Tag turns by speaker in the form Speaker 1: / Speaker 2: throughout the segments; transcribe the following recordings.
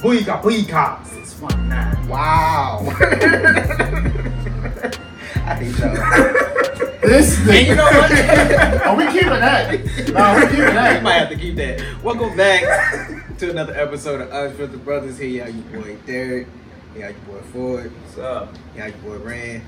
Speaker 1: Puika Puika
Speaker 2: 619.
Speaker 1: Wow. I hate y'all.
Speaker 3: This
Speaker 2: And you
Speaker 3: thing.
Speaker 2: know what?
Speaker 3: Are we keeping that? No, we keeping
Speaker 2: we might
Speaker 3: that.
Speaker 2: have to keep that. Welcome back to another episode of Unfiltered Brothers. Here, y'all, your boy Derek. Yeah, your boy Ford.
Speaker 1: What's up?
Speaker 2: Yeah, your boy Rand.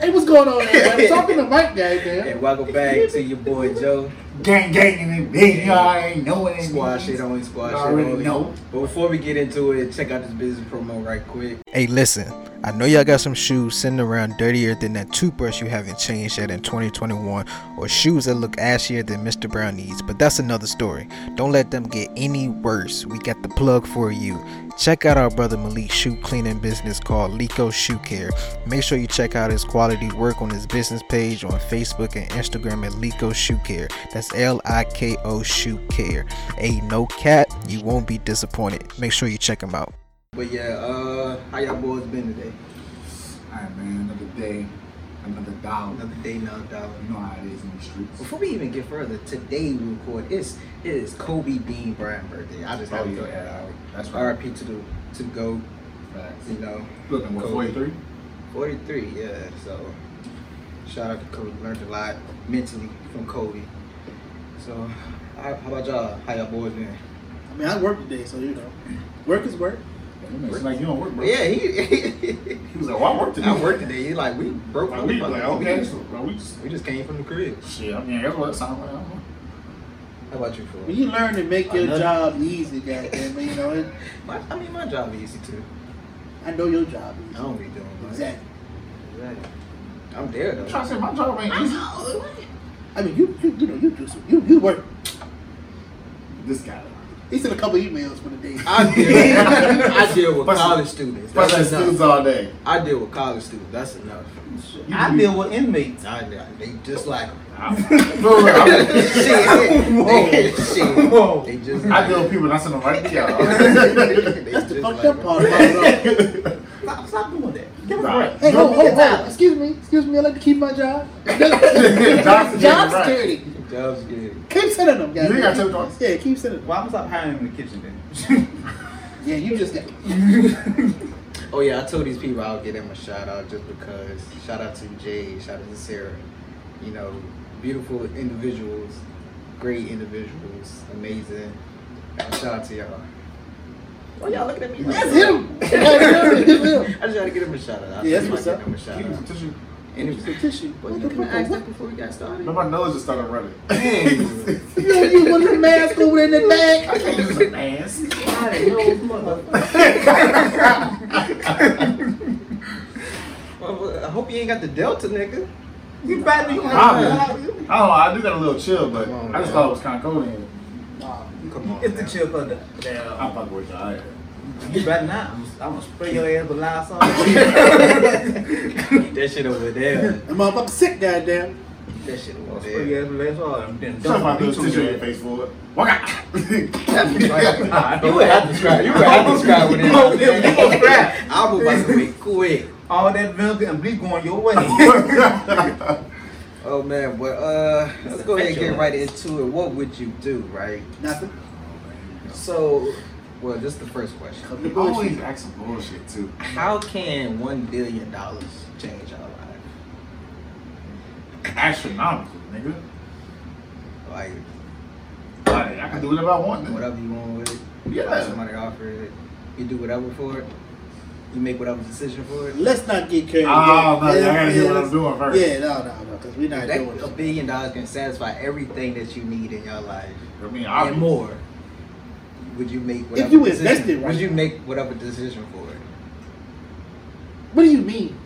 Speaker 3: Hey, what's going on? Man? I'm talking to Mike that
Speaker 2: And
Speaker 3: damn.
Speaker 2: welcome back to your boy Joe.
Speaker 3: Gang, gang, and big. I ain't know what it
Speaker 2: Squad
Speaker 3: means.
Speaker 2: shit only, squad
Speaker 3: I
Speaker 2: shit
Speaker 3: already
Speaker 2: only.
Speaker 3: know.
Speaker 2: But before we get into it, check out this business promo right quick.
Speaker 4: Hey, listen, I know y'all got some shoes sitting around dirtier than that toothbrush you haven't changed yet in 2021, or shoes that look ashier than Mr. Brown needs, but that's another story. Don't let them get any worse. We got the plug for you. Check out our brother Malik's shoe cleaning business called Lico Shoe Care. Make sure you check out his quality work on his business page on Facebook and Instagram at Lico Shoe Care. That's L I K O Shoe Care. A no cat, you won't be disappointed. Make sure you check him out.
Speaker 2: But yeah, uh, how y'all boys been today?
Speaker 3: Alright, man, another day, another dollar.
Speaker 2: Another day, another dollar.
Speaker 3: You know how it is in the streets.
Speaker 2: Before we even get further, today we record. It's it is Kobe Dean Bryant birthday. I just had
Speaker 3: Oh,
Speaker 2: to throw
Speaker 3: yeah.
Speaker 2: that out.
Speaker 3: That's right.
Speaker 2: R.I.P. to the to the goat.
Speaker 3: Facts.
Speaker 2: You know,
Speaker 3: Looking what,
Speaker 2: Kobe.
Speaker 3: 43?
Speaker 2: forty three. Yeah. So shout out to Kobe. Learned a lot mentally from Kobe. So how, how about y'all? How y'all boys been?
Speaker 5: I mean, I work today, so you know, work is work.
Speaker 3: It's like you don't work, bro.
Speaker 2: But yeah, he
Speaker 3: He was like, well, I work today.
Speaker 2: I worked today. He like we broke.
Speaker 3: Like, we, like,
Speaker 2: motherfuckers.
Speaker 3: okay, so, bro, we just,
Speaker 2: We just came from the crib.
Speaker 3: shit, I mean, that's what it sounds like. I don't know.
Speaker 2: How about you,
Speaker 5: When
Speaker 2: Floyd?
Speaker 5: you learn to make your
Speaker 2: Another-
Speaker 5: job easy, goddamn it, you know, it,
Speaker 2: My, I mean, my job is easy too.
Speaker 5: I know your job.
Speaker 2: I
Speaker 5: Easy.
Speaker 2: don't be doing much.
Speaker 5: Exactly.
Speaker 2: Exactly. I'm there though.
Speaker 3: I'm trying to say my job ain't easy.
Speaker 5: I mean, you you you know you do some you you work.
Speaker 3: This guy.
Speaker 5: He sent a couple emails for the day.
Speaker 2: I deal, I deal with
Speaker 3: But-
Speaker 2: college students.
Speaker 3: But
Speaker 2: That's
Speaker 3: that's dudes
Speaker 2: enough.
Speaker 3: all day.
Speaker 2: I deal with college students. That's enough.
Speaker 3: You
Speaker 2: I
Speaker 3: do-
Speaker 2: deal with inmates. I, I, they just like them.
Speaker 3: Bro,
Speaker 2: shit,
Speaker 3: I,
Speaker 2: they, shit.
Speaker 1: Whoa.
Speaker 2: They just.
Speaker 3: I
Speaker 2: Like
Speaker 3: deal
Speaker 2: 'em.
Speaker 3: with people and I send them right to
Speaker 2: they
Speaker 3: y'all.
Speaker 2: just
Speaker 5: That's the fucked
Speaker 2: like
Speaker 5: up
Speaker 2: 'em.
Speaker 5: part about it.
Speaker 2: Stop, stop doing that.
Speaker 3: Give
Speaker 5: all. Hey, ho, ho, ho! Excuse me, excuse me. I like to keep my job.
Speaker 3: Job
Speaker 5: job
Speaker 3: security,
Speaker 5: security.
Speaker 2: Jobs good.
Speaker 5: Keep sending them, guys.
Speaker 3: You ain't got ten dollars.
Speaker 5: Yeah, keep sending them.
Speaker 1: Why am I stop hiring him in the kitchen then?
Speaker 5: Yeah, you just got.
Speaker 2: Oh yeah, I told these people I'll give them a shout out just because. Shout out to Jay, shout out to Sarah. You know, beautiful individuals, great individuals, amazing. And shout out to y'all. Why y'all looking at me? like
Speaker 5: That's
Speaker 2: that?
Speaker 5: him. That's him. That's him.
Speaker 2: I just gotta give them a shout out. I
Speaker 5: Yeah, that's
Speaker 2: just
Speaker 5: what's
Speaker 2: gotta
Speaker 5: up.
Speaker 2: give them a shout
Speaker 3: Give me some
Speaker 2: out.
Speaker 3: tissue.
Speaker 2: And it
Speaker 5: It's a
Speaker 2: was-
Speaker 5: tissue.
Speaker 2: Well, you
Speaker 5: What the
Speaker 2: couldn't
Speaker 5: fuck
Speaker 2: ask
Speaker 5: was
Speaker 2: that before we got started.
Speaker 3: No, my nose just started running.
Speaker 2: Dang.
Speaker 5: You know, you want the mask over in the
Speaker 3: I
Speaker 5: bag.
Speaker 3: can't use a mask.
Speaker 2: Well, I hope you ain't got the Delta, nigga.
Speaker 1: you better you
Speaker 3: Probably. I
Speaker 1: have
Speaker 3: don't know. I do got a little chill, but
Speaker 2: Come on,
Speaker 3: I just
Speaker 2: man.
Speaker 3: thought it was kind of cold in here.
Speaker 2: Come on.
Speaker 1: It's the
Speaker 2: now.
Speaker 1: chill for the.
Speaker 3: I'm fucking with y'all.
Speaker 1: You better not. I'm, I'm gonna spray your ass with Lysol.
Speaker 2: That shit over there.
Speaker 5: The motherfucker sick, goddamn.
Speaker 2: That shit
Speaker 1: I'll
Speaker 2: over
Speaker 1: spray
Speaker 2: there.
Speaker 1: your ass with Lysol and then
Speaker 3: Shut my
Speaker 1: dump it
Speaker 3: little
Speaker 1: into
Speaker 3: tissue in
Speaker 1: your
Speaker 3: your
Speaker 1: ass.
Speaker 3: face for it. Walk
Speaker 2: You would have to try. You would have to try with
Speaker 1: You gonna- you gonna
Speaker 2: that.
Speaker 1: cry.
Speaker 2: I was about to be quick.
Speaker 1: All that vinegar and bleach going your way.
Speaker 3: out.
Speaker 2: Oh man, but uh, let's go ahead and get
Speaker 1: Essential.
Speaker 2: right into it. What would you do, right?
Speaker 5: Nothing.
Speaker 2: So, well, this is the first question.
Speaker 5: Couple of
Speaker 3: Always
Speaker 5: bullshit.
Speaker 3: ask some bullshit too.
Speaker 2: How can one billion dollars change our life?
Speaker 3: Astronomical, nigga.
Speaker 2: Like
Speaker 3: Like, I can do whatever I want. nigga.
Speaker 2: whatever you want with it.
Speaker 3: Yeah.
Speaker 2: Somebody offer it. You do whatever for it. You make whatever decision for it.
Speaker 5: Let's not get carried away.
Speaker 3: Oh, no, I gotta
Speaker 5: Yeah,
Speaker 3: hear what I'm
Speaker 5: let's-
Speaker 3: doing first.
Speaker 5: Yeah, no, no, no, because we're not
Speaker 2: That
Speaker 5: doing
Speaker 2: a
Speaker 5: it.
Speaker 2: billion dollars can satisfy everything that you need in your life
Speaker 3: I mean,
Speaker 2: and
Speaker 3: obvious.
Speaker 2: more. Would you make whatever
Speaker 5: you
Speaker 2: decision,
Speaker 5: invested right
Speaker 2: Would you
Speaker 5: now.
Speaker 2: make whatever decision for it?
Speaker 5: What do you mean?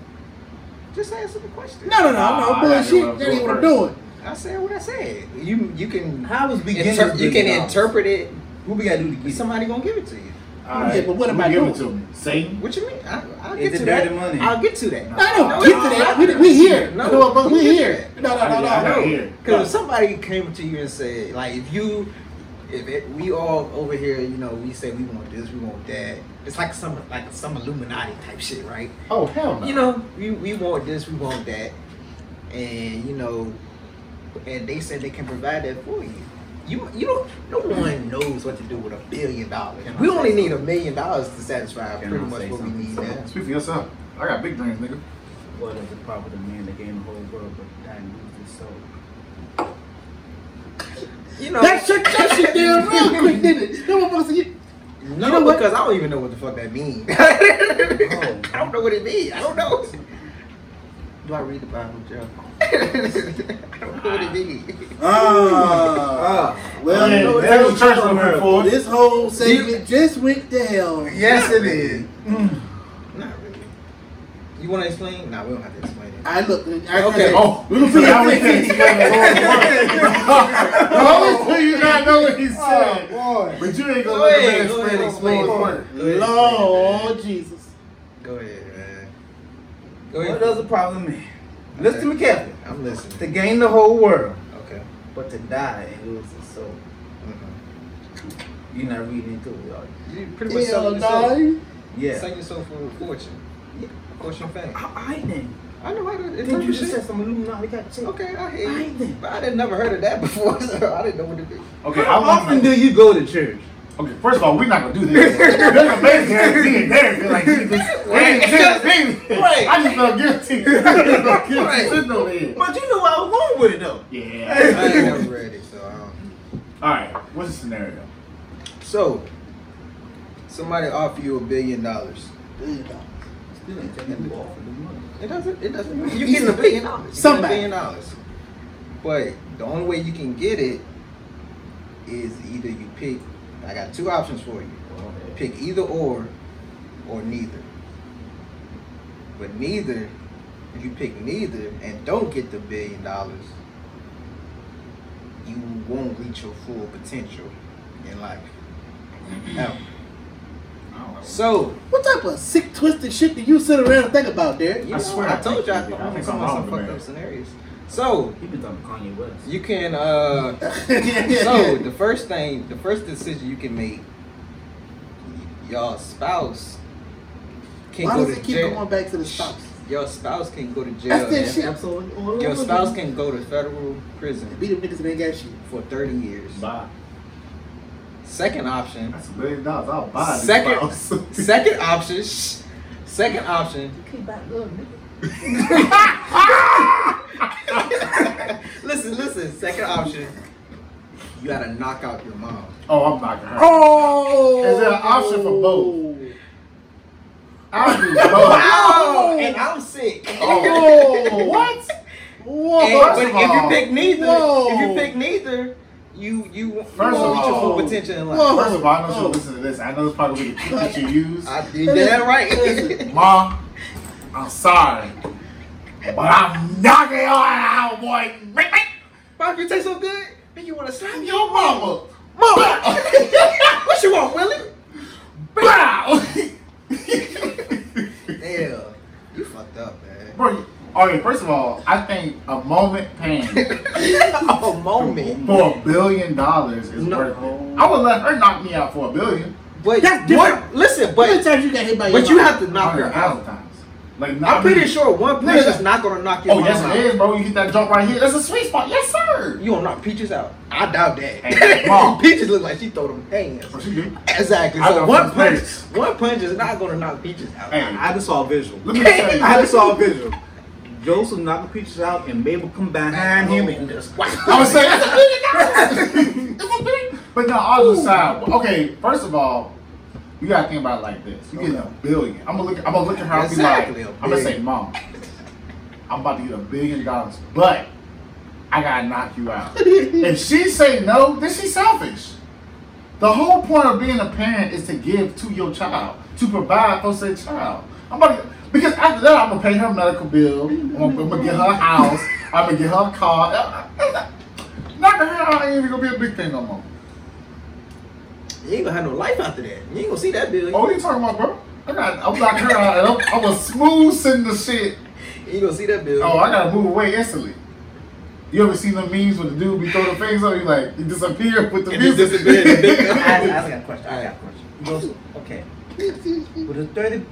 Speaker 2: Just answer the question.
Speaker 5: No, no,
Speaker 3: Nah,
Speaker 5: no, no,
Speaker 3: I gotta hear what
Speaker 5: bullshit.
Speaker 3: I'm
Speaker 5: That ain't
Speaker 3: doing
Speaker 5: what I'm
Speaker 3: first.
Speaker 5: doing.
Speaker 2: I said what I said. You you can
Speaker 1: How is beginners?
Speaker 2: inter- you can
Speaker 1: billion dollars?
Speaker 2: interpret it.
Speaker 1: What we gotta do to get it?
Speaker 2: Somebody gonna give it to you.
Speaker 3: All right.
Speaker 5: Yeah, but what
Speaker 3: Who
Speaker 5: am I
Speaker 3: give it to
Speaker 5: doing?
Speaker 3: me? Satan?
Speaker 2: What you mean? I, I'll
Speaker 1: Is
Speaker 2: get
Speaker 1: it
Speaker 2: to
Speaker 1: dirty
Speaker 2: that.
Speaker 1: money?
Speaker 2: I'll get to that.
Speaker 5: I don't
Speaker 2: No,
Speaker 5: get
Speaker 2: no,
Speaker 5: to that.
Speaker 2: no,
Speaker 5: We, we here.
Speaker 2: no.
Speaker 5: No, but we
Speaker 2: You
Speaker 5: here.
Speaker 2: get
Speaker 5: No, no, no,
Speaker 3: I- I
Speaker 5: no,
Speaker 3: gotta
Speaker 5: no.
Speaker 3: hear.
Speaker 2: Because if somebody came to you and said, like, if you, if it, we all over here, you know, we say we want this, we want that. It's like some like some Illuminati type shit, right?
Speaker 3: Oh hell no.
Speaker 2: You know, we, we want this, we want that, and you know, and they said they can provide that for you. You you don't no one knows what to do with a billion dollars. We only need a million dollars to satisfy
Speaker 1: Can I
Speaker 2: pretty
Speaker 1: say
Speaker 2: much what we
Speaker 1: something?
Speaker 2: need now.
Speaker 3: Speak for yourself. I got big dreams, nigga.
Speaker 1: What is the problem with the man that gave the whole world but died and lose his soul?
Speaker 2: You know
Speaker 5: That shut that shit down real quick, didn't it? That motherfucker said, you-
Speaker 2: No,
Speaker 5: You know what?
Speaker 2: because I don't even know what the fuck that means. I don't know what it means. I don't know. Do I read the Bible, Joe? I don't know what it means.
Speaker 5: Ah, well,
Speaker 1: Yeah,
Speaker 5: you know what
Speaker 1: there's
Speaker 5: that
Speaker 1: a
Speaker 5: was
Speaker 1: church
Speaker 5: talking
Speaker 1: on
Speaker 5: about.
Speaker 1: Earth.
Speaker 5: This whole segment just went to hell.
Speaker 2: Yes, it is. Not really. You want to explain? Nah, we don't have to explain it.
Speaker 5: I look. I,
Speaker 2: Okay.
Speaker 5: okay.
Speaker 3: Oh,
Speaker 5: we gonna
Speaker 3: so
Speaker 5: figure
Speaker 3: now
Speaker 5: out
Speaker 3: we can't explain the whole word. How do Oh, you not know what he
Speaker 1: Oh,
Speaker 3: said?
Speaker 5: boy.
Speaker 3: But you ain't gonna
Speaker 2: Go
Speaker 3: let the
Speaker 2: ahead,
Speaker 3: man
Speaker 2: go
Speaker 3: explain
Speaker 2: ahead,
Speaker 3: the
Speaker 2: explain
Speaker 3: whole
Speaker 2: it.
Speaker 3: word.
Speaker 5: Lord Jesus.
Speaker 2: Go ahead, man. Go
Speaker 1: What
Speaker 2: ahead.
Speaker 1: does the problem mean? Listen to me carefully.
Speaker 2: I'm
Speaker 1: To
Speaker 2: listening.
Speaker 1: gain the whole world,
Speaker 2: Okay.
Speaker 1: but to die and lose his soul.
Speaker 2: Mhm.
Speaker 1: You're not reading into it, are you?
Speaker 2: You pretty much
Speaker 5: Hell
Speaker 2: selling yourself.
Speaker 5: no.
Speaker 1: Yeah.
Speaker 2: Selling yourself for a fortune.
Speaker 1: Yeah.
Speaker 2: Fortune fame.
Speaker 1: I, I didn't.
Speaker 2: I know. I did.
Speaker 1: Didn't you just said some Illuminati got shit?
Speaker 2: Okay, I hear
Speaker 1: I
Speaker 2: you.
Speaker 1: didn't.
Speaker 2: But I didn't never heard of that before, so I didn't know what to do.
Speaker 3: Okay, I
Speaker 1: How often
Speaker 3: want to.
Speaker 1: do you go to church?
Speaker 3: Okay, first of all, we're not gonna do this. That's amazing. That's being there, feel like Jesus. Hey, Jesus, baby.
Speaker 2: Right.
Speaker 3: I just felt guilty. I just felt guilty
Speaker 2: Right.
Speaker 3: sitting over here.
Speaker 1: But you know where I was going with it though.
Speaker 3: Yeah.
Speaker 2: I ain't never read it, so I don't.
Speaker 3: All right. What's the scenario?
Speaker 2: So, somebody offer you a billion dollars.
Speaker 1: You ain't taking the ball for the money.
Speaker 2: It doesn't. It doesn't. You getting a billion dollars. You
Speaker 5: Somebody.
Speaker 2: getting a billion dollars. But the only way you can get it is either you pick. I got two options for you. Pick either or, or neither. But neither. If you pick neither and don't get the billion dollars, you won't reach your full potential in life. Ever. So
Speaker 5: What type of sick, twisted shit do you sit around and think about, Derek?
Speaker 2: You
Speaker 3: I
Speaker 2: know,
Speaker 3: swear
Speaker 2: I
Speaker 3: I
Speaker 2: told
Speaker 3: think
Speaker 2: you I
Speaker 3: you did. I
Speaker 2: am
Speaker 3: think
Speaker 2: talking
Speaker 3: I'm
Speaker 2: about
Speaker 3: wrong,
Speaker 2: some fucked
Speaker 3: man.
Speaker 2: up scenarios. So
Speaker 1: He been talking Kanye West.
Speaker 2: you can uh so the first thing the first decision you can make your spouse can
Speaker 5: Why
Speaker 2: go
Speaker 5: does
Speaker 2: to
Speaker 5: it keep
Speaker 2: jail.
Speaker 5: going back to the spouse?
Speaker 2: Your spouse can go to jail.
Speaker 5: That's that
Speaker 2: man.
Speaker 5: shit.
Speaker 1: Absolutely.
Speaker 2: Your spouse can go to federal prison
Speaker 5: Beat them niggas and they got shit.
Speaker 2: for 30 years.
Speaker 3: Buy.
Speaker 2: Second option.
Speaker 3: That's a billion dollars. I'll buy this
Speaker 2: Second
Speaker 3: house.
Speaker 2: second option. shh. Second option.
Speaker 1: Keep back up, nigga.
Speaker 2: Listen, listen. Second option. You gotta knock out your mom.
Speaker 3: oh, I'm knocking her.
Speaker 5: Oh!
Speaker 3: Is there an option for both? I'll do both.
Speaker 2: Oh, and I'm sick.
Speaker 5: Oh! what? Whoa!
Speaker 2: And-
Speaker 3: first
Speaker 2: but
Speaker 3: of
Speaker 2: if
Speaker 3: all-
Speaker 2: you pick neither, if you
Speaker 5: Whoa.
Speaker 2: pick neither, you you won't
Speaker 3: First of
Speaker 2: reach your full
Speaker 3: all-
Speaker 2: potential in life.
Speaker 5: Whoa.
Speaker 3: First of all, I know she'll listen to this. I know it's probably the clip that you use.
Speaker 2: I did that right.
Speaker 5: Listen.
Speaker 3: Ma, I'm sorry, but I'm knocking your ass out, boy. Bing, bing.
Speaker 2: Bob, you taste so good. Then you want to slap
Speaker 3: I'm
Speaker 2: me?
Speaker 3: your mama.
Speaker 2: Mom, what you want, Willie?
Speaker 3: Bow.
Speaker 2: Yeah, you fucked up, man.
Speaker 3: Bro, okay. First of all, I think a moment pain.
Speaker 2: a Oh, moment,
Speaker 3: for a billion dollars is
Speaker 2: No.
Speaker 3: worth it. I would let her knock me out for a billion.
Speaker 2: but
Speaker 5: That's
Speaker 2: one,
Speaker 5: different.
Speaker 2: listen,
Speaker 5: How many
Speaker 2: but
Speaker 5: times you got hit by your
Speaker 2: but you
Speaker 5: mom?
Speaker 2: have to knock her
Speaker 3: Hundred thousand
Speaker 2: out.
Speaker 3: times. Like, knock
Speaker 2: I'm pretty
Speaker 3: me-
Speaker 2: sure one
Speaker 3: Nigga.
Speaker 2: person's not gonna knock your
Speaker 3: Oh
Speaker 2: mom
Speaker 3: yes,
Speaker 2: out.
Speaker 3: it is, bro. You hit that jump right here. That's a sweet spot. Yes, sir.
Speaker 2: You gonna knock Peaches out? I doubt that.
Speaker 3: Hey, Mom.
Speaker 2: Peaches look like she throw them hands.
Speaker 3: What she do?
Speaker 2: Exactly.
Speaker 3: I
Speaker 2: So
Speaker 3: got
Speaker 2: one
Speaker 3: some
Speaker 2: punch,
Speaker 3: space.
Speaker 2: one punch is not gonna knock Peaches out.
Speaker 3: Hey.
Speaker 1: I just saw a visual.
Speaker 3: Let me tell you.
Speaker 1: I just saw a visual. Joseph knocking peaches out and Mabel come behind him and just
Speaker 3: I was saying that's a billion dollars. That's a billion. But no, all jokes aside. Okay, first of all, you gotta think about it like this. You getting a billion. I'm gonna look. I'm gonna look at her. I'll
Speaker 2: Exactly,
Speaker 3: be
Speaker 2: a
Speaker 3: like, I'm gonna say,
Speaker 2: billion.
Speaker 3: Mom, I'm about to get a billion dollars, but I gotta knock you out. if she say no, then she's selfish. The whole point of being a parent is to give to your child, to provide for said child. I'm about to, because after that, I'm gonna pay her medical bill. I'm gonna, I'm gonna get her a house. I'm gonna get her a car. Uh, Knocking her out ain't even gonna be a big thing no more.
Speaker 2: You ain't gonna have no life after that. You ain't gonna see that bill.
Speaker 3: Oh, what you talking about, bro? I got, I'm knocking her out. and I'm, I'm gonna smooth send the shit.
Speaker 2: You ain't gonna see that bill.
Speaker 3: Oh, I gotta move away instantly. You ever seen them memes with the dude be throwing the face up? He like he disappeared with the
Speaker 2: And he
Speaker 3: music.
Speaker 2: disappeared.
Speaker 1: I, I got a question. I got a question. Joseph, okay. With a thirty,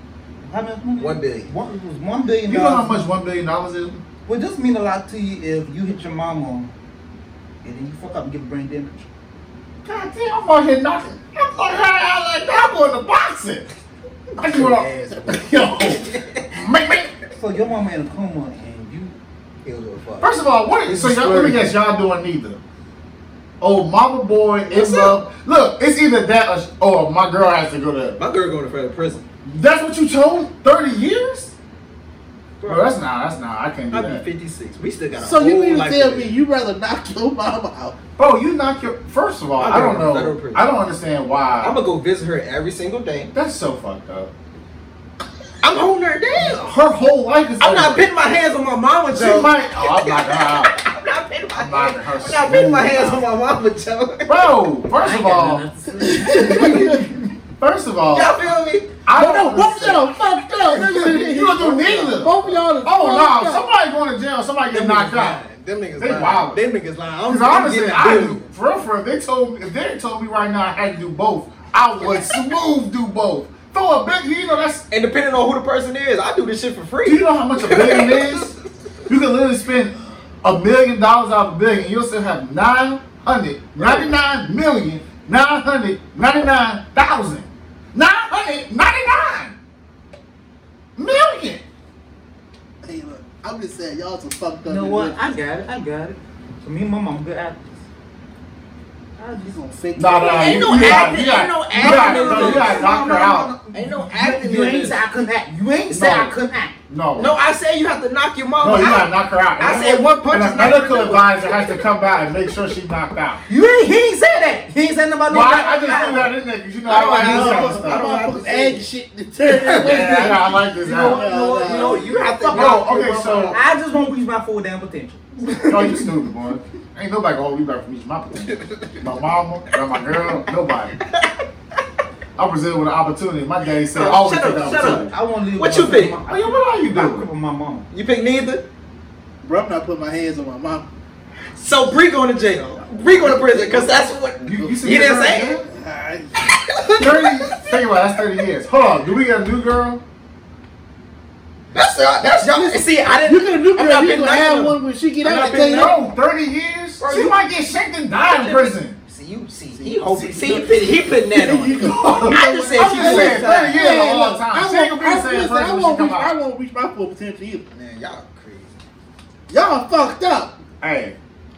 Speaker 1: how much money?
Speaker 2: One billion.
Speaker 1: One it was one billion.
Speaker 3: you know how
Speaker 1: dollars.
Speaker 3: much one billion dollars is?
Speaker 1: Would this mean a lot to you if you hit your mama and then you fuck up and get brain damage?
Speaker 3: God damn, I'm out here knocking. I'm fucking her out like that boy in the boxing. I just went off. Yo, make me.
Speaker 1: So your mama in a coma and you
Speaker 2: He'll do a fuck.
Speaker 3: First of all, what?
Speaker 2: This
Speaker 3: So
Speaker 2: is
Speaker 3: y'all, let me
Speaker 2: flirting.
Speaker 3: guess, y'all doing neither. Oh, mama boy ends up. Look, it's either that or sh- oh, my girl has to go to.
Speaker 2: my girl going to federal prison.
Speaker 3: That's what you chose? Thirty years? Bro, that's not. That's not. I can't do
Speaker 2: I'd
Speaker 3: that.
Speaker 2: be 56. We still got a
Speaker 5: So
Speaker 2: whole
Speaker 5: you mean to
Speaker 2: life
Speaker 5: tell
Speaker 2: live.
Speaker 5: me you rather knock your mama out?
Speaker 3: Bro, Oh, you knock your. First of all,
Speaker 2: My
Speaker 3: I
Speaker 2: girl
Speaker 3: don't
Speaker 2: in federal
Speaker 3: know.
Speaker 2: prison.
Speaker 3: I don't understand why.
Speaker 2: I'm going to go visit her every single day.
Speaker 3: that's so fucked up.
Speaker 2: I'm holding her down.
Speaker 3: Her whole life is.
Speaker 2: I'm not
Speaker 3: over.
Speaker 2: putting my hands on my mama,
Speaker 3: She
Speaker 2: Joe.
Speaker 3: might. Oh, I'm not gonna.
Speaker 2: I'm not putting my,
Speaker 3: I'm not
Speaker 2: hands-
Speaker 3: her
Speaker 2: I'm not putting my
Speaker 3: smooth
Speaker 2: hands on
Speaker 3: mouth.
Speaker 2: my mama, Joe.
Speaker 3: Bro, first of all, first of all,
Speaker 2: Y'all feel me?
Speaker 3: I
Speaker 5: No,
Speaker 3: don't.
Speaker 5: no, both
Speaker 3: understand-
Speaker 5: y'all fucked up.
Speaker 3: You don't do neither.
Speaker 5: Both y'all. is
Speaker 3: Oh
Speaker 5: fucked
Speaker 3: no!
Speaker 5: up.
Speaker 3: Somebody going to jail. Somebody get
Speaker 2: Them
Speaker 3: knocked
Speaker 2: niggas
Speaker 3: out.
Speaker 2: lying. Them niggas
Speaker 3: They
Speaker 2: lying.
Speaker 3: wild.
Speaker 2: Them niggas lying. I'm,
Speaker 3: Because
Speaker 2: I'm
Speaker 3: honestly,
Speaker 2: getting
Speaker 3: I
Speaker 2: I
Speaker 3: do. For real, for real, they told me if they told me right now I had to do both, I would smooth do both. Throw a big, you know that's.
Speaker 2: And depending on who the person is, I do this shit for
Speaker 3: Do you
Speaker 2: free.
Speaker 3: know how much a billion is? You can literally spend a million dollars out of a billion, and you'll still have nine hundred ninety-nine million nine hundred ninety-nine thousand nine hundred ninety-nine million.
Speaker 5: Hey, look, I'm just saying y'all some fucked up.
Speaker 1: You know what?
Speaker 5: individuals.
Speaker 1: I got it. I got it. So me and my mom good actors. I just gonna fake
Speaker 3: Nah, nah,
Speaker 2: Ain't
Speaker 3: you,
Speaker 2: no
Speaker 3: you got-
Speaker 2: acting-
Speaker 3: you got-
Speaker 2: ain't no
Speaker 3: you got-
Speaker 2: acting in
Speaker 3: no, You
Speaker 2: this.
Speaker 3: got to knock her out.
Speaker 2: Ain't no
Speaker 1: it.
Speaker 2: acting
Speaker 1: You
Speaker 2: in
Speaker 1: ain't
Speaker 2: this.
Speaker 1: say I couldn't act. You ain't say I
Speaker 3: No.
Speaker 1: couldn't act.
Speaker 3: No,
Speaker 2: No, I say you have to knock your mama
Speaker 3: no, you got to
Speaker 2: out.
Speaker 3: knock her out.
Speaker 2: I
Speaker 3: And
Speaker 2: said one punch
Speaker 3: And
Speaker 2: is
Speaker 3: a
Speaker 2: not
Speaker 3: medical
Speaker 2: gonna do it.
Speaker 3: advisor has to come by and make sure she's knocked out.
Speaker 1: You ain't. He ain't say that. He ain't say nothing about
Speaker 3: Well,
Speaker 1: no
Speaker 3: I, I just
Speaker 1: knockout.
Speaker 3: knew that in there because you know
Speaker 2: I
Speaker 3: I
Speaker 2: don't
Speaker 3: like
Speaker 2: have
Speaker 3: this
Speaker 2: to-
Speaker 3: kind of
Speaker 2: I
Speaker 3: stuff.
Speaker 2: don't have
Speaker 5: Motherfuckers
Speaker 2: to
Speaker 5: egg
Speaker 2: say
Speaker 5: shit to tear it away.
Speaker 3: Yeah, I know, I like this.
Speaker 1: You know
Speaker 3: out.
Speaker 1: what? You know what? You know what? You have to.
Speaker 2: Yo,
Speaker 1: knock your
Speaker 3: okay,
Speaker 1: mama
Speaker 3: so-
Speaker 1: out. I just won't reach my full damn potential.
Speaker 3: No, you stupid, boy. Ain't nobody gonna hold me back from eating my potential. My mama, not my girl, nobody. I presented with an opportunity. My daddy said,
Speaker 2: Shut
Speaker 3: always
Speaker 2: up,
Speaker 3: take the
Speaker 2: shut up.
Speaker 3: opportunity.
Speaker 1: I want to live.
Speaker 2: What
Speaker 1: with
Speaker 2: you
Speaker 1: my-
Speaker 2: think? Oh,
Speaker 1: my-
Speaker 3: Hey, what are you
Speaker 1: I'm
Speaker 3: doing?
Speaker 1: with my mama.
Speaker 2: You pick neither.
Speaker 5: Bro, I'm not putting my hands on my mom.
Speaker 2: So Bree going to jail. Bree going to prison because that's what.
Speaker 3: You, you see
Speaker 2: You
Speaker 3: your
Speaker 2: didn't
Speaker 3: girl
Speaker 2: say
Speaker 3: again?
Speaker 2: it.
Speaker 5: I,
Speaker 3: 30, think about it, that's 30 years. Hold on, do we get a new girl?
Speaker 2: That's y'all. That's y'all. See, I didn't.
Speaker 5: you get a new
Speaker 2: I'm
Speaker 5: girl.
Speaker 2: not
Speaker 5: You
Speaker 2: picking
Speaker 5: gonna
Speaker 2: nothing
Speaker 5: have
Speaker 2: up.
Speaker 5: one when she get
Speaker 2: I'm
Speaker 5: out.
Speaker 2: not
Speaker 5: I tell you
Speaker 2: picking
Speaker 5: that.
Speaker 3: No, 30 years?
Speaker 2: Bro,
Speaker 3: she
Speaker 2: you-
Speaker 3: might get shanked and die in prison.
Speaker 2: See you. See he. Hoping, see he. Put, he putting that on.
Speaker 5: You
Speaker 2: you.
Speaker 5: go-
Speaker 2: I just said
Speaker 3: I'm
Speaker 2: she
Speaker 3: just saying,
Speaker 2: was.
Speaker 3: 30
Speaker 5: Yeah,
Speaker 3: years is a
Speaker 5: yeah,
Speaker 3: long
Speaker 5: look,
Speaker 3: time.
Speaker 5: I
Speaker 3: She ain't gonna
Speaker 5: won't-
Speaker 3: be the same
Speaker 5: I- listen, I
Speaker 3: person when she
Speaker 5: won't
Speaker 3: come
Speaker 5: reach- I
Speaker 3: out.
Speaker 5: won't reach my full potential either.
Speaker 2: Man, y'all crazy.
Speaker 5: Y'all fucked up.
Speaker 3: Hey,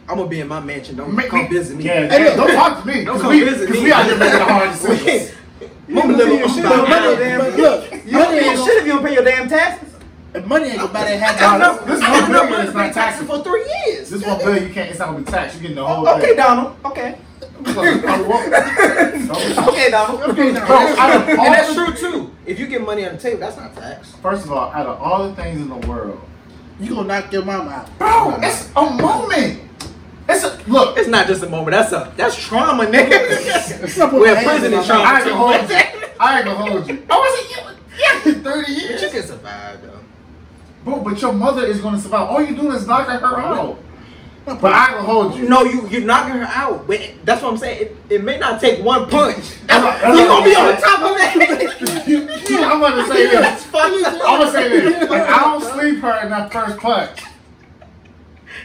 Speaker 2: I'm gonna be in my mansion. Don't
Speaker 3: make
Speaker 2: come
Speaker 3: me,
Speaker 2: visit me.
Speaker 3: Yeah,
Speaker 5: Hey, look.
Speaker 3: don't talk to me.
Speaker 2: Don't
Speaker 3: Because
Speaker 2: come
Speaker 3: we,
Speaker 2: visit
Speaker 3: 'cause
Speaker 2: me.
Speaker 3: we out here making the hard decisions.
Speaker 2: Mama
Speaker 1: You
Speaker 2: live
Speaker 1: should
Speaker 2: on
Speaker 1: have
Speaker 2: my
Speaker 1: paid your
Speaker 2: damn.
Speaker 1: damn.
Speaker 5: But look, money
Speaker 1: You
Speaker 5: ain't
Speaker 1: ain't
Speaker 5: gonna-
Speaker 1: shit if you don't pay your damn taxes.
Speaker 5: if money ain't gonna buy that hat.
Speaker 3: Nah,
Speaker 5: down.
Speaker 3: this, this
Speaker 2: I
Speaker 3: one
Speaker 2: don't know
Speaker 3: billion
Speaker 2: money
Speaker 3: is
Speaker 2: been
Speaker 3: not
Speaker 2: taxing
Speaker 3: taxable.
Speaker 2: for three years.
Speaker 3: This one billion, you can't. It's not gonna be taxed. You're getting the whole
Speaker 2: Oh,
Speaker 1: Okay,
Speaker 3: thing.
Speaker 1: Donald. Okay.
Speaker 3: Bro,
Speaker 1: Okay, Donald.
Speaker 3: out of all
Speaker 2: And that's
Speaker 3: the-
Speaker 2: true too. If you get money on the table, that's not tax.
Speaker 3: First of all, out of all the things in the world,
Speaker 5: You gonna knock your mama out.
Speaker 3: bro, it's a moment. It's a look.
Speaker 2: It's not just a moment. That's a that's trauma, nigga.
Speaker 5: I'm not putting
Speaker 2: We're
Speaker 5: my hands
Speaker 2: prison
Speaker 5: on
Speaker 2: is
Speaker 5: my mama.
Speaker 3: I
Speaker 2: trauma
Speaker 3: ain't gonna hold
Speaker 2: too.
Speaker 3: you. I ain't gonna hold you. I wasn't. Yeah, thirty
Speaker 2: But you
Speaker 3: years.
Speaker 2: can survive though.
Speaker 3: Bro, but your mother is gonna survive. All you doing is knocking her out. But I will hold you.
Speaker 2: No, you you're knocking her out. But it- that's what I'm saying. It, it may not take one punch.
Speaker 3: That's what- that's what
Speaker 2: You're gonna be
Speaker 3: I'm
Speaker 2: on the
Speaker 3: saying.
Speaker 2: top of that.
Speaker 3: I'm gonna say
Speaker 2: That's
Speaker 3: this.
Speaker 2: funny.
Speaker 3: I'm gonna say this. If I don't sleep her in that first clutch,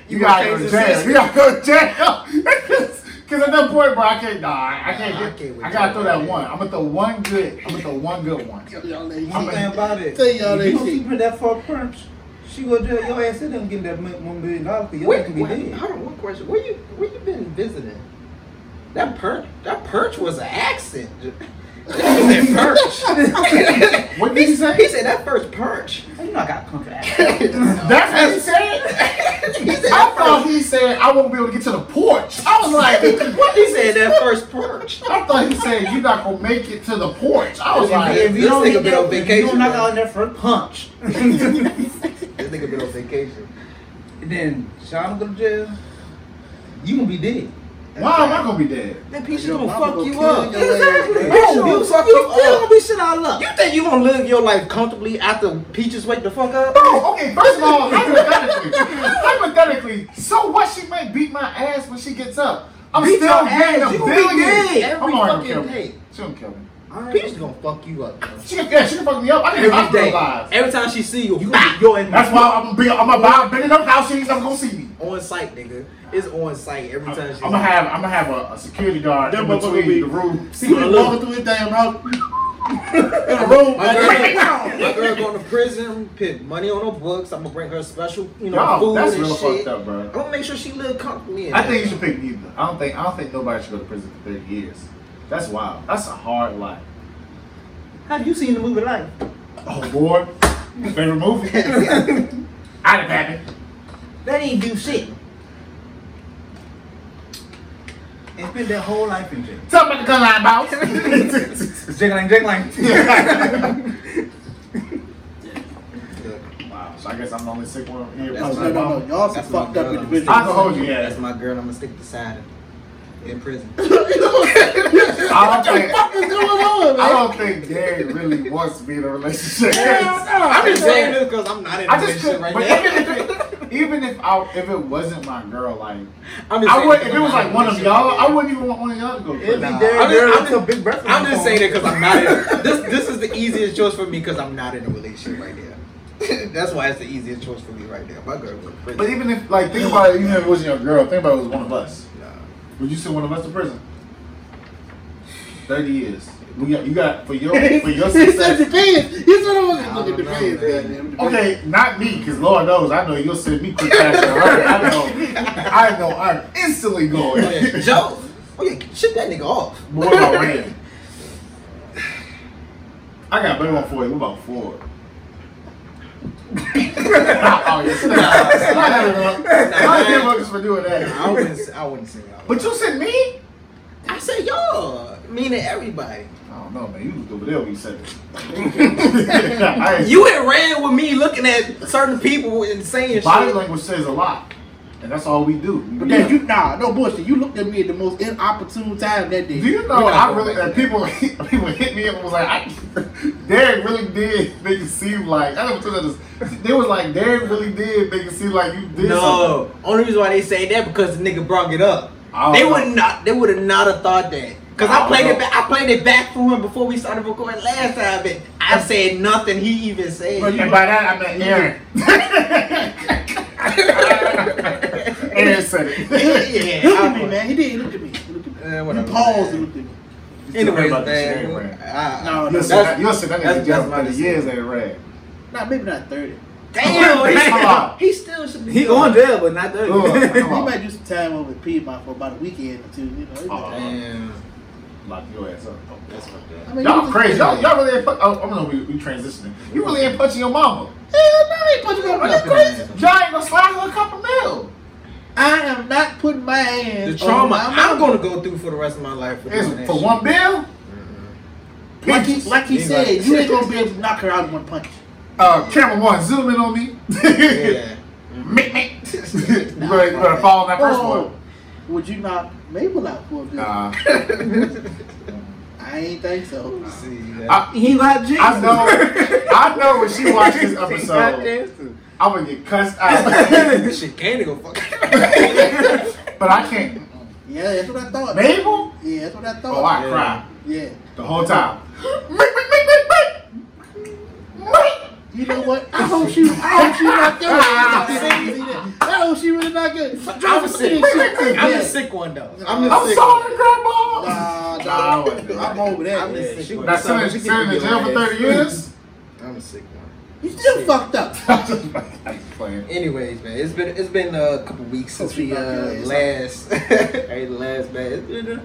Speaker 3: you, gotta go to jail. You gotta go to jail. Cause at that point, bro, I can't die. I
Speaker 2: Nah, I
Speaker 3: can't
Speaker 2: can't
Speaker 3: get.
Speaker 2: with
Speaker 3: I, gotta
Speaker 2: you,
Speaker 3: throw that
Speaker 2: man.
Speaker 3: one. I'm gonna throw one good. I'm gonna throw one good one.
Speaker 5: Tell y'all that
Speaker 1: One
Speaker 5: shit.
Speaker 1: thing about it.
Speaker 5: Tell y'all
Speaker 1: if you
Speaker 5: that
Speaker 1: don't
Speaker 5: shit.
Speaker 1: keep her that for a punch, she go jail your ass. It don't get that mon- one million dollars because your ass
Speaker 2: Wait,
Speaker 1: can be
Speaker 2: wait,
Speaker 1: dead.
Speaker 2: hold on, one question. Where you where you been visiting? That perch that perch was an accent. That perch.
Speaker 3: What did you
Speaker 2: he
Speaker 3: say?
Speaker 2: said that first perch.
Speaker 1: You know I got contract.
Speaker 3: That's what he said.
Speaker 2: he said
Speaker 3: I
Speaker 2: that
Speaker 3: thought
Speaker 2: first
Speaker 3: he said I won't be able to get to the porch. I was like, what?
Speaker 2: what he said that first perch.
Speaker 3: I thought he said you're not gonna make it to the porch. I was
Speaker 1: If,
Speaker 3: like,
Speaker 1: if you
Speaker 2: This
Speaker 1: don't
Speaker 2: nigga
Speaker 1: hit
Speaker 2: been
Speaker 1: that,
Speaker 2: on
Speaker 1: if you don't
Speaker 2: vacation,
Speaker 1: knock
Speaker 2: man.
Speaker 1: out that first punch,
Speaker 2: This nigga been on vacation.
Speaker 1: then Sean go to jail. You gonna be dead.
Speaker 3: why am I gonna be dead?
Speaker 2: That piece
Speaker 5: Your
Speaker 2: gonna
Speaker 5: mama
Speaker 2: fuck
Speaker 5: gonna
Speaker 2: you
Speaker 5: kill
Speaker 2: up.
Speaker 5: your ass.
Speaker 2: Exactly.
Speaker 1: Bro,
Speaker 2: Bro,
Speaker 1: you
Speaker 2: you fuck
Speaker 1: you
Speaker 2: you
Speaker 1: still gonna
Speaker 2: up.
Speaker 1: be shit out of luck.
Speaker 2: You think you gonna live your life comfortably after peaches wake the fuck up?
Speaker 3: Bro, okay, first of all, hypothetically, hypothetically, so what? She might beat my ass when she gets up. I'm
Speaker 2: Beat
Speaker 3: still
Speaker 2: your ass,
Speaker 3: getting a
Speaker 2: you gonna be
Speaker 3: billion.
Speaker 2: dead
Speaker 3: I'm
Speaker 2: every
Speaker 3: already gonna
Speaker 2: fucking
Speaker 3: kill me.
Speaker 2: day.
Speaker 3: She gonna kill me.
Speaker 2: Peaches gonna fuck you up. Bro.
Speaker 3: She can, yeah, she can fuck me up. I can
Speaker 2: Every
Speaker 3: hospitalize.
Speaker 2: day, every time she see you,
Speaker 1: You
Speaker 2: you
Speaker 1: gonna be your
Speaker 3: That's why I'm gonna be. I'm about bending up how she ain't never gonna see me.
Speaker 2: on site, nigga. It's on site every
Speaker 3: I'm
Speaker 2: time. she-
Speaker 3: gonna have I'm gonna have a, a security guard
Speaker 5: That
Speaker 3: in
Speaker 5: motherfucker
Speaker 3: between
Speaker 5: be-
Speaker 3: the room.
Speaker 5: See me
Speaker 2: look.
Speaker 5: walking through his damn house in a room.
Speaker 2: My girl,
Speaker 5: Like,
Speaker 2: my girl going to prison, put money on her books. I'm gonna bring her special, you know,
Speaker 3: Y'all,
Speaker 2: food
Speaker 3: that's
Speaker 2: and
Speaker 3: real
Speaker 2: shit.
Speaker 3: fucked up, bro.
Speaker 2: I'm gonna make sure she live comfortably. in
Speaker 3: I
Speaker 2: that.
Speaker 3: think you should pick neither. I don't think I don't think nobody should go to prison for thirty years. That's wild. That's a hard life.
Speaker 1: Have you seen the movie Life?
Speaker 3: Oh boy, favorite movie. Out of habit.
Speaker 1: That ain't do shit. They spent their whole life in jail.
Speaker 3: Tell me the gun line about.
Speaker 1: Jiggling, jiggling.
Speaker 3: wow. So I guess I'm the only sick one here.
Speaker 2: That's
Speaker 5: No, no, no, no. Y'all some
Speaker 2: That's my
Speaker 5: fucked up
Speaker 2: girl.
Speaker 5: individuals.
Speaker 3: I can hold you.
Speaker 2: That's
Speaker 3: Yeah.
Speaker 2: my girl. I'm gonna stick beside her in prison.
Speaker 3: I don't think.
Speaker 5: What's going on,
Speaker 3: I
Speaker 5: man?
Speaker 3: don't think Gary really wants to be in a relationship.
Speaker 2: I'm just saying this because I'm not in
Speaker 3: I
Speaker 2: this
Speaker 3: just
Speaker 2: shit
Speaker 3: couldn't.
Speaker 2: right
Speaker 3: but
Speaker 2: now.
Speaker 3: even if, it, even if I if it wasn't my girl, like
Speaker 2: I'm just
Speaker 3: I
Speaker 2: saying
Speaker 3: would
Speaker 2: this
Speaker 3: if
Speaker 2: 'cause
Speaker 3: it was
Speaker 2: I'm
Speaker 3: like
Speaker 2: not
Speaker 3: one
Speaker 2: in
Speaker 3: of
Speaker 2: this
Speaker 3: y'all,
Speaker 2: shit right
Speaker 3: I
Speaker 2: now.
Speaker 3: wouldn't even want one of y'all to go.
Speaker 1: It'd
Speaker 3: Crazy.
Speaker 1: be
Speaker 2: Nah.
Speaker 1: there,
Speaker 2: I'm just-
Speaker 1: there,
Speaker 2: I'm
Speaker 1: with
Speaker 2: just-
Speaker 1: a big breath.
Speaker 2: I'm just saying it because I'm not. In, this this is the easiest choice for me because I'm not in a relationship right now. That's why it's the easiest choice for me right now. My girl went to prison.
Speaker 3: But even if like think about it, even if it wasn't your girl, think about it was one of us.
Speaker 2: Nah.
Speaker 3: Would you send one of us to prison? Thirty years. We got you got for your for your
Speaker 5: He said
Speaker 3: success.
Speaker 5: depends. He said I wasn't
Speaker 2: I
Speaker 5: looking
Speaker 2: don't know,
Speaker 5: depends.
Speaker 2: man.
Speaker 5: Goddamn.
Speaker 3: Okay, not me, because Lord knows I know you'll send me quick cash. to her. I know, I know, I'm instantly going.
Speaker 2: Oh, yeah. Joe, oh yeah, shit that nigga off.
Speaker 3: But what about Red? I got a better one for you. What about Ford? oh, yes. Nah, I give up. I give up just for doing
Speaker 2: I
Speaker 3: that.
Speaker 2: wouldn't. I wouldn't say that.
Speaker 3: But you said me?
Speaker 2: I said y'all, meaning everybody.
Speaker 3: I don't know, man. You looked over there when you said it. I ain't-
Speaker 2: You and ran with me looking at certain people and saying
Speaker 3: Body
Speaker 2: shit.
Speaker 3: language says a lot, and that's all we do.
Speaker 5: But then you nah, no bullshit. You looked at me at the most inopportune time that
Speaker 3: do
Speaker 5: day.
Speaker 3: you know? I really and people people hit me up and was like, I, Derek really did make it seem like I never told you this. They was like, Derek really did make it seem like you did something.
Speaker 2: No, only reason why they say that because the nigga brought it up.
Speaker 3: I don't
Speaker 2: They
Speaker 3: know.
Speaker 2: would not. They would have not have thought that. Cause
Speaker 3: I
Speaker 2: I,
Speaker 3: don't
Speaker 2: played
Speaker 3: know.
Speaker 2: it. Back, I played it back for him before we started recording last time, and I said nothing. He even said.
Speaker 3: and by that I meant Aaron. Aaron said it.
Speaker 5: He looked at
Speaker 2: I
Speaker 5: me,
Speaker 2: would-
Speaker 5: man. He didn't look at me. He looked at me.
Speaker 2: Eh,
Speaker 5: He
Speaker 2: whatever,
Speaker 5: paused
Speaker 2: man.
Speaker 5: and looked at me.
Speaker 2: Anyways,
Speaker 3: About the
Speaker 2: man,
Speaker 3: shit, man.
Speaker 2: I-
Speaker 5: No,
Speaker 3: You'll
Speaker 5: no,
Speaker 3: sit
Speaker 2: that's-
Speaker 3: that you'll sit that nigga in
Speaker 2: that's-
Speaker 3: jail
Speaker 2: that's
Speaker 3: for
Speaker 2: my
Speaker 3: thirty
Speaker 2: decision.
Speaker 3: years ain't red.
Speaker 5: Nah, maybe not thirty.
Speaker 2: Damn,
Speaker 3: Damn.
Speaker 2: he, he still should be.
Speaker 1: He going jail, but not there.
Speaker 2: Oh.
Speaker 3: Ugh,
Speaker 5: He
Speaker 3: come on.
Speaker 5: might do some time over at Piedmont for about a weekend or two. You know. He might-
Speaker 3: Oh.
Speaker 2: Damn.
Speaker 3: Lock your ass up. That's what
Speaker 5: I mean,
Speaker 3: Y'all
Speaker 5: you-
Speaker 3: crazy. Y'all, y'all really ain't punch. Oh, I'm gonna be we transitioning. You really ain't punching your mama.
Speaker 5: Hell no, I ain't punching my
Speaker 3: Are
Speaker 5: mother.
Speaker 3: you crazy?
Speaker 2: Mm-hmm.
Speaker 3: Y'all ain't gonna slide her a cup of milk.
Speaker 5: I am not putting my hands.
Speaker 2: The trauma
Speaker 5: on my
Speaker 2: I'm
Speaker 5: mama.
Speaker 2: gonna go through for the rest of my life.
Speaker 3: Oh, It's
Speaker 2: doing that
Speaker 3: for
Speaker 2: shit. Mm-hmm.
Speaker 3: one bill.
Speaker 5: Like he, like he
Speaker 2: He's
Speaker 5: said,
Speaker 2: like-
Speaker 5: you ain't gonna be able to knock her out in one punch.
Speaker 3: Uh, camera one, zoom in on me.
Speaker 2: Yeah.
Speaker 3: Meh, meh. you better, you better follow that first
Speaker 2: Oh.
Speaker 3: one.
Speaker 5: Oh, Would you knock Mabel out for a bit?
Speaker 3: Nah.
Speaker 5: I ain't think so.
Speaker 2: See,
Speaker 3: I-
Speaker 2: that.
Speaker 1: He not Jesus.
Speaker 3: I know, I know when she watches this
Speaker 1: He not
Speaker 3: episode,
Speaker 1: Jesus.
Speaker 3: I'm gonna get cussed out.
Speaker 2: this shit can't go fuck.
Speaker 3: but I can't.
Speaker 5: Yeah, that's what I thought.
Speaker 3: Mabel?
Speaker 5: Yeah, that's what I thought.
Speaker 3: Oh, I
Speaker 2: Yeah.
Speaker 3: cry
Speaker 5: Yeah.
Speaker 3: the whole time. Meh, meh, meh, meh, meh. Meh.
Speaker 5: You know what? I hope she, I hope she not good.
Speaker 2: Ah.
Speaker 5: I hope she really not good.
Speaker 2: I'm sick. I'm
Speaker 5: Yeah.
Speaker 2: the sick one though.
Speaker 5: I'm the
Speaker 3: I'm
Speaker 5: sick
Speaker 3: sorry, Grandma.
Speaker 5: Nah,
Speaker 3: Nah, I
Speaker 5: nah,
Speaker 3: wasn't doing
Speaker 5: I'm
Speaker 3: that.
Speaker 5: over that.
Speaker 2: I'm the sick one.
Speaker 3: Now, sitting
Speaker 2: She
Speaker 3: sitting in
Speaker 2: can
Speaker 3: jail for
Speaker 2: get
Speaker 3: 30
Speaker 2: your ass.
Speaker 3: years?
Speaker 2: I'm the sick one.
Speaker 5: You still fucked up.
Speaker 3: I'm just playing.
Speaker 2: Anyways, man, it's been it's been a couple weeks since
Speaker 5: Hopefully
Speaker 2: we
Speaker 5: not
Speaker 2: uh,
Speaker 5: good.
Speaker 2: last, hey, the last man. It's been, uh,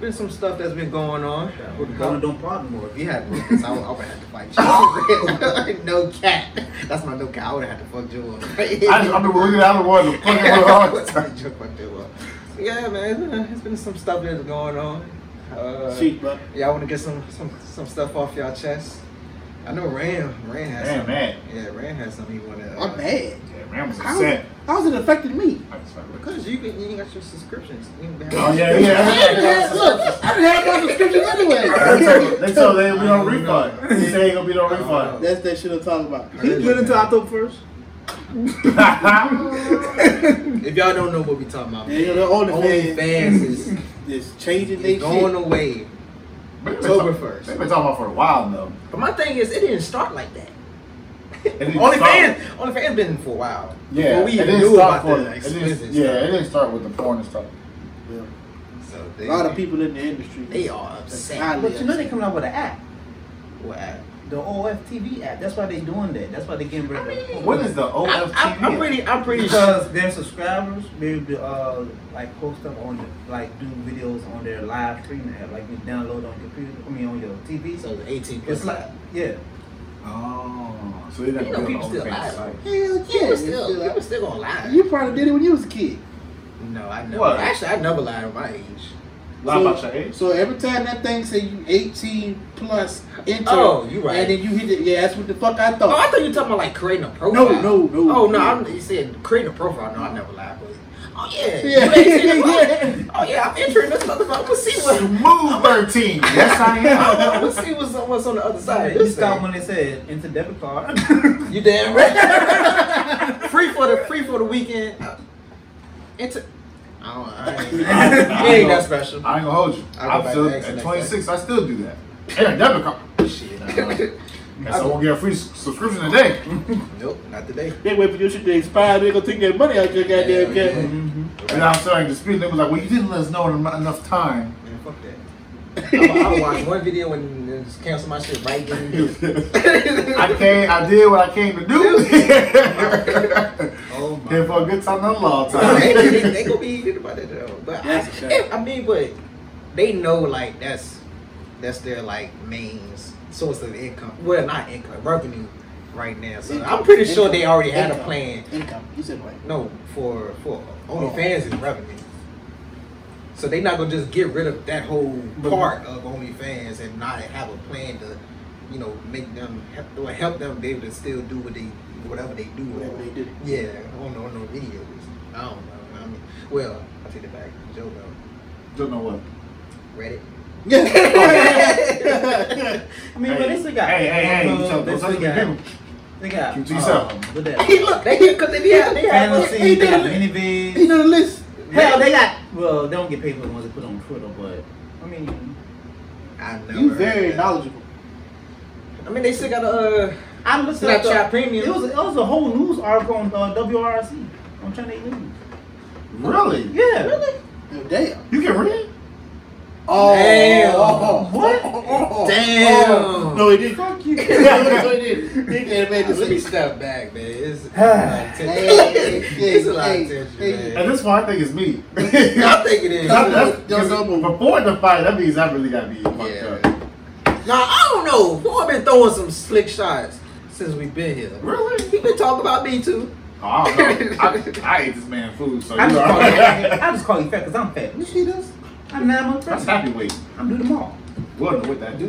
Speaker 2: been some stuff that's been going on.
Speaker 1: We're going to problem more.
Speaker 2: If you had Lucas, I would, I would have to fight you. no cat. That's my no cat. I would have had to fuck Joe up.
Speaker 3: I just, I've been looking at the one to fucking with all the time.
Speaker 2: Joe fucked Joe up. Yeah, man, it's been, it's been some stuff that's going on. Uh,
Speaker 5: She, but
Speaker 2: y'all want to get some, some some stuff off y'all chest? I know Ram. Ram has
Speaker 3: Ram
Speaker 2: something.
Speaker 3: mad.
Speaker 2: Yeah, Ram has something he uh, want to.
Speaker 5: I'm mad.
Speaker 3: Yeah, Ram was
Speaker 5: How,
Speaker 3: upset.
Speaker 5: how's it affected me?
Speaker 3: I just fucking with
Speaker 2: Because you, can- you ain't got your subscriptions. You ain't been-
Speaker 3: you. Oh, yeah,
Speaker 5: I didn't have,
Speaker 3: yeah.
Speaker 5: look, I didn't have my subscriptions
Speaker 3: They
Speaker 5: anyway.
Speaker 3: told- They told they ain't be on refund. They say ain't gonna be no refund.
Speaker 5: That's that shit I'm talking about.
Speaker 1: He's good until October 1st.
Speaker 2: If y'all don't know what we talking about,
Speaker 5: Yeah, you know, the OnlyFans
Speaker 2: OnlyFans is
Speaker 5: is changing
Speaker 2: is
Speaker 5: their
Speaker 2: going
Speaker 5: shit.
Speaker 2: away.
Speaker 3: But they've been
Speaker 2: October
Speaker 3: talk-
Speaker 2: 1st.
Speaker 3: They've been talking about for a while though.
Speaker 2: But my thing is, it didn't start like that.
Speaker 3: didn't
Speaker 2: OnlyFans,
Speaker 3: start-
Speaker 2: OnlyFans been for a while.
Speaker 3: Yeah,
Speaker 2: Before we
Speaker 3: it
Speaker 2: even
Speaker 3: didn't
Speaker 2: knew
Speaker 3: start
Speaker 2: about
Speaker 3: for
Speaker 2: the
Speaker 3: it
Speaker 2: expensive
Speaker 3: didn't, Yeah, it didn't start with the porn and stuff.
Speaker 5: Yeah.
Speaker 2: stuff. So
Speaker 5: A
Speaker 2: they,
Speaker 5: lot of people in the industry.
Speaker 2: They are upset.
Speaker 5: Highly
Speaker 1: But you know
Speaker 5: upset.
Speaker 1: they coming out with an app,
Speaker 2: Wow.
Speaker 1: the OFTV app. That's why they doing that. That's why they getting rid of.
Speaker 3: When is the
Speaker 2: I,
Speaker 3: OFTV?
Speaker 2: I, I'm pretty. I'm pretty sure.
Speaker 1: because their subscribers be able to uh like post up on like do videos on their live streaming app, like you download on your computer, I mean on your TV.
Speaker 2: So it's 18 plus.
Speaker 1: it's like yeah,
Speaker 3: Oh, so they
Speaker 2: you know
Speaker 3: didn't
Speaker 2: people still lie.
Speaker 5: Hell yeah.
Speaker 2: People
Speaker 5: it's
Speaker 2: still,
Speaker 5: still-
Speaker 2: people still gonna lie.
Speaker 5: You probably did it when you was a kid.
Speaker 2: no, I never.
Speaker 3: What?
Speaker 2: Actually, I never lied at my age.
Speaker 3: Lie
Speaker 5: So-
Speaker 3: about your age.
Speaker 5: So every time that thing say you 18 plus enter,
Speaker 2: Oh, you right.
Speaker 5: and then you hit it, yeah, that's what the fuck I
Speaker 2: Oh, I
Speaker 5: thought.
Speaker 2: thought you were talking about like creating a profile.
Speaker 5: No, no, no.
Speaker 2: Oh no, I'm, you said creating a profile. No, I never lied. But, oh yeah,
Speaker 5: Yeah.
Speaker 2: you 18 plus. Oh yeah, I'm entering this motherfucker. Let's see what.
Speaker 3: Smooth 13. Yes, I am.
Speaker 2: Let's see what's on, what's on the other side.
Speaker 1: you
Speaker 2: This thing.
Speaker 1: stop when they said enter debit card. Mm-hmm.
Speaker 2: You damn right. free for the free for the weekend. It's. A, I don't. I ain't,
Speaker 3: I- I
Speaker 2: it ain't
Speaker 3: know.
Speaker 2: that special.
Speaker 3: I ain't gonna hold you. I'm
Speaker 2: I'll go back
Speaker 3: still
Speaker 2: to X
Speaker 3: at
Speaker 2: next
Speaker 3: 26. I still do that. And a debit card.
Speaker 2: Shit.
Speaker 3: Guess I won't get a free s- subscription today.
Speaker 2: nope, not today.
Speaker 5: They wait for your shit to expire. They gonna take that money out your goddamn
Speaker 2: Yeah,
Speaker 5: account.
Speaker 3: And I'm starting to speak. They was like, "Well, you didn't let us know in enough time."
Speaker 2: Man, fuck that. I'll, I'll watch one video and then just cancel my shit right then. and there.
Speaker 3: I came. I did what I came to do.
Speaker 2: Oh my.
Speaker 3: Here for a good time, not a long
Speaker 2: Nah, they, they,
Speaker 3: time.
Speaker 2: they gonna be eating about it though. But
Speaker 5: That's a
Speaker 2: I,
Speaker 5: fact.
Speaker 2: I mean, but they know like that's that's their like main source of income. Well, not income, revenue right now. So I'm
Speaker 5: Income,
Speaker 2: pretty sure they
Speaker 5: income,
Speaker 2: already had a
Speaker 5: income,
Speaker 2: plan.
Speaker 5: Income. You said right.
Speaker 2: No, for for OnlyFans is revenue. So they not gonna just get rid of that whole part of OnlyFans and not have a plan to, you know, make them help, or help them be able to still do what they whatever they do.
Speaker 5: Whatever
Speaker 2: on-
Speaker 5: they do.
Speaker 2: Yeah, on on no videos. I don't know. I mean, well, I take it back. Joe know.
Speaker 3: Don't know what.
Speaker 2: Reddit.
Speaker 1: I mean, but they still got Uh,
Speaker 3: Hey, hey, hey!
Speaker 1: Pornhub,
Speaker 3: you talk-
Speaker 1: they
Speaker 3: Don't touch
Speaker 1: still
Speaker 3: me, people.
Speaker 1: got they got
Speaker 3: Keep to yourself.
Speaker 1: um, what that-
Speaker 2: Hey, look, they because they be out. They have.
Speaker 1: fantasy,
Speaker 5: he
Speaker 1: they got
Speaker 5: did
Speaker 1: minivids.
Speaker 5: He know the list.
Speaker 1: Hell, they got well, they don't get paid for the ones they put on Twitter, but I mean,
Speaker 2: I never
Speaker 5: You
Speaker 2: heard
Speaker 5: very
Speaker 2: that.
Speaker 5: knowledgeable.
Speaker 2: I mean, they still got a. Uh,
Speaker 1: I looked
Speaker 2: Snapchat
Speaker 1: up the-
Speaker 2: Premium.
Speaker 1: It was it was a whole news article on uh, WRC on Channel Eight News.
Speaker 3: Really?
Speaker 1: Yeah,
Speaker 5: Oh, damn.
Speaker 3: You can read?
Speaker 5: Oh,
Speaker 2: Damn.
Speaker 5: what? Oh.
Speaker 2: Damn.
Speaker 5: No, he didn't.
Speaker 1: Fuck you.
Speaker 5: no, he didn't. He didn't make
Speaker 2: Let me
Speaker 5: this.
Speaker 2: step back, man. It's it's a lot of tension.
Speaker 5: Hey,
Speaker 2: It's a lot
Speaker 5: hey,
Speaker 2: of tension,
Speaker 5: hey.
Speaker 2: man.
Speaker 3: And this one, I think it's me.
Speaker 2: I think it is.
Speaker 5: Don't-
Speaker 2: Yeah.
Speaker 5: don't- don't- don't move.
Speaker 3: Before the fight, that means I really gotta be fucked up.
Speaker 2: Now I don't know. Boy been throwing some slick shots since we've been here.
Speaker 3: Really?
Speaker 2: He been talking about me too.
Speaker 3: Oh, I don't know. I, I ate this man food, so you
Speaker 1: I just, call you,
Speaker 3: are.
Speaker 1: I just call you fat because I'm fat. You see this? I'm nine months
Speaker 3: That's
Speaker 1: pregnant.
Speaker 3: happy weight.
Speaker 1: I'm due tomorrow.
Speaker 3: We'll know what that do.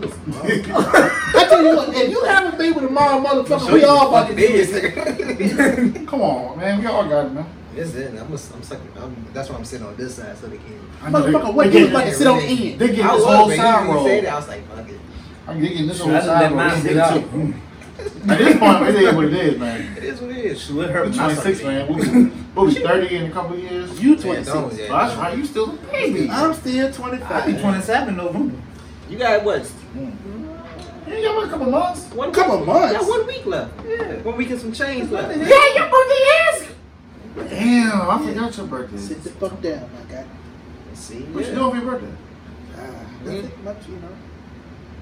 Speaker 5: I tell you what, if you haven't been with a mom, motherfucker, we all about to do
Speaker 2: biggest.
Speaker 5: it.
Speaker 2: This
Speaker 3: Come on, man. We all got it, man.
Speaker 2: it. I'm, I'm sucking. I'm, that's why I'm sitting on this side so they can.
Speaker 3: I know they-
Speaker 5: Motherfucker, what
Speaker 3: they
Speaker 5: you
Speaker 3: get-
Speaker 5: about to sit on end?
Speaker 3: They get
Speaker 2: I
Speaker 3: this
Speaker 2: was,
Speaker 3: whole
Speaker 2: man.
Speaker 3: side
Speaker 2: You- you said
Speaker 3: roll.
Speaker 2: that, I was like, fuck it.
Speaker 3: I'm getting this
Speaker 1: I
Speaker 3: whole
Speaker 1: just let
Speaker 3: side roll.
Speaker 1: mine
Speaker 3: This
Speaker 1: sit
Speaker 3: nigga
Speaker 1: out.
Speaker 3: too. At this point, it is what it is, man.
Speaker 2: It is what it is.
Speaker 1: She let her
Speaker 3: I'm 26, man. We'll be, we'll be 30 in a couple of years.
Speaker 5: You
Speaker 2: Yeah, don't,
Speaker 5: 26.
Speaker 2: yeah,
Speaker 3: Well, that's
Speaker 2: don't.
Speaker 3: right. You still a baby.
Speaker 5: I'm still
Speaker 1: I'll be
Speaker 5: 25.
Speaker 1: 27 November.
Speaker 2: You got what?
Speaker 3: You ain't got but a couple months.
Speaker 2: One
Speaker 5: Couple
Speaker 2: week,
Speaker 5: months.
Speaker 2: You got one week left. Yeah. One week and some change left.
Speaker 3: your birthday is. Damn, I forgot your birthday.
Speaker 5: Sit the fuck down, my guy.
Speaker 2: See,
Speaker 3: What you
Speaker 2: yeah.
Speaker 3: doing for your birthday?
Speaker 5: Ah, nothing much, you know.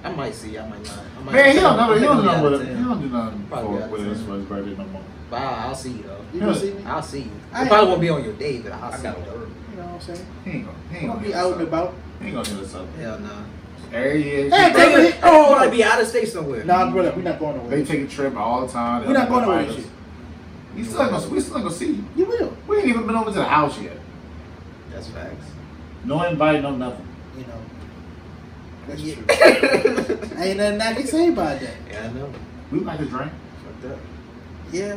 Speaker 2: I might see. I might not. I might
Speaker 3: Man, he
Speaker 2: see.
Speaker 3: don't know. He
Speaker 1: think
Speaker 3: don't do
Speaker 1: I'm
Speaker 3: nothing
Speaker 1: out of
Speaker 3: with it. He
Speaker 1: town.
Speaker 3: don't do nothing
Speaker 2: Probably
Speaker 3: for
Speaker 2: out of
Speaker 3: with his
Speaker 2: town.
Speaker 3: for his birthday no more.
Speaker 2: But I'll, I'll see you though.
Speaker 5: You gonna
Speaker 3: Yeah.
Speaker 5: see me?
Speaker 2: I'll see you.
Speaker 5: I
Speaker 2: It
Speaker 5: ain't-
Speaker 2: probably won't be on your day, but I'll
Speaker 1: I
Speaker 2: see you
Speaker 1: got
Speaker 2: though.
Speaker 1: work.
Speaker 5: You know what I'm saying?
Speaker 3: He ain't gonna. He
Speaker 5: I'm
Speaker 3: ain't
Speaker 5: gonna
Speaker 3: gonna
Speaker 5: be
Speaker 3: do
Speaker 5: out and
Speaker 3: this up.
Speaker 5: about.
Speaker 3: He ain't gonna do this up.
Speaker 2: Hell no.
Speaker 3: Every year, his
Speaker 5: Hey,
Speaker 3: birthday,
Speaker 5: take it.
Speaker 2: Oh, I want to be out of state somewhere.
Speaker 5: Nah, brother, we're not going
Speaker 3: they
Speaker 5: nowhere.
Speaker 3: take a trip all the time.
Speaker 5: We're not going nowhere
Speaker 3: They-
Speaker 5: this year.
Speaker 3: You still ain't gonna. We still ain't gonna see you.
Speaker 5: You will.
Speaker 3: We ain't even been over to the house yet.
Speaker 2: That's facts.
Speaker 3: No invite, no nothing.
Speaker 5: You know. That's
Speaker 2: Yeah.
Speaker 5: true. Ain't nothing I can say about that.
Speaker 2: Yeah, I know.
Speaker 3: We like to drink.
Speaker 2: Fucked up.
Speaker 5: Yeah,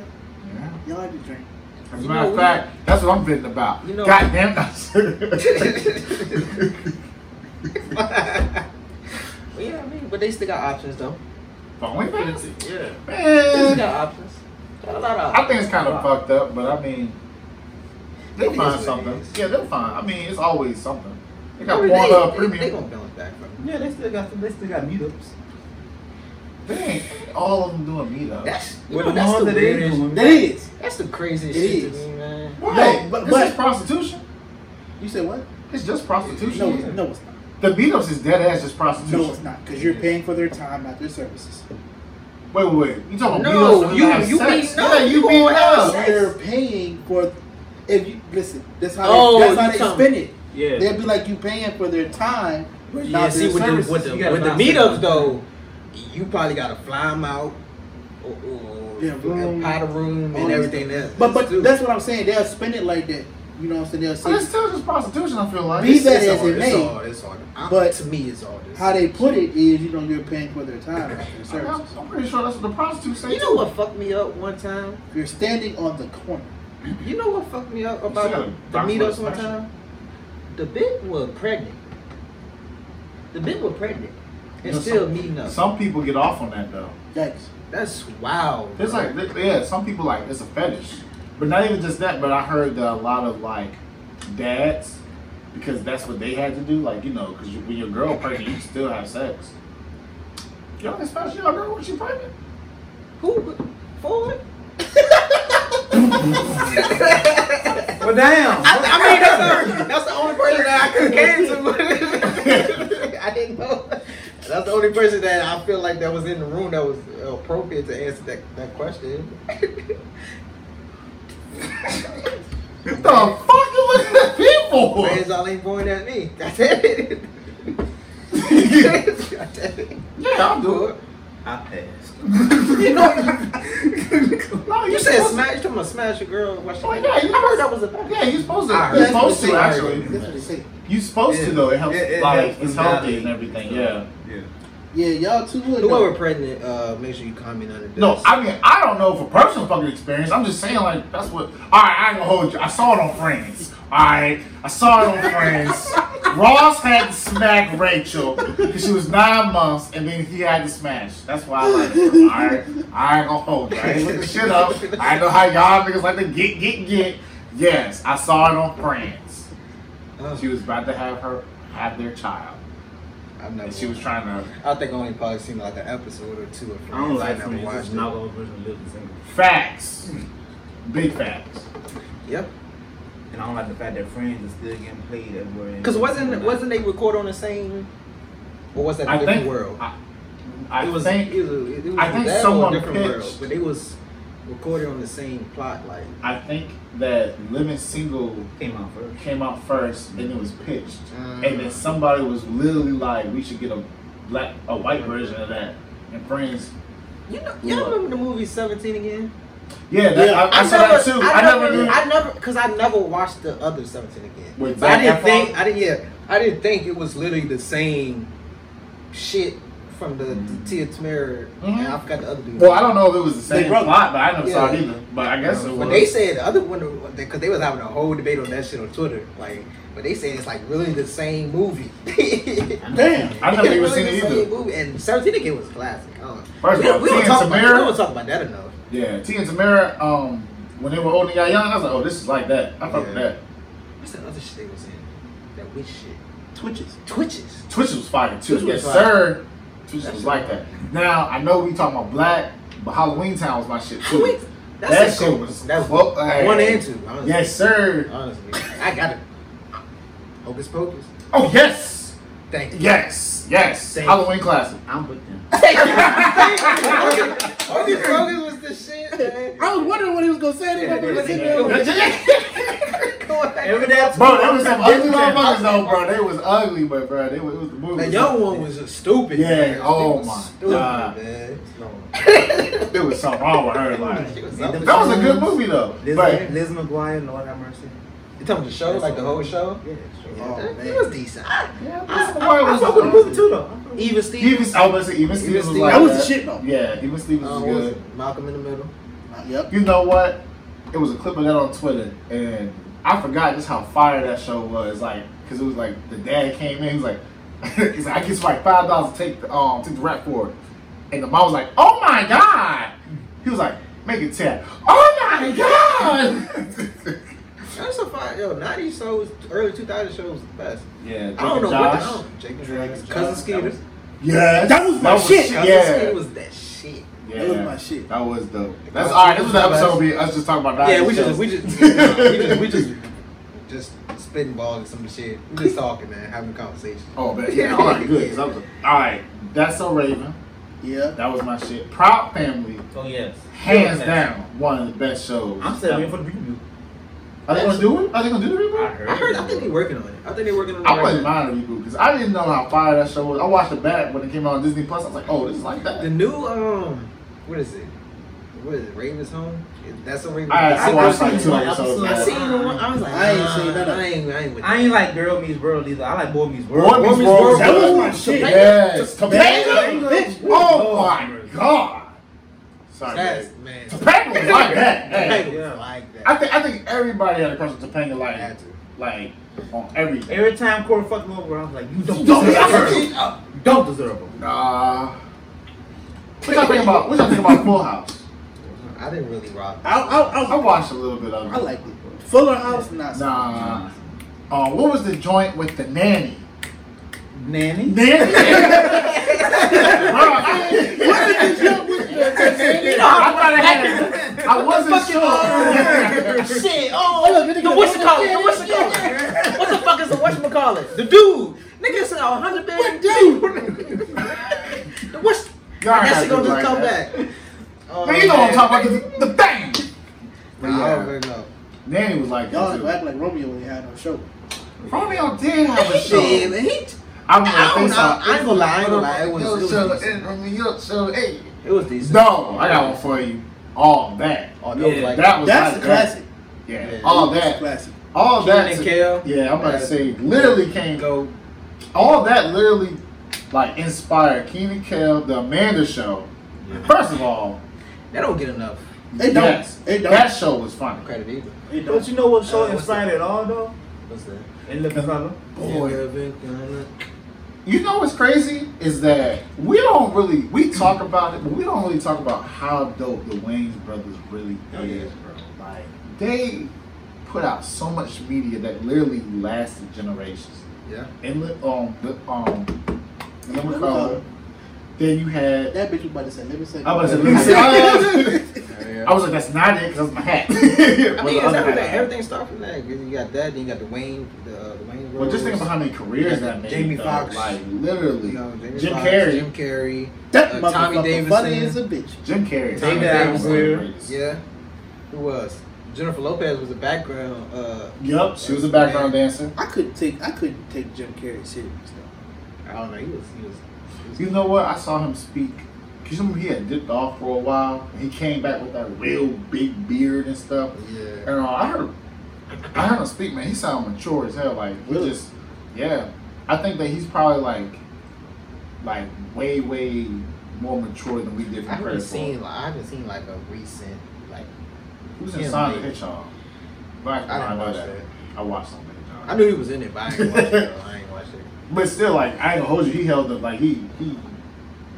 Speaker 3: Yeah.
Speaker 5: y'all like to drink.
Speaker 3: As a
Speaker 2: You
Speaker 3: matter
Speaker 2: know,
Speaker 3: of
Speaker 2: we-
Speaker 3: fact, that's what I'm venting about.
Speaker 2: You know-
Speaker 3: God damn it.
Speaker 2: Well, yeah, I mean, but they still got options though.
Speaker 3: For OnlyFans?
Speaker 2: Yeah. They still
Speaker 3: Man,
Speaker 2: got options. Got a lot of
Speaker 3: I
Speaker 2: options.
Speaker 3: think it's kind of
Speaker 1: Wow.
Speaker 3: fucked up, but I mean,
Speaker 2: It
Speaker 3: they'll
Speaker 2: is what
Speaker 3: find
Speaker 2: it
Speaker 3: something.
Speaker 2: is.
Speaker 3: Yeah, they'll find. I mean, it's always something. They got
Speaker 2: They-
Speaker 3: Pornhub
Speaker 2: they- They
Speaker 3: Premium.
Speaker 2: gonna bounce back from
Speaker 1: Yeah, they still got they still got meetups.
Speaker 3: They ain't all of them doing me though.
Speaker 2: That's
Speaker 1: With the
Speaker 2: that's
Speaker 1: ones
Speaker 2: the
Speaker 1: that they
Speaker 2: weirdest-
Speaker 1: doing.
Speaker 5: That is.
Speaker 2: That's the craziest
Speaker 5: It
Speaker 2: shit
Speaker 5: is.
Speaker 2: to me, man.
Speaker 3: Why?
Speaker 5: No, but-
Speaker 3: this
Speaker 5: but-
Speaker 3: is prostitution.
Speaker 5: You said what?
Speaker 3: It's just prostitution.
Speaker 5: No, it's- no, it's not.
Speaker 3: The meetups is dead ass just prostitution.
Speaker 5: No, it's not. Because you're paying for their time, not their services.
Speaker 3: Wait, wait, wait. You talking about
Speaker 2: No,
Speaker 3: meetups? where
Speaker 2: you-
Speaker 3: have
Speaker 2: you
Speaker 3: sex?
Speaker 2: mean- no,
Speaker 3: yeah, you
Speaker 2: you
Speaker 3: mean
Speaker 2: going out.
Speaker 3: up.
Speaker 2: Sex.
Speaker 5: You're paying for. If you listen, that's how
Speaker 2: Oh,
Speaker 5: they, that's
Speaker 2: you
Speaker 5: how
Speaker 2: talking-
Speaker 5: they spend it.
Speaker 1: Yeah.
Speaker 5: They'll be like you paying for their time, but
Speaker 2: Yeah,
Speaker 5: not
Speaker 2: see
Speaker 5: their
Speaker 2: with the
Speaker 5: services.
Speaker 2: with the,
Speaker 1: You gotta
Speaker 2: with the
Speaker 1: bounce it
Speaker 2: meetups
Speaker 1: off.
Speaker 2: though, you probably gotta fly them out, or, or
Speaker 5: Yeah, room.
Speaker 2: pot a room
Speaker 5: All
Speaker 2: and
Speaker 5: that
Speaker 2: everything else.
Speaker 5: but but
Speaker 2: too.
Speaker 5: that's what I'm saying. They'll spend it like that. You know what I'm saying? They'll say
Speaker 3: But it's still just prostitution. I feel like.
Speaker 5: Be that
Speaker 2: It's
Speaker 5: as
Speaker 2: all-
Speaker 5: it
Speaker 2: it's
Speaker 5: may,
Speaker 2: all- it's all- I'm-
Speaker 5: but
Speaker 2: to me, it's all this.
Speaker 5: how they put it is, you know, you're paying for their time, not their
Speaker 3: I'm,
Speaker 5: services.
Speaker 3: I'm pretty sure that's what the prostitutes say.
Speaker 2: You know
Speaker 3: too.
Speaker 2: what fucked me up one time?
Speaker 5: You're standing on the corner.
Speaker 2: You know what fucked me up
Speaker 3: still gotta
Speaker 2: about the
Speaker 3: bounce
Speaker 2: meetups
Speaker 3: my
Speaker 2: one
Speaker 3: passion.
Speaker 2: time? The bitch was pregnant. The bitch was pregnant
Speaker 3: You
Speaker 2: and
Speaker 3: know,
Speaker 2: still
Speaker 3: some-
Speaker 2: meeting up.
Speaker 3: Some people get off on that though.
Speaker 5: Yikes.
Speaker 2: That's wild.
Speaker 3: It's
Speaker 2: bro.
Speaker 3: like, th- yeah, some people like it's a fetish, but not even just that. But I heard that a lot of like dads, because that's what they had to do. Like you know, because you, when your girl pregnant, you still have sex. Yo, especially your girl when she pregnant.
Speaker 2: who Ford?
Speaker 1: Well, damn.
Speaker 2: I, I mean, that's the, that's the only person that I could came to. I didn't know. That's the only person that I feel like that was in the room that was appropriate to answer that, that question.
Speaker 3: The fuck you looking at people?
Speaker 2: Where's all ain't pointing at me? That's it. That's it.
Speaker 3: yeah, I'll do it.
Speaker 1: I passed.
Speaker 3: No,
Speaker 2: You said
Speaker 3: supposed to-
Speaker 2: smash. You talking about smash a girl? Watch
Speaker 3: Oh, yeah, you heard that was
Speaker 2: a thing.
Speaker 3: Yeah, you're supposed to.
Speaker 2: I heard
Speaker 3: You're
Speaker 2: that.
Speaker 3: supposed to
Speaker 2: That's what
Speaker 3: actually.
Speaker 5: That's what they say.
Speaker 3: You're supposed to
Speaker 1: Yeah.
Speaker 3: though. It helps.
Speaker 1: It- it
Speaker 3: like
Speaker 1: helps
Speaker 3: it's
Speaker 1: them
Speaker 3: healthy and
Speaker 1: validate
Speaker 3: everything.
Speaker 1: stuff.
Speaker 3: Yeah.
Speaker 1: Yeah.
Speaker 5: Yeah, y'all too would.
Speaker 2: Whoever
Speaker 5: though.
Speaker 2: pregnant, uh, make sure you comment on it.
Speaker 3: No, I mean I don't know for personal fucking experience. I'm just saying like that's what. All right, I ain't gonna hold you. I saw it on Friends. All right, I saw it on Friends. Ross had to smack Rachel because she was nine months, and then he had to smash. That's why I like her. All right, I ain't gonna hold you. I ain't looking shit up. I know how y'all niggas like to get get get. Yes, I saw it on Friends.
Speaker 2: Uh,
Speaker 3: She was about to have her have their child,
Speaker 2: I've never.
Speaker 3: and she was trying to
Speaker 2: I think I only probably seen like an episode or two. Of
Speaker 1: I don't
Speaker 2: Friends.
Speaker 1: like
Speaker 2: never
Speaker 1: from it's
Speaker 2: watched
Speaker 1: just
Speaker 2: it.
Speaker 1: novel version of living single.
Speaker 3: facts, big facts.
Speaker 2: Yep.
Speaker 1: And I don't like the fact that friends is still getting played everywhere.
Speaker 2: Because wasn't wasn't they record on the same? Or was that a
Speaker 3: I
Speaker 2: different
Speaker 3: think
Speaker 2: world?
Speaker 3: I, I
Speaker 2: it was.
Speaker 3: think
Speaker 2: it was, it was
Speaker 3: I think
Speaker 2: that or a
Speaker 3: someone
Speaker 2: different world,
Speaker 3: pitched-
Speaker 2: but it was recorded on the same plot. Like
Speaker 3: I think that Living Single
Speaker 1: came out first?
Speaker 3: came out first, and it was pitched,
Speaker 2: Mm.
Speaker 3: and then somebody was literally like, "We should get a black, a white version of that." And Friends,
Speaker 2: you know, y'all
Speaker 3: Look.
Speaker 2: remember the movie Seventeen again?
Speaker 3: yeah, that, I, I, saw that too. I, never, knew.
Speaker 2: I never, because I never watched the other Seventeen again.
Speaker 3: With
Speaker 2: But I
Speaker 3: Zac
Speaker 2: didn't
Speaker 3: Efron?
Speaker 2: think, I didn't, yeah, I didn't think it was literally the same shit from the
Speaker 3: Mhm.
Speaker 2: Tia Tamera. And I forgot the other dude.
Speaker 3: well, I don't know if it was the
Speaker 5: They
Speaker 3: same
Speaker 5: broke-
Speaker 3: plot, but I never saw it
Speaker 2: Yeah.
Speaker 3: either. But I guess it was.
Speaker 2: But they said the other one because they was having a whole debate on that shit on Twitter. Like, but they said it's like really the same movie.
Speaker 5: Damn.
Speaker 3: I never even
Speaker 2: Really
Speaker 3: seen
Speaker 2: the
Speaker 3: it
Speaker 2: same
Speaker 3: either.
Speaker 2: Movie. And Seventeen again was a classic. I don't know.
Speaker 3: First
Speaker 2: we,
Speaker 3: of all,
Speaker 2: we
Speaker 3: Tia
Speaker 2: don't
Speaker 3: and
Speaker 2: talk about, we
Speaker 3: Tamera-
Speaker 2: don't talk about that enough.
Speaker 3: Yeah, T and Tamara, um, when they were old and got young, I was like, "Oh, this is like that." I fuck with
Speaker 2: Yeah.
Speaker 3: that.
Speaker 2: What's that other shit they was in? That witch shit.
Speaker 5: twitches.
Speaker 2: Twitches.
Speaker 3: Twitch was fire too.
Speaker 2: Twitch
Speaker 3: yes,
Speaker 2: was fire.
Speaker 3: sir. Twitch
Speaker 2: That's
Speaker 3: was like that. Now I know we talking about black, but Halloween Town was my shit too.
Speaker 2: Wait,
Speaker 3: That
Speaker 2: a-
Speaker 3: shit was-
Speaker 2: that's
Speaker 3: well, hey.
Speaker 2: one and two. Honestly.
Speaker 3: Yes, sir.
Speaker 2: Honestly, I got it. Hocus pocus.
Speaker 3: Oh yes,
Speaker 2: Thank you.
Speaker 3: yes, yes.
Speaker 2: Same.
Speaker 3: Halloween classic.
Speaker 1: I'm with them.
Speaker 2: Hocus Hocus pocus was the shit. Man.
Speaker 5: I was wondering what he was gonna say. They
Speaker 1: Yeah,
Speaker 5: gonna be
Speaker 1: yeah,
Speaker 5: sitting
Speaker 1: yeah.
Speaker 5: there with-
Speaker 1: Every day, I-
Speaker 3: Bro, there was some ugly motherfuckers though, bro. They was ugly, but bro, they was, it was the movie.
Speaker 2: That young one was just stupid.
Speaker 3: Yeah,
Speaker 2: man. She
Speaker 3: oh
Speaker 2: was
Speaker 3: my
Speaker 2: stupid,
Speaker 3: God.
Speaker 2: man.
Speaker 3: There was something wrong with her. Like
Speaker 2: She was
Speaker 1: That
Speaker 2: stupid.
Speaker 3: that was a good movie though.
Speaker 1: Liz,
Speaker 3: But
Speaker 1: Liz McGuire, Lord have mercy.
Speaker 2: You talking the show, like the whole show?
Speaker 1: Yeah,
Speaker 2: Yeah,
Speaker 1: sure.
Speaker 5: Oh,
Speaker 2: that-
Speaker 5: man.
Speaker 2: it was decent. I,
Speaker 3: I, I,
Speaker 1: fuck with the movie too, though.
Speaker 2: even Steve.
Speaker 3: Even I was say even Stevens was
Speaker 2: Stevens.
Speaker 3: like
Speaker 5: That was the shit though.
Speaker 3: Yeah, even Stevens
Speaker 2: uh,
Speaker 3: was
Speaker 2: what was
Speaker 3: good.
Speaker 2: it? Malcolm in the Middle.
Speaker 5: Yep.
Speaker 3: You know what? It was a clip of that on Twitter, and I forgot just how fire that show was. Like, cause it was like the dad came in, he's like, he's like, I guess like five dollars to take the um take the rap for it, and the mom was like, Oh my god! He was like, Make it ten. Oh my god!
Speaker 2: That's a fire. Yo, 90s shows, early 2000s shows was the best.
Speaker 3: yeah,
Speaker 2: I don't know
Speaker 3: Josh.
Speaker 2: what the Jake and
Speaker 3: Drake and
Speaker 2: Cousin
Speaker 3: Josh, that
Speaker 2: Skeeter.
Speaker 3: was-
Speaker 5: Yeah, that was my
Speaker 3: That was
Speaker 5: shit.
Speaker 3: shit.
Speaker 2: I was
Speaker 3: Yeah.
Speaker 2: gonna say it was that shit.
Speaker 3: Yeah.
Speaker 5: That was my shit.
Speaker 3: That was dope. That's all right. This was the episode. We us just talking about
Speaker 2: Yeah,
Speaker 3: dinosaurs.
Speaker 2: we just, we just, we just, we just, just spitting balls and some shit. We just talking, man, having a conversation.
Speaker 3: Oh, but yeah, all right, good. 'cause I was- all right, that's so Raven.
Speaker 5: Yeah.
Speaker 3: That was my shit. Proud Family,
Speaker 1: Oh yes.
Speaker 3: hands down, one of the best shows.
Speaker 1: I'm still waiting for the preview.
Speaker 3: Are they gonna do it? Are they gonna do the reboot?
Speaker 2: I heard, I think they're working on it. I think they're working on it.
Speaker 3: I wouldn't
Speaker 2: right
Speaker 3: mind a reboot because I didn't know how fire that show was. I watched it back when it came out on Disney Plus. I was like, oh, this is like
Speaker 2: now.
Speaker 3: that.
Speaker 2: The new, um, what is it? What is it? Raven's Home? Is- That's a Raven's
Speaker 3: I, I
Speaker 2: Home.
Speaker 3: watched
Speaker 1: I
Speaker 3: like
Speaker 1: seen
Speaker 3: two
Speaker 1: one
Speaker 3: episodes.
Speaker 1: episode.
Speaker 2: I
Speaker 3: back.
Speaker 2: seen the one. I was like,
Speaker 5: I ain't
Speaker 2: nah,
Speaker 5: seen none of
Speaker 2: I ain't, I ain't with
Speaker 1: I
Speaker 2: that.
Speaker 1: ain't like girl meets world either. I like boy meets world.
Speaker 3: Boy Meets World.
Speaker 5: That was
Speaker 3: Ooh,
Speaker 5: my shit.
Speaker 3: Yes. Topanga.
Speaker 5: Topanga.
Speaker 1: Bitch.
Speaker 3: Oh my god. Sorry.
Speaker 2: That's,
Speaker 3: man.
Speaker 2: man.
Speaker 3: Topanga was like that.
Speaker 2: Topanga
Speaker 3: Hey.
Speaker 2: was
Speaker 1: Yeah.
Speaker 2: like that.
Speaker 3: I think I think everybody had a crush on Topanga
Speaker 2: I had
Speaker 3: like
Speaker 2: to.
Speaker 3: like on everything.
Speaker 1: Every time Corey fucked me over, I was like, you don't
Speaker 3: Don't
Speaker 1: deserve
Speaker 3: deserve
Speaker 1: her.
Speaker 2: oh,
Speaker 1: You don't deserve her.
Speaker 3: Nah. What y'all think about? What y'all think about Full House?
Speaker 2: I didn't really rock.
Speaker 5: I, I, I,
Speaker 3: I watched a little bit of it.
Speaker 5: I liked it. Fuller House, not so
Speaker 3: Nah. Uh, what was the joint with the nanny?
Speaker 1: Nanny.
Speaker 3: Nanny. I thought I had it. I wasn't sure.
Speaker 6: Shit, oh, the whatchamacallit, the whatchamacallit. What the fuck is the whatchamacallit? The dude. Nigga, it's a hundred billion dude. The what's,
Speaker 3: Y'all
Speaker 2: That
Speaker 3: gotta
Speaker 2: shit gonna
Speaker 3: do
Speaker 2: just
Speaker 3: like
Speaker 2: come
Speaker 3: that.
Speaker 2: back. Oh,
Speaker 3: Man, you know what I'm
Speaker 2: man.
Speaker 3: talking about? The, the thing. But
Speaker 2: Nah, I
Speaker 3: yeah,
Speaker 2: don't really know.
Speaker 3: Nanny was like,
Speaker 5: Y'all
Speaker 3: that
Speaker 5: act like Romeo ain't had no show.
Speaker 3: too. Romeo did have a
Speaker 2: He did,
Speaker 3: show.
Speaker 2: man. He-
Speaker 3: I don't
Speaker 2: I don't
Speaker 3: know.
Speaker 2: know. I ain't gonna lie, I ain't gonna lie. It was- it was decent.
Speaker 3: No,
Speaker 2: It was decent.
Speaker 3: Oh, I got one for you. All that.
Speaker 2: Oh, that was
Speaker 1: Yeah.
Speaker 2: like
Speaker 3: That was
Speaker 5: That's
Speaker 3: like
Speaker 5: a classic.
Speaker 3: that. Yeah.
Speaker 2: Yeah.
Speaker 3: All
Speaker 5: That's a
Speaker 3: that.
Speaker 5: classic.
Speaker 3: All
Speaker 2: Keenan
Speaker 3: that.
Speaker 2: and Kel.
Speaker 3: Yeah, I'm about
Speaker 2: Yeah.
Speaker 3: to say literally came
Speaker 2: Go.
Speaker 3: all that literally like inspired Keenan Kel, the Amanda show. First of all,
Speaker 2: That don't get enough
Speaker 5: It don't.
Speaker 3: yes,
Speaker 5: It don't.
Speaker 3: that show was funny.
Speaker 2: credit either.
Speaker 5: It don't.
Speaker 1: Don't you know what show
Speaker 2: Uh, what's
Speaker 1: inspired it all though?
Speaker 2: What's that?
Speaker 1: And look at Summer.
Speaker 3: Boy,
Speaker 2: Boy.
Speaker 3: you know what's crazy is that we don't really we talk about it, but we don't really talk about how dope the Wayne's brothers really is.
Speaker 1: bro.
Speaker 3: Like they put out so much media that literally lasted generations.
Speaker 2: Yeah.
Speaker 3: And li- um, the, um, and
Speaker 5: Let me
Speaker 3: then,
Speaker 5: call
Speaker 3: McCullough,
Speaker 5: her. then
Speaker 3: then you had.
Speaker 5: that bitch was about to say, let me say.
Speaker 3: I was,
Speaker 5: Let me say-
Speaker 3: I was like, that's not it because that was my hat.
Speaker 2: I mean, it's everything. Everything starts from that. 'cause You got that, then you got the Wayne, the, uh, the Wayne.
Speaker 3: Well, just think about how many careers that made.
Speaker 2: Jamie
Speaker 3: though.
Speaker 2: Foxx.
Speaker 3: Like, literally.
Speaker 2: You know, Jamie
Speaker 3: Jim
Speaker 2: Foxx,
Speaker 3: Carrey.
Speaker 2: Jim Carrey.
Speaker 5: That
Speaker 2: Uh, Tommy
Speaker 5: motherfucker
Speaker 2: Davidson.
Speaker 5: funny as a bitch.
Speaker 3: Jim Carrey.
Speaker 2: David
Speaker 3: Davidson.
Speaker 1: Attenborough.
Speaker 2: Yeah. Who else? Jennifer Lopez was a background. Uh,
Speaker 3: Yup, she was a background dancer.
Speaker 5: I couldn't take I couldn't take Jim Carrey serious though.
Speaker 2: I don't know. He was. He was. He was
Speaker 3: You know what? I saw him speak. Cause remember he had dipped off for a while. and He came back with that real big beard and stuff. And
Speaker 2: yeah.
Speaker 3: uh, I heard, I heard him speak. Man, he sounded mature as hell. Like he
Speaker 5: Really?
Speaker 3: just, yeah. I think that he's probably like, like way, way more mature than we did
Speaker 2: I
Speaker 3: from
Speaker 2: haven't
Speaker 3: Credit Four.
Speaker 2: seen. Like, I haven't seen like a recent like.
Speaker 3: Who's in
Speaker 2: him,
Speaker 3: Sonic the
Speaker 2: like-
Speaker 3: Hedgehog? Black
Speaker 2: I didn't
Speaker 3: know
Speaker 2: watch
Speaker 3: that.
Speaker 2: that.
Speaker 3: I watched Sonic the Hedgehog.
Speaker 2: I knew he was in it, but I ain't watched it. though. I ain't watched it.
Speaker 3: But still, like I ain't gonna hold you. He held the like he he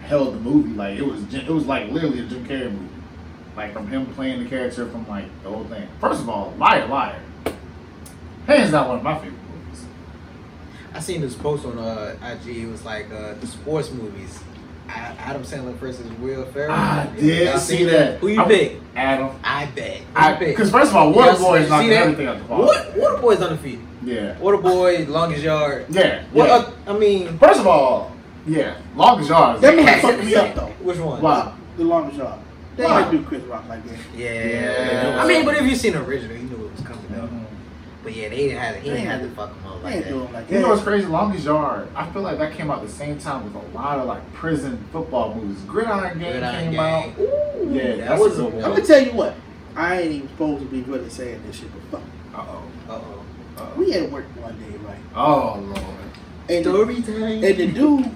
Speaker 3: held the movie like it was Jim- it was like literally a Jim Carrey movie, like from him playing the character from like the whole thing. First of all, liar liar, hands down one of my favorite movies.
Speaker 2: I seen this post on uh, IG. It was like uh, the sports movies. A- Adam Sandler versus Will Ferrell.
Speaker 3: I
Speaker 2: Y'all
Speaker 3: Ah, did
Speaker 2: seen
Speaker 3: see that.
Speaker 2: Who you
Speaker 3: I-
Speaker 2: pick?
Speaker 3: Adam.
Speaker 2: I bet. Who
Speaker 3: I
Speaker 2: you pick?
Speaker 3: because first of all,
Speaker 2: Y'all
Speaker 3: Waterboy is
Speaker 2: see
Speaker 3: knocking
Speaker 2: that?
Speaker 3: everything out the park.
Speaker 2: What Waterboy's undefeated.
Speaker 3: Yeah,
Speaker 2: Waterboy, longest yard.
Speaker 3: yeah.
Speaker 2: What?
Speaker 3: yeah.
Speaker 2: Uh, I mean,
Speaker 3: first of all, yeah. Longest yard.
Speaker 5: That movie fucked me up though.
Speaker 2: which one?
Speaker 3: Wow.
Speaker 5: The longest yard. They
Speaker 3: Why?
Speaker 5: might do Chris Rock like that.
Speaker 2: Yeah.
Speaker 3: Yeah.
Speaker 2: I mean, but if you seen the original, you knew it was coming up.
Speaker 3: Mhm.
Speaker 2: But yeah, they didn't have. He didn't have to fuck him up
Speaker 5: They
Speaker 2: like
Speaker 5: ain't doing
Speaker 2: that.
Speaker 5: like
Speaker 3: You know what's
Speaker 5: that.
Speaker 3: crazy? Longest Yard. I feel like that came out the same time with a lot of like prison football movies. Gridiron Game
Speaker 2: Gridiron
Speaker 3: came
Speaker 2: Gang.
Speaker 3: out.
Speaker 2: Ooh,
Speaker 3: Yeah,
Speaker 2: that
Speaker 3: that's
Speaker 2: was
Speaker 3: a good
Speaker 5: I'm
Speaker 3: one.
Speaker 5: gonna tell you what. I ain't even supposed to be really saying this shit, but fuck.
Speaker 3: Uh oh.
Speaker 2: Uh oh.
Speaker 5: We at work one day, right?
Speaker 3: Oh lord.
Speaker 5: And the-
Speaker 2: Story time.
Speaker 5: And the dude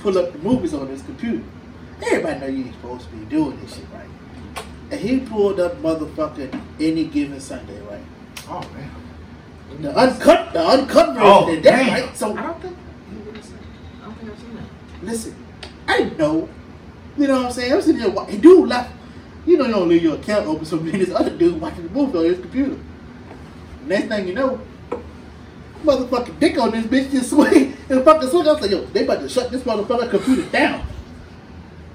Speaker 5: pull up the movies on his computer. Everybody know you ain't supposed to be doing this shit, right? And he pulled up motherfucking any given Sunday, right?
Speaker 3: Oh man.
Speaker 5: The uncut, the uncut version.
Speaker 3: Oh,
Speaker 5: of that,
Speaker 3: damn.
Speaker 5: right? So
Speaker 2: I don't think. I don't think I've seen that.
Speaker 5: listen, I know. You know what I'm saying? I'm sitting there. wa- and Dude left. You know you don't leave your account open. So me and this other dude watching the movie on his computer. Next thing you know, motherfucking dick on this bitch just swing and fucking swing. I was like, yo, they about to shut this motherfucker computer down.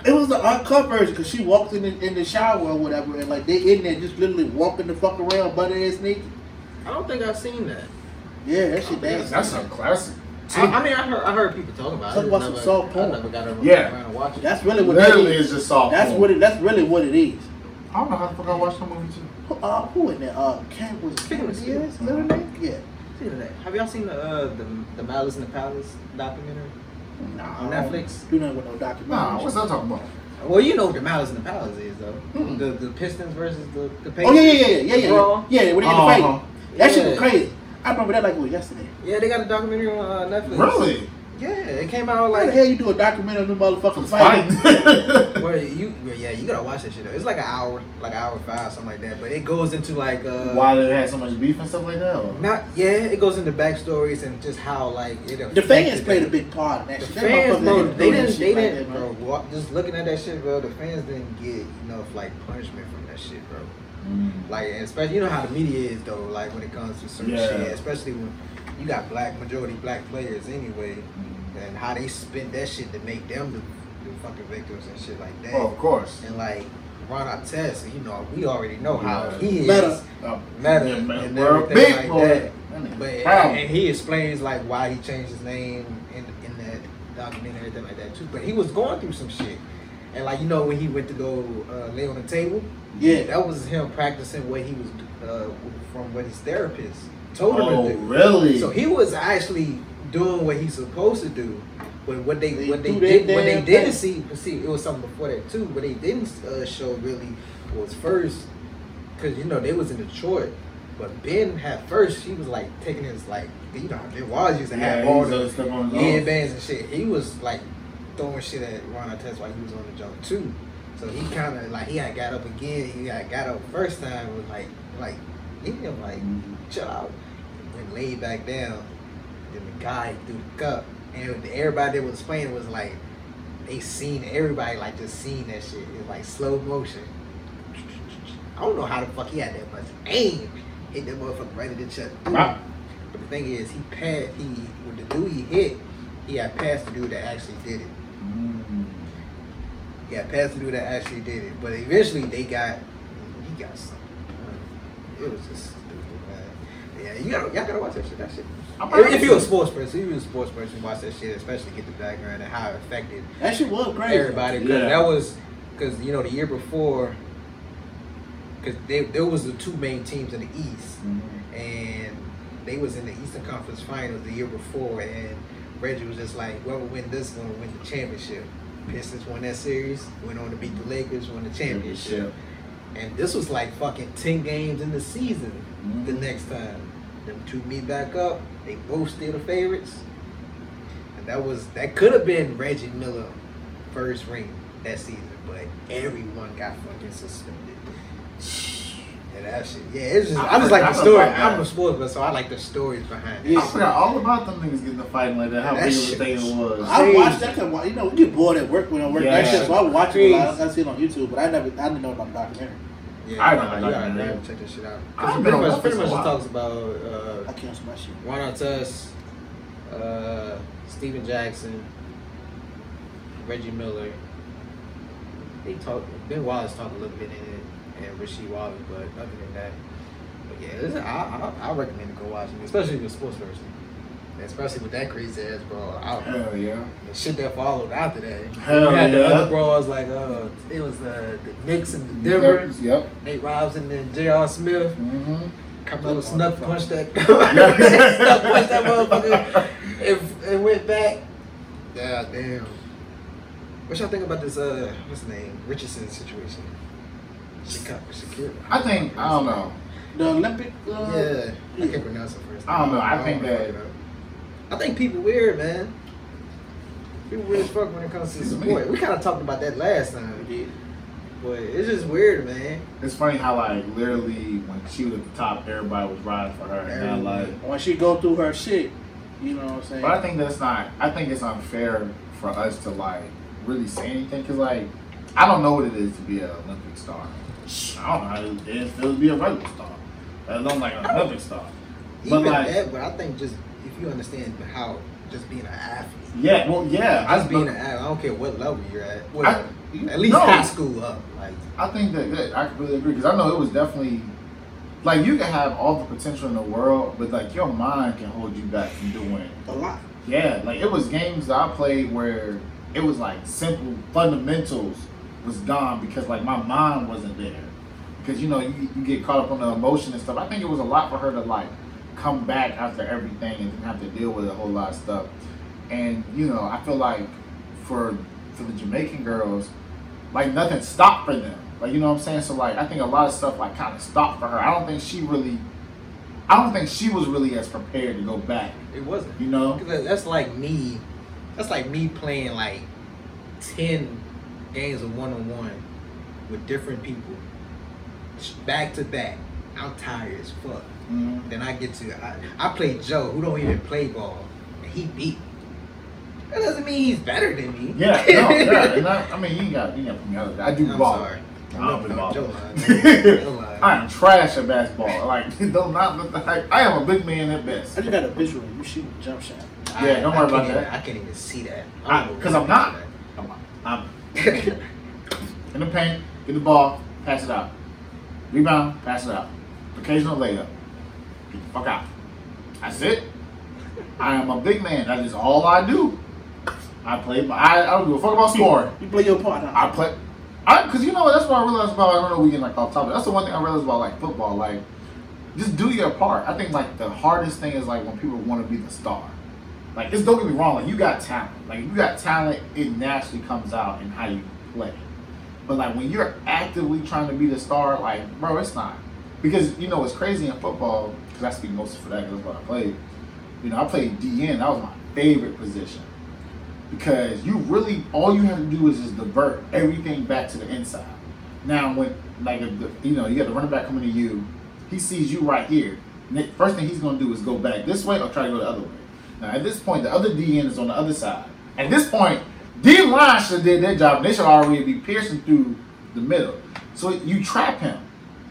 Speaker 5: It was the uncut version because she walked in the, in the shower or whatever, and like they in there just literally walking the fuck around butt ass naked.
Speaker 2: I don't think I've seen that.
Speaker 5: Yeah, that shit nasty.
Speaker 3: Oh, That's a classic.
Speaker 2: I, I mean, I heard, I heard people talk about
Speaker 5: Talk
Speaker 2: it.
Speaker 5: about
Speaker 2: I
Speaker 5: some
Speaker 2: never-
Speaker 5: soft porn.
Speaker 2: I never got around
Speaker 3: Yeah.
Speaker 2: around to watch it.
Speaker 5: That's really what that
Speaker 3: Literally,
Speaker 5: is.
Speaker 3: it's just soft.
Speaker 5: That's
Speaker 3: porn.
Speaker 5: what it. That's really what it is.
Speaker 3: I don't know how the fuck I watched that movie too.
Speaker 5: Who- Uh, who in there? Uh, Cam was
Speaker 2: Cam
Speaker 5: Cam
Speaker 2: was-
Speaker 5: Diaz, little name? Yeah.
Speaker 2: Speaking of that, Have y'all seen the uh, the the Malice in the Palace documentary?
Speaker 5: Nah,
Speaker 2: On Netflix?
Speaker 5: You know with no documentary.
Speaker 3: Nah, what's that talking about?
Speaker 2: Well, you know what the Malice in the Palace is though.
Speaker 5: Mm-mm.
Speaker 2: The the Pistons versus the the
Speaker 5: Oh
Speaker 2: Pacers.
Speaker 5: yeah, yeah, yeah, yeah, yeah, yeah.
Speaker 2: Raw.
Speaker 5: Yeah, when they get
Speaker 3: Uh-huh.
Speaker 5: the fight, that shit was
Speaker 2: Yeah.
Speaker 5: crazy. I remember that like it was yesterday.
Speaker 2: Yeah, they got a documentary on uh, Netflix.
Speaker 3: Really?
Speaker 2: Yeah, it came out
Speaker 5: How the
Speaker 2: like.
Speaker 5: hell you do a documentary on the motherfucking fight?
Speaker 3: Fighting.
Speaker 2: Well, you well, yeah, you gotta watch that shit. Though. It's like an hour, like an hour five, something like that. But it goes into like uh,
Speaker 3: Why they had so much beef and stuff like that? or-
Speaker 2: Not yeah, it goes into backstories and just how like it.
Speaker 5: The fans
Speaker 2: affected
Speaker 5: played a
Speaker 2: them.
Speaker 5: big part in that
Speaker 2: The
Speaker 5: shit. Them
Speaker 2: fans,
Speaker 5: motherfuckers
Speaker 2: bro,
Speaker 5: do
Speaker 2: they
Speaker 5: that
Speaker 2: didn't,
Speaker 5: shit
Speaker 2: they
Speaker 5: like
Speaker 2: didn't,
Speaker 5: that,
Speaker 2: bro. Walk, just looking at that shit, bro. The fans didn't get enough like punishment from that shit, bro.
Speaker 3: Mm.
Speaker 2: Like, and especially you know how the media is though. Like when it comes to certain
Speaker 3: Yeah.
Speaker 2: shit, especially when you got black majority black players anyway, and how they spend that shit to make them the, the fucking victims and shit like that.
Speaker 3: Oh, of course.
Speaker 2: And like Ron Artest, you know, we already know how
Speaker 3: Yeah.
Speaker 2: he is.
Speaker 5: Meta.
Speaker 3: Uh,
Speaker 2: Meta
Speaker 3: yeah,
Speaker 2: and
Speaker 3: We're a
Speaker 2: everything
Speaker 3: big
Speaker 2: like
Speaker 3: boy.
Speaker 2: that.
Speaker 3: That
Speaker 2: But
Speaker 3: nigga
Speaker 2: and,
Speaker 3: proud.
Speaker 2: and he explains like why he changed his name in in that documentary and everything like that too. But he was going through some shit, and like you know when he went to go uh, lay on the table,
Speaker 5: Yeah.
Speaker 2: that was him practicing what he was uh, from what his therapist told
Speaker 3: Oh,
Speaker 2: him to do.
Speaker 3: really?
Speaker 2: So he was actually doing what he's supposed to do. But what they,
Speaker 5: They
Speaker 2: what they
Speaker 5: do their
Speaker 2: did what they
Speaker 5: damn
Speaker 2: didn't
Speaker 5: thing.
Speaker 2: see but see it was something before that too. What they didn't uh, show really was first because you know they was in Detroit, but Ben had first she was like taking his like you know how Ben Wise used to
Speaker 3: Yeah,
Speaker 2: have
Speaker 3: he
Speaker 2: all
Speaker 3: was
Speaker 2: the
Speaker 3: other stuff on his own.
Speaker 2: headbands and shit. He was like throwing shit at Ron Artest while he was on the jump too. So he kind of like he had got up again. He had got up first time was like like leave him like
Speaker 3: Mm-hmm.
Speaker 2: chill out and laid back down. Then the guy threw the cup and everybody that was playing was like they seen everybody like just seen that shit. It was like slow motion. I don't know how the fuck he had that much aim. Hit that motherfucker right in the chest.
Speaker 3: Wow.
Speaker 2: But the thing is, he passed. He with the dude he hit, he had passed the dude that actually did it.
Speaker 3: Mm.
Speaker 2: He had passed the dude that actually did it. But eventually, they got he got something. It was just stupid, man. Yeah, you gotta, y'all gotta watch that shit. That shit.
Speaker 3: I'm
Speaker 2: If,
Speaker 3: not-
Speaker 2: if you're a sports person, if you're a sports person, watch that shit, especially get the background and how it affected
Speaker 5: That shit was crazy.
Speaker 2: everybody. Cause
Speaker 3: Yeah.
Speaker 2: that was because you know the year before, because there was the two main teams in the East,
Speaker 3: Mhm.
Speaker 2: and they was in the Eastern Conference Finals the year before, and Reggie was just like, whoever win this one win the championship. Pistons won that series, went on to beat the Lakers, won the championship. And this was like fucking 10 games in the season
Speaker 3: Mhm.
Speaker 2: the next time. Them two meet back up, they both still the favorites. And that was, that could have been Reggie Miller first ring that season, but everyone got fucking suspended. And that shit, yeah, it's just, I,
Speaker 3: I
Speaker 2: just like the
Speaker 3: forgot
Speaker 2: story.
Speaker 3: about that.
Speaker 2: I'm a sports buff, so I like the stories behind
Speaker 5: Yeah.
Speaker 2: it.
Speaker 3: I forgot all about them niggas getting the fighting like that. How
Speaker 2: That
Speaker 3: big of a
Speaker 2: shit
Speaker 3: thing it was.
Speaker 5: I watched that. Kind of, you know, we get bored at work when I work that
Speaker 3: Yeah.
Speaker 5: shit. So I watch it. a lot. I see it on YouTube, but I never, I didn't know about the documentary.
Speaker 2: Yeah,
Speaker 3: I don't
Speaker 2: nah,
Speaker 3: know
Speaker 2: you
Speaker 3: that
Speaker 2: gotta
Speaker 3: man.
Speaker 2: check this shit out.
Speaker 3: I
Speaker 2: Cause it
Speaker 3: haven't
Speaker 2: pretty
Speaker 3: been on
Speaker 2: much,
Speaker 3: Netflix in
Speaker 2: pretty much
Speaker 3: a
Speaker 2: just
Speaker 3: while.
Speaker 2: talks about
Speaker 5: I
Speaker 2: uh,
Speaker 5: canceled my shit.
Speaker 2: Ron Artest, uh, Steven Jackson, Reggie Miller. They talk. Ben Wallace talked a little bit in it, and Richie Wallace, but other than that, but yeah, this, I, I I recommend to go watch it, especially if you're a sports person, And especially with that crazy ass bro. I,
Speaker 3: Hell yeah.
Speaker 2: the shit that followed after that.
Speaker 3: Hell
Speaker 2: we had the
Speaker 3: yeah.
Speaker 2: other bros like uh, it was uh, the Knicks and the Denver.
Speaker 3: Yep. Yep.
Speaker 2: Nate Robinson and J.R. Smith.
Speaker 3: Mhm.
Speaker 2: Carmelo snuck punched that. snuck punched that motherfucker. And, and went back. God damn. What y'all think about this? Uh, what's his name? Richardson situation. Shakira. Shakira.
Speaker 3: I think I don't know.
Speaker 5: The Olympic. Uh,
Speaker 2: Yeah, I
Speaker 5: yeah.
Speaker 2: can't pronounce it first.
Speaker 3: I don't know, I think
Speaker 2: wanna
Speaker 3: that-
Speaker 2: fuck it up. I think people weird, man. People weird as fuck when it comes to
Speaker 3: It's
Speaker 2: support.
Speaker 3: me.
Speaker 2: We kind of talked about that last time,
Speaker 5: We did.
Speaker 2: but it's just weird, man.
Speaker 3: It's funny how like literally when she was at the top, everybody was riding for her. And now like,
Speaker 5: When she go through her shit, you know what I'm saying.
Speaker 3: but I think that's not. I think it's unfair for us to like really say anything because like I don't know what it is to be an Olympic star. I don't know how it is to be a regular star. Let alone like an Olympic star. But
Speaker 2: Even
Speaker 3: like,
Speaker 2: that, but I think just if you understand how just being an athlete,
Speaker 3: Yeah, well, yeah.
Speaker 2: just
Speaker 3: I,
Speaker 2: being an athlete, I don't care what level you're at, well,
Speaker 3: I-
Speaker 2: at least
Speaker 3: no.
Speaker 2: high school up, like
Speaker 3: I think that, that I completely agree because I know it was definitely like you can have all the potential in the world, but like your mind can hold you back from doing.
Speaker 5: A lot.
Speaker 3: Yeah, like it was games that I played where it was like simple fundamentals was gone because like my mind wasn't there. Because you know you, you get caught up on the emotion and stuff. I think it was a lot for her to like come back after everything and didn't have to deal with a whole lot of stuff. And you know I feel like for for the Jamaican girls, like nothing stopped for them. Like you know what I'm saying. So like I think a lot of stuff like kind of stopped for her. I don't think she really, I don't think she was really as prepared to go back.
Speaker 2: it wasn't.
Speaker 3: You know.
Speaker 2: Because that's like me. That's like me playing like ten games of one on one with different people, back to back. I'm tired as fuck.
Speaker 3: Mhm.
Speaker 2: Then I get to I, I play Joe, who don't even play ball, and he beat. me. That doesn't mean he's better than me.
Speaker 3: Yeah, no, yeah. and I, I mean, you ain't got, you ain't got to put me out of that. I do
Speaker 2: I'm
Speaker 3: ball.
Speaker 2: sorry.
Speaker 3: I don't do ball.
Speaker 2: Joe lied. Joe lied.
Speaker 3: I am trash at basketball. Like, don't not look like I am a big man at
Speaker 5: I
Speaker 3: best.
Speaker 5: just got a visual. You shooting a jump shot.
Speaker 2: I-
Speaker 3: Yeah, don't
Speaker 2: I
Speaker 3: worry about
Speaker 2: can't even-
Speaker 3: that.
Speaker 2: I can't even see that.
Speaker 3: I- 'cause I'm not. I'm, I'm in the paint, get the ball, pass it out. Rebound, pass it out. Occasional layup. Get the fuck out. That's it. I am a big man. That is all I do. I play. My, I, I don't give a fuck about scoring.
Speaker 5: You play your part. Huh?
Speaker 3: I play. I because you know what? That's what I realized about. I don't know. We can like off topic. That's the one thing I realized about like football. Like, just do your part. I think like the hardest thing is like when people want to be the star. Like, it's don't get me wrong. Like, you got talent. Like, if you got talent, it naturally comes out in how you play. But like when you're actively trying to be the star, like bro, it's not because you know what's crazy in football. Because I speak mostly for that. Cause that's what I played. You know, I played DN. That was my favorite position because you really all you have to do is just divert everything back to the inside. Now, when like if the, you know you got the running back coming to you, he sees you right here. and the First thing he's going to do is go back this way or try to go the other way. Now, at this point, the other DN is on the other side. At this point, D line should have did their job. They should already be piercing through the middle. So you trap him,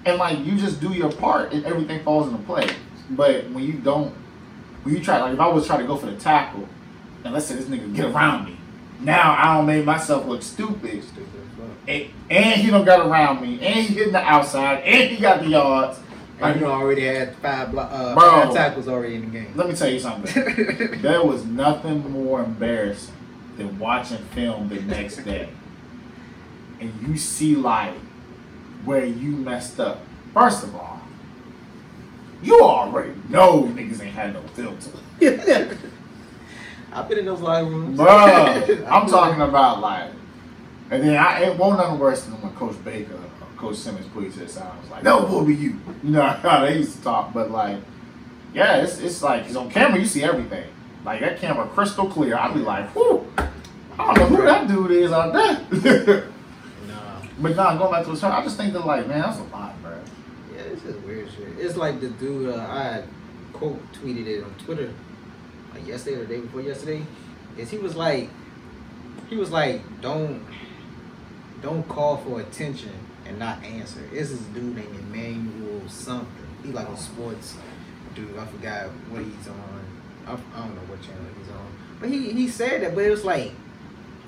Speaker 3: and like you just do your part, and everything falls into play. But when you don't, when you try, like if I was trying to go for the tackle, and let's say this nigga get around me, now I don't make myself look stupid. And, and he don't got around me, and he hitting the outside, and he got the yards.
Speaker 2: I
Speaker 3: Like,
Speaker 2: know I already had five, blo- uh,
Speaker 3: Bro.
Speaker 2: five tackles already in the game.
Speaker 3: let me tell you something. there was nothing more embarrassing than watching film the next day and you see like where you messed up. First of all, you already know niggas ain't had no filter.
Speaker 2: I've been in those live rooms.
Speaker 3: Bruh, I'm talking about like, and then I it won't nothing worse than when Coach Baker, or Coach Simmons put his sound. I was like, "No, will be you." You know how they used to talk, but like, yeah, it's it's like because on camera you see everything. Like that camera crystal clear. I'd be like, "Whoo, I don't know who that dude is out there."
Speaker 2: Nah.
Speaker 3: but nah, going back to the show, I just think that like, man, that's a lot, bro.
Speaker 2: Yeah, this is weird shit. It's like the dude uh, I had quote tweeted it on Twitter like yesterday or the day before yesterday. Is he was like he was like don't don't call for attention and not answer. It's this dude named Emmanuel something. He like a sports dude. I forgot what he's on. I, I don't know what channel he's on. But he he said that. But it was like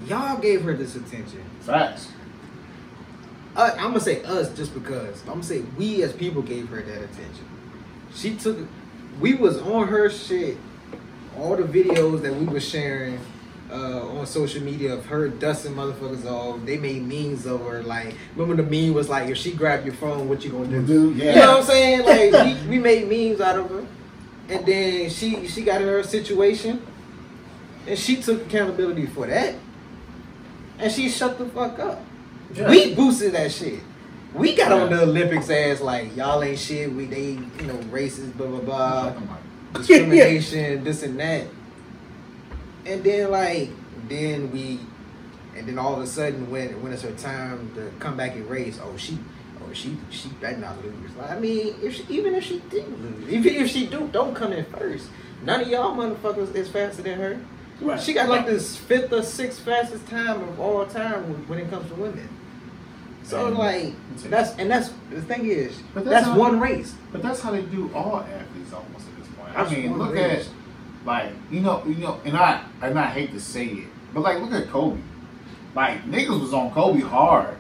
Speaker 2: y'all gave her this attention
Speaker 3: Facts.
Speaker 2: uh, I'm gonna say us just because I'm gonna say we as people gave her that attention. She took, we was on her shit, all the videos that we were sharing uh, on social media of her dusting motherfuckers off. They made memes of her. Like, remember the meme was like, if she grabbed your phone, what you gonna do?
Speaker 3: Dude,
Speaker 2: You know
Speaker 3: yeah.
Speaker 2: what I'm saying? Like we, we made memes out of her, and then she she got in her situation, and she took accountability for that, and she shut the fuck up.
Speaker 3: Yeah.
Speaker 2: We boosted that shit. We got on
Speaker 3: Yeah.
Speaker 2: the Olympics ass like y'all ain't shit. We they you know racist blah blah blah
Speaker 3: Fucking like,
Speaker 2: discrimination this and that, and then like then we, and then all of a sudden when when it's her time to come back and race oh she oh she she better not lose. Like, I mean if she, even if she did lose even if she do don't come in first. None of y'all motherfuckers is faster than her.
Speaker 5: Right.
Speaker 2: She got like this fifth or sixth fastest time of all time when- when it comes to women. So
Speaker 3: Damn.
Speaker 2: like that's and that's the thing is
Speaker 3: But
Speaker 2: that's,
Speaker 3: that's not-
Speaker 2: one race.
Speaker 3: But that's how they do all athletes almost at this point. I
Speaker 2: That's
Speaker 3: mean,
Speaker 2: one
Speaker 3: look
Speaker 2: race.
Speaker 3: at Like you know, you know, and I and I hate to say it, but like look at Kobe. Like niggas was on Kobe hard,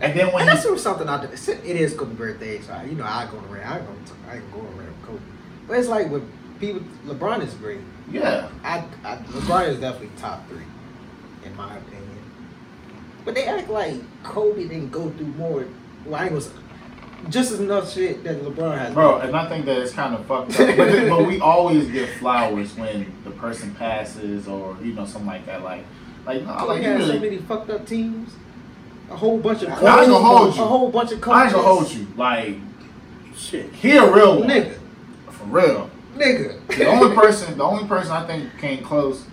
Speaker 3: and then when
Speaker 2: And
Speaker 3: he
Speaker 2: that's what something I did. it's- It is Kobe birthday, so I, you know I go around. I go. I can go around with Kobe. But it's like with people. LeBron is great.
Speaker 3: yeah,
Speaker 2: I, I LeBron is definitely top three, in my opinion. But they act like Kobe didn't go through more. Well, I ain't gonna say- just as enough shit that LeBron has.
Speaker 3: bro, and I think that it's kind of fucked up. But, th- but we always get flowers when the person passes or you know something like that. Like, like, no,
Speaker 2: Kobe
Speaker 3: like you
Speaker 2: had so
Speaker 3: really,
Speaker 2: many fucked up teams. A whole bunch of
Speaker 3: I ain't gonna
Speaker 2: coaches,
Speaker 3: hold you.
Speaker 2: A whole bunch of coaches.
Speaker 3: I ain't gonna hold you. Like,
Speaker 5: Shit.
Speaker 3: he a real one,
Speaker 2: Nigga,
Speaker 3: for real.
Speaker 2: nigga.
Speaker 3: The only person, the only person I think came close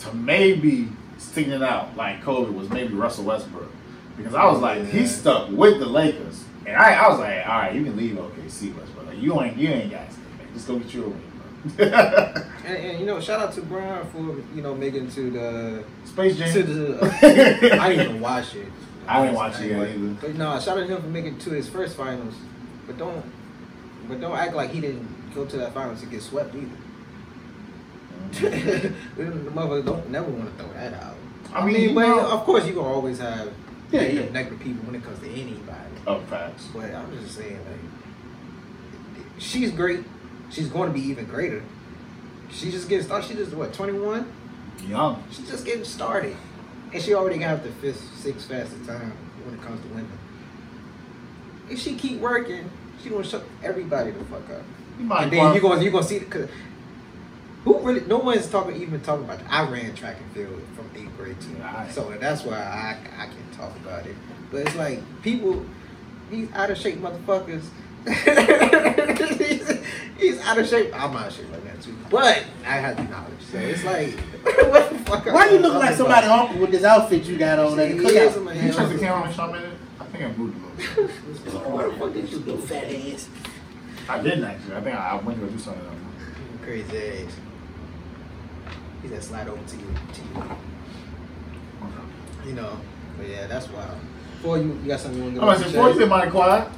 Speaker 3: to maybe sticking out like Kobe was maybe Russell Westbrook, because I was like, he stuck with the Lakers, and I, I was like, all right, you can leave OKC, Westbrook. Like, you ain't, you ain't got to stay. Like, just go get your ring, bro.
Speaker 2: And, and you know, shout out to Brian for you know making to the
Speaker 3: Space Jam.
Speaker 2: to the. I didn't even watch it.
Speaker 3: I didn't watch it
Speaker 2: Anyway,
Speaker 3: either.
Speaker 2: But no, shout out to him for making it to his first finals. But don't, but don't act like he didn't go to that finals to get swept either.
Speaker 3: Mm.
Speaker 2: the motherfuckers don't never want to throw that out.
Speaker 3: I mean, you
Speaker 2: but
Speaker 3: know,
Speaker 2: of course you gonna always have
Speaker 5: Yeah,
Speaker 2: negative,
Speaker 5: yeah.
Speaker 2: negative people when it comes to anybody.
Speaker 3: oh, facts.
Speaker 2: But I'm just saying, like, she's great. She's going to be even greater. She just getting started. She just what 21?
Speaker 3: Young.
Speaker 2: She's just getting started, and she already got the fifth, sixth fastest time when it comes to women. If she keep working, she gonna shut everybody the fuck up.
Speaker 3: You might
Speaker 2: And then
Speaker 3: want-
Speaker 2: you gonna you gonna see because who really no one's talking even talking about. I ran track and field from eighth grade to
Speaker 3: Right.
Speaker 2: so that's why I I can talk about it. But it's like people these out of shape motherfuckers. he's, he's out of shape. I'm out of shape right now too, but I have the knowledge. So it's like what the fuck?
Speaker 5: Why you look like somebody uncle with this outfit you got on?
Speaker 2: Like,
Speaker 5: Like,
Speaker 2: yeah,
Speaker 5: cookout?
Speaker 2: somebody
Speaker 3: Can you
Speaker 2: else.
Speaker 3: check the camera and show me that? I think I moved a little bit.
Speaker 2: Why the fuck did you do fat ass?
Speaker 3: I didn't actually. I think I, I went to go do something else.
Speaker 2: Crazy ass. He said slide over to you to you. You know, but yeah, that's wild. Boy, you, you got something you want to
Speaker 3: I'm like, boy, you in my quad.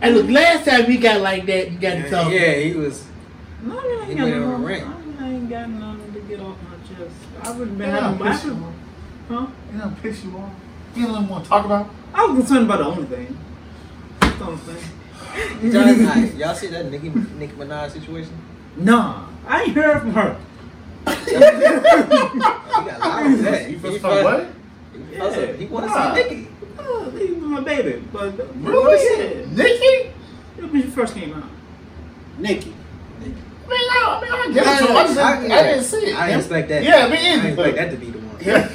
Speaker 5: And look, last time we got like that, you got to
Speaker 2: Yeah,
Speaker 5: talk.
Speaker 2: yeah, he was.
Speaker 1: No, I
Speaker 2: He
Speaker 1: ain't
Speaker 2: went
Speaker 1: got
Speaker 2: over
Speaker 1: no,
Speaker 2: the ring.
Speaker 1: I ain't got nothing to get off my chest. I would've been
Speaker 3: Yeah,
Speaker 1: having my,
Speaker 3: piss you off.
Speaker 1: huh?
Speaker 3: Yeah, piss you off. You don't even want to talk about.
Speaker 1: I was concerned about the only thing. That's the only thing.
Speaker 2: John, I, y'all see that Nicki, Nicki Minaj situation?
Speaker 1: Nah, I ain't heard from her.
Speaker 2: Oh, he got loud with that.
Speaker 3: You
Speaker 2: He
Speaker 3: feel
Speaker 2: fuss-
Speaker 3: some way?
Speaker 2: He, fuss-
Speaker 1: Yeah.
Speaker 2: he want to
Speaker 3: Nah.
Speaker 2: see Nicki.
Speaker 1: Uh, he was my baby, but
Speaker 3: Really?
Speaker 1: Yeah,
Speaker 3: Nikki?
Speaker 1: when she first came out.
Speaker 5: Nikki.
Speaker 3: I mean, I, I mean, I get it. so I, just, I, I, didn't see it.
Speaker 2: I didn't expect that.
Speaker 3: Yeah, me
Speaker 2: I didn't
Speaker 3: either.
Speaker 2: expect that to be the one.
Speaker 3: Yeah.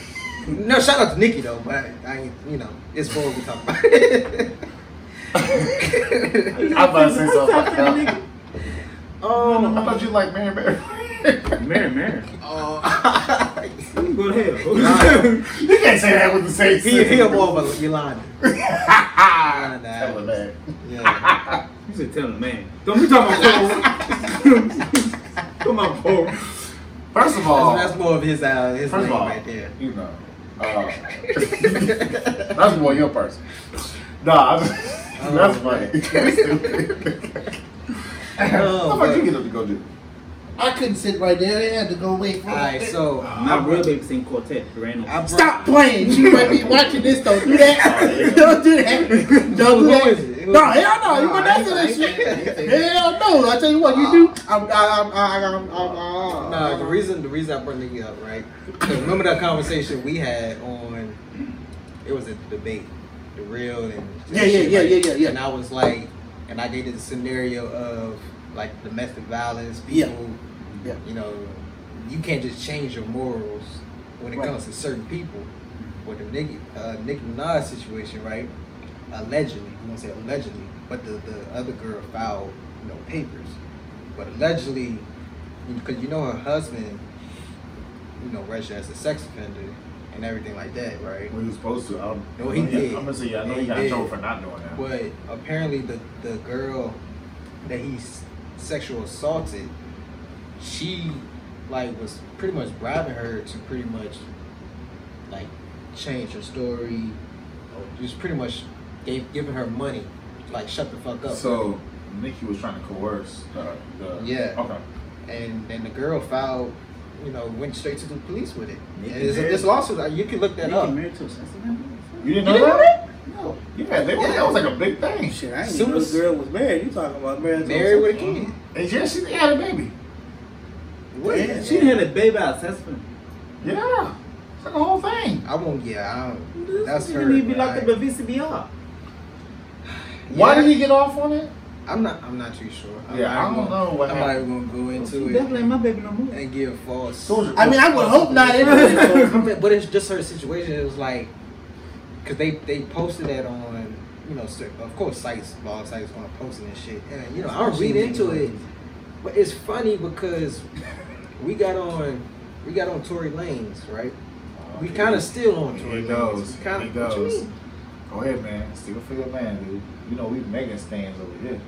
Speaker 2: No, shout out to Nikki though, but I, I you know, it's for what we talking about.
Speaker 3: I'm about to say something.
Speaker 2: oh,
Speaker 3: I thought you like Mary Mary.
Speaker 1: Mary, Mary.
Speaker 2: oh.
Speaker 1: You Go to hell.
Speaker 3: you can't say that with the same
Speaker 2: he, he a more of a Yolanda. Yolanda.
Speaker 3: Tell her that.
Speaker 2: Yeah.
Speaker 1: You should tell the man. Don't be talking about Paul. Come on, Paul.
Speaker 3: First of all,
Speaker 2: That's, that's more of his uh, his
Speaker 3: first
Speaker 2: thing
Speaker 3: of all,
Speaker 2: right there.
Speaker 3: you know, uh, that's more your person. Nah, I'm- that's funny. That's stupid.
Speaker 2: Oh,
Speaker 3: How about you
Speaker 2: but-
Speaker 3: get up to go do?
Speaker 5: I couldn't sit right there. I had to go wait for
Speaker 2: All right,
Speaker 5: it.
Speaker 2: so
Speaker 1: My real baby sing quartet, Randall.
Speaker 2: I brought,
Speaker 5: Stop playing. She might be watching this. Don't do that. Don't do that. Don't do
Speaker 2: Who
Speaker 5: that.
Speaker 2: is it? Who-
Speaker 5: No, hell no. You
Speaker 2: No,
Speaker 5: want
Speaker 2: I
Speaker 5: that
Speaker 2: ain't-
Speaker 5: to
Speaker 2: I
Speaker 5: that
Speaker 2: ain't
Speaker 5: shit? Hell no. I tell you what, you do. I'm, I'm, I'm, I'm, I'm, I'm,
Speaker 2: Nah, the reason the reason I brought Nikki up, right? 'Cause remember that conversation we had on? It was a debate, the real and
Speaker 5: Yeah, yeah, yeah, yeah, yeah, yeah.
Speaker 2: And I was like, and I gave it a scenario of like domestic violence,
Speaker 5: Yeah.
Speaker 2: people.
Speaker 5: Yeah.
Speaker 2: You know, you can't just change your morals when it
Speaker 5: Right.
Speaker 2: comes to certain people. With the Nicki, uh, Nicki Minaj situation, right? Allegedly, we won't say allegedly, but the, the other girl filed you know papers, but allegedly because you know her husband, you know, registered as a sex offender and everything like that, right?
Speaker 3: Well, he was supposed to. I'm,
Speaker 2: No, he
Speaker 3: I'm
Speaker 2: did.
Speaker 3: gonna say, yeah, I know
Speaker 2: Yeah,
Speaker 3: he
Speaker 2: he
Speaker 3: got in
Speaker 2: did.
Speaker 3: trouble for not doing that.
Speaker 2: But apparently, the the girl that he s- sexual assaulted, she like was pretty much bribing her to pretty much like change her story, or just pretty much gave giving her money, like shut the fuck up.
Speaker 3: So Nikki was trying to coerce the, the
Speaker 2: Yeah.
Speaker 3: Okay.
Speaker 2: and then the girl filed, you know, went straight to the police with it.
Speaker 1: Nikki
Speaker 2: And it's,
Speaker 1: Mary-
Speaker 2: it's lawsuit. like, You can look that
Speaker 1: Nikki
Speaker 2: up.
Speaker 1: married to a Cincinnati.
Speaker 3: You didn't know
Speaker 2: You didn't
Speaker 3: that?
Speaker 1: No.
Speaker 3: Yeah, they were, that was like a big thing.
Speaker 5: Shit, I ain't
Speaker 2: Soon
Speaker 5: even know
Speaker 2: as-
Speaker 5: this girl was married. You talking about married? to
Speaker 2: Married with a
Speaker 5: someone.
Speaker 2: kid.
Speaker 3: And yeah, she they had a baby.
Speaker 2: What?
Speaker 1: Yeah, she had a baby out of Cincinnati.
Speaker 3: Yeah. It's like a whole thing.
Speaker 2: I won't. Yeah, I don't.
Speaker 1: This
Speaker 2: That's
Speaker 1: nigga
Speaker 2: her.
Speaker 1: need to be
Speaker 2: but
Speaker 1: locked
Speaker 2: I-
Speaker 1: up at VCBR.
Speaker 3: Why
Speaker 2: Yeah.
Speaker 3: did he get off on it?
Speaker 2: I'm not. I'm not too sure. I'm
Speaker 3: Yeah,
Speaker 2: not
Speaker 3: I
Speaker 2: even
Speaker 3: don't
Speaker 2: gonna-
Speaker 3: know what
Speaker 2: I'm not
Speaker 3: happened.
Speaker 2: even gonna go
Speaker 1: She
Speaker 2: into
Speaker 1: definitely ain't my
Speaker 2: it
Speaker 1: baby no more.
Speaker 2: and give false.
Speaker 5: I mean, I would hope not. Anyway,
Speaker 2: but, but it's just her situation. It was like, cause they they posted that on you know cer- of course sites blog sites gonna post it and shit. And you know I don't read into it, but it's funny because we got on we got on Tory Lanes right. We kind of still on
Speaker 3: Here
Speaker 2: Tory
Speaker 3: it
Speaker 2: Lanes.
Speaker 3: goes.
Speaker 2: We
Speaker 3: Here it
Speaker 2: Kinda, what you
Speaker 3: goes.
Speaker 2: mean?
Speaker 3: Go ahead, man. Steal for your man, dude. You know we making stands over here.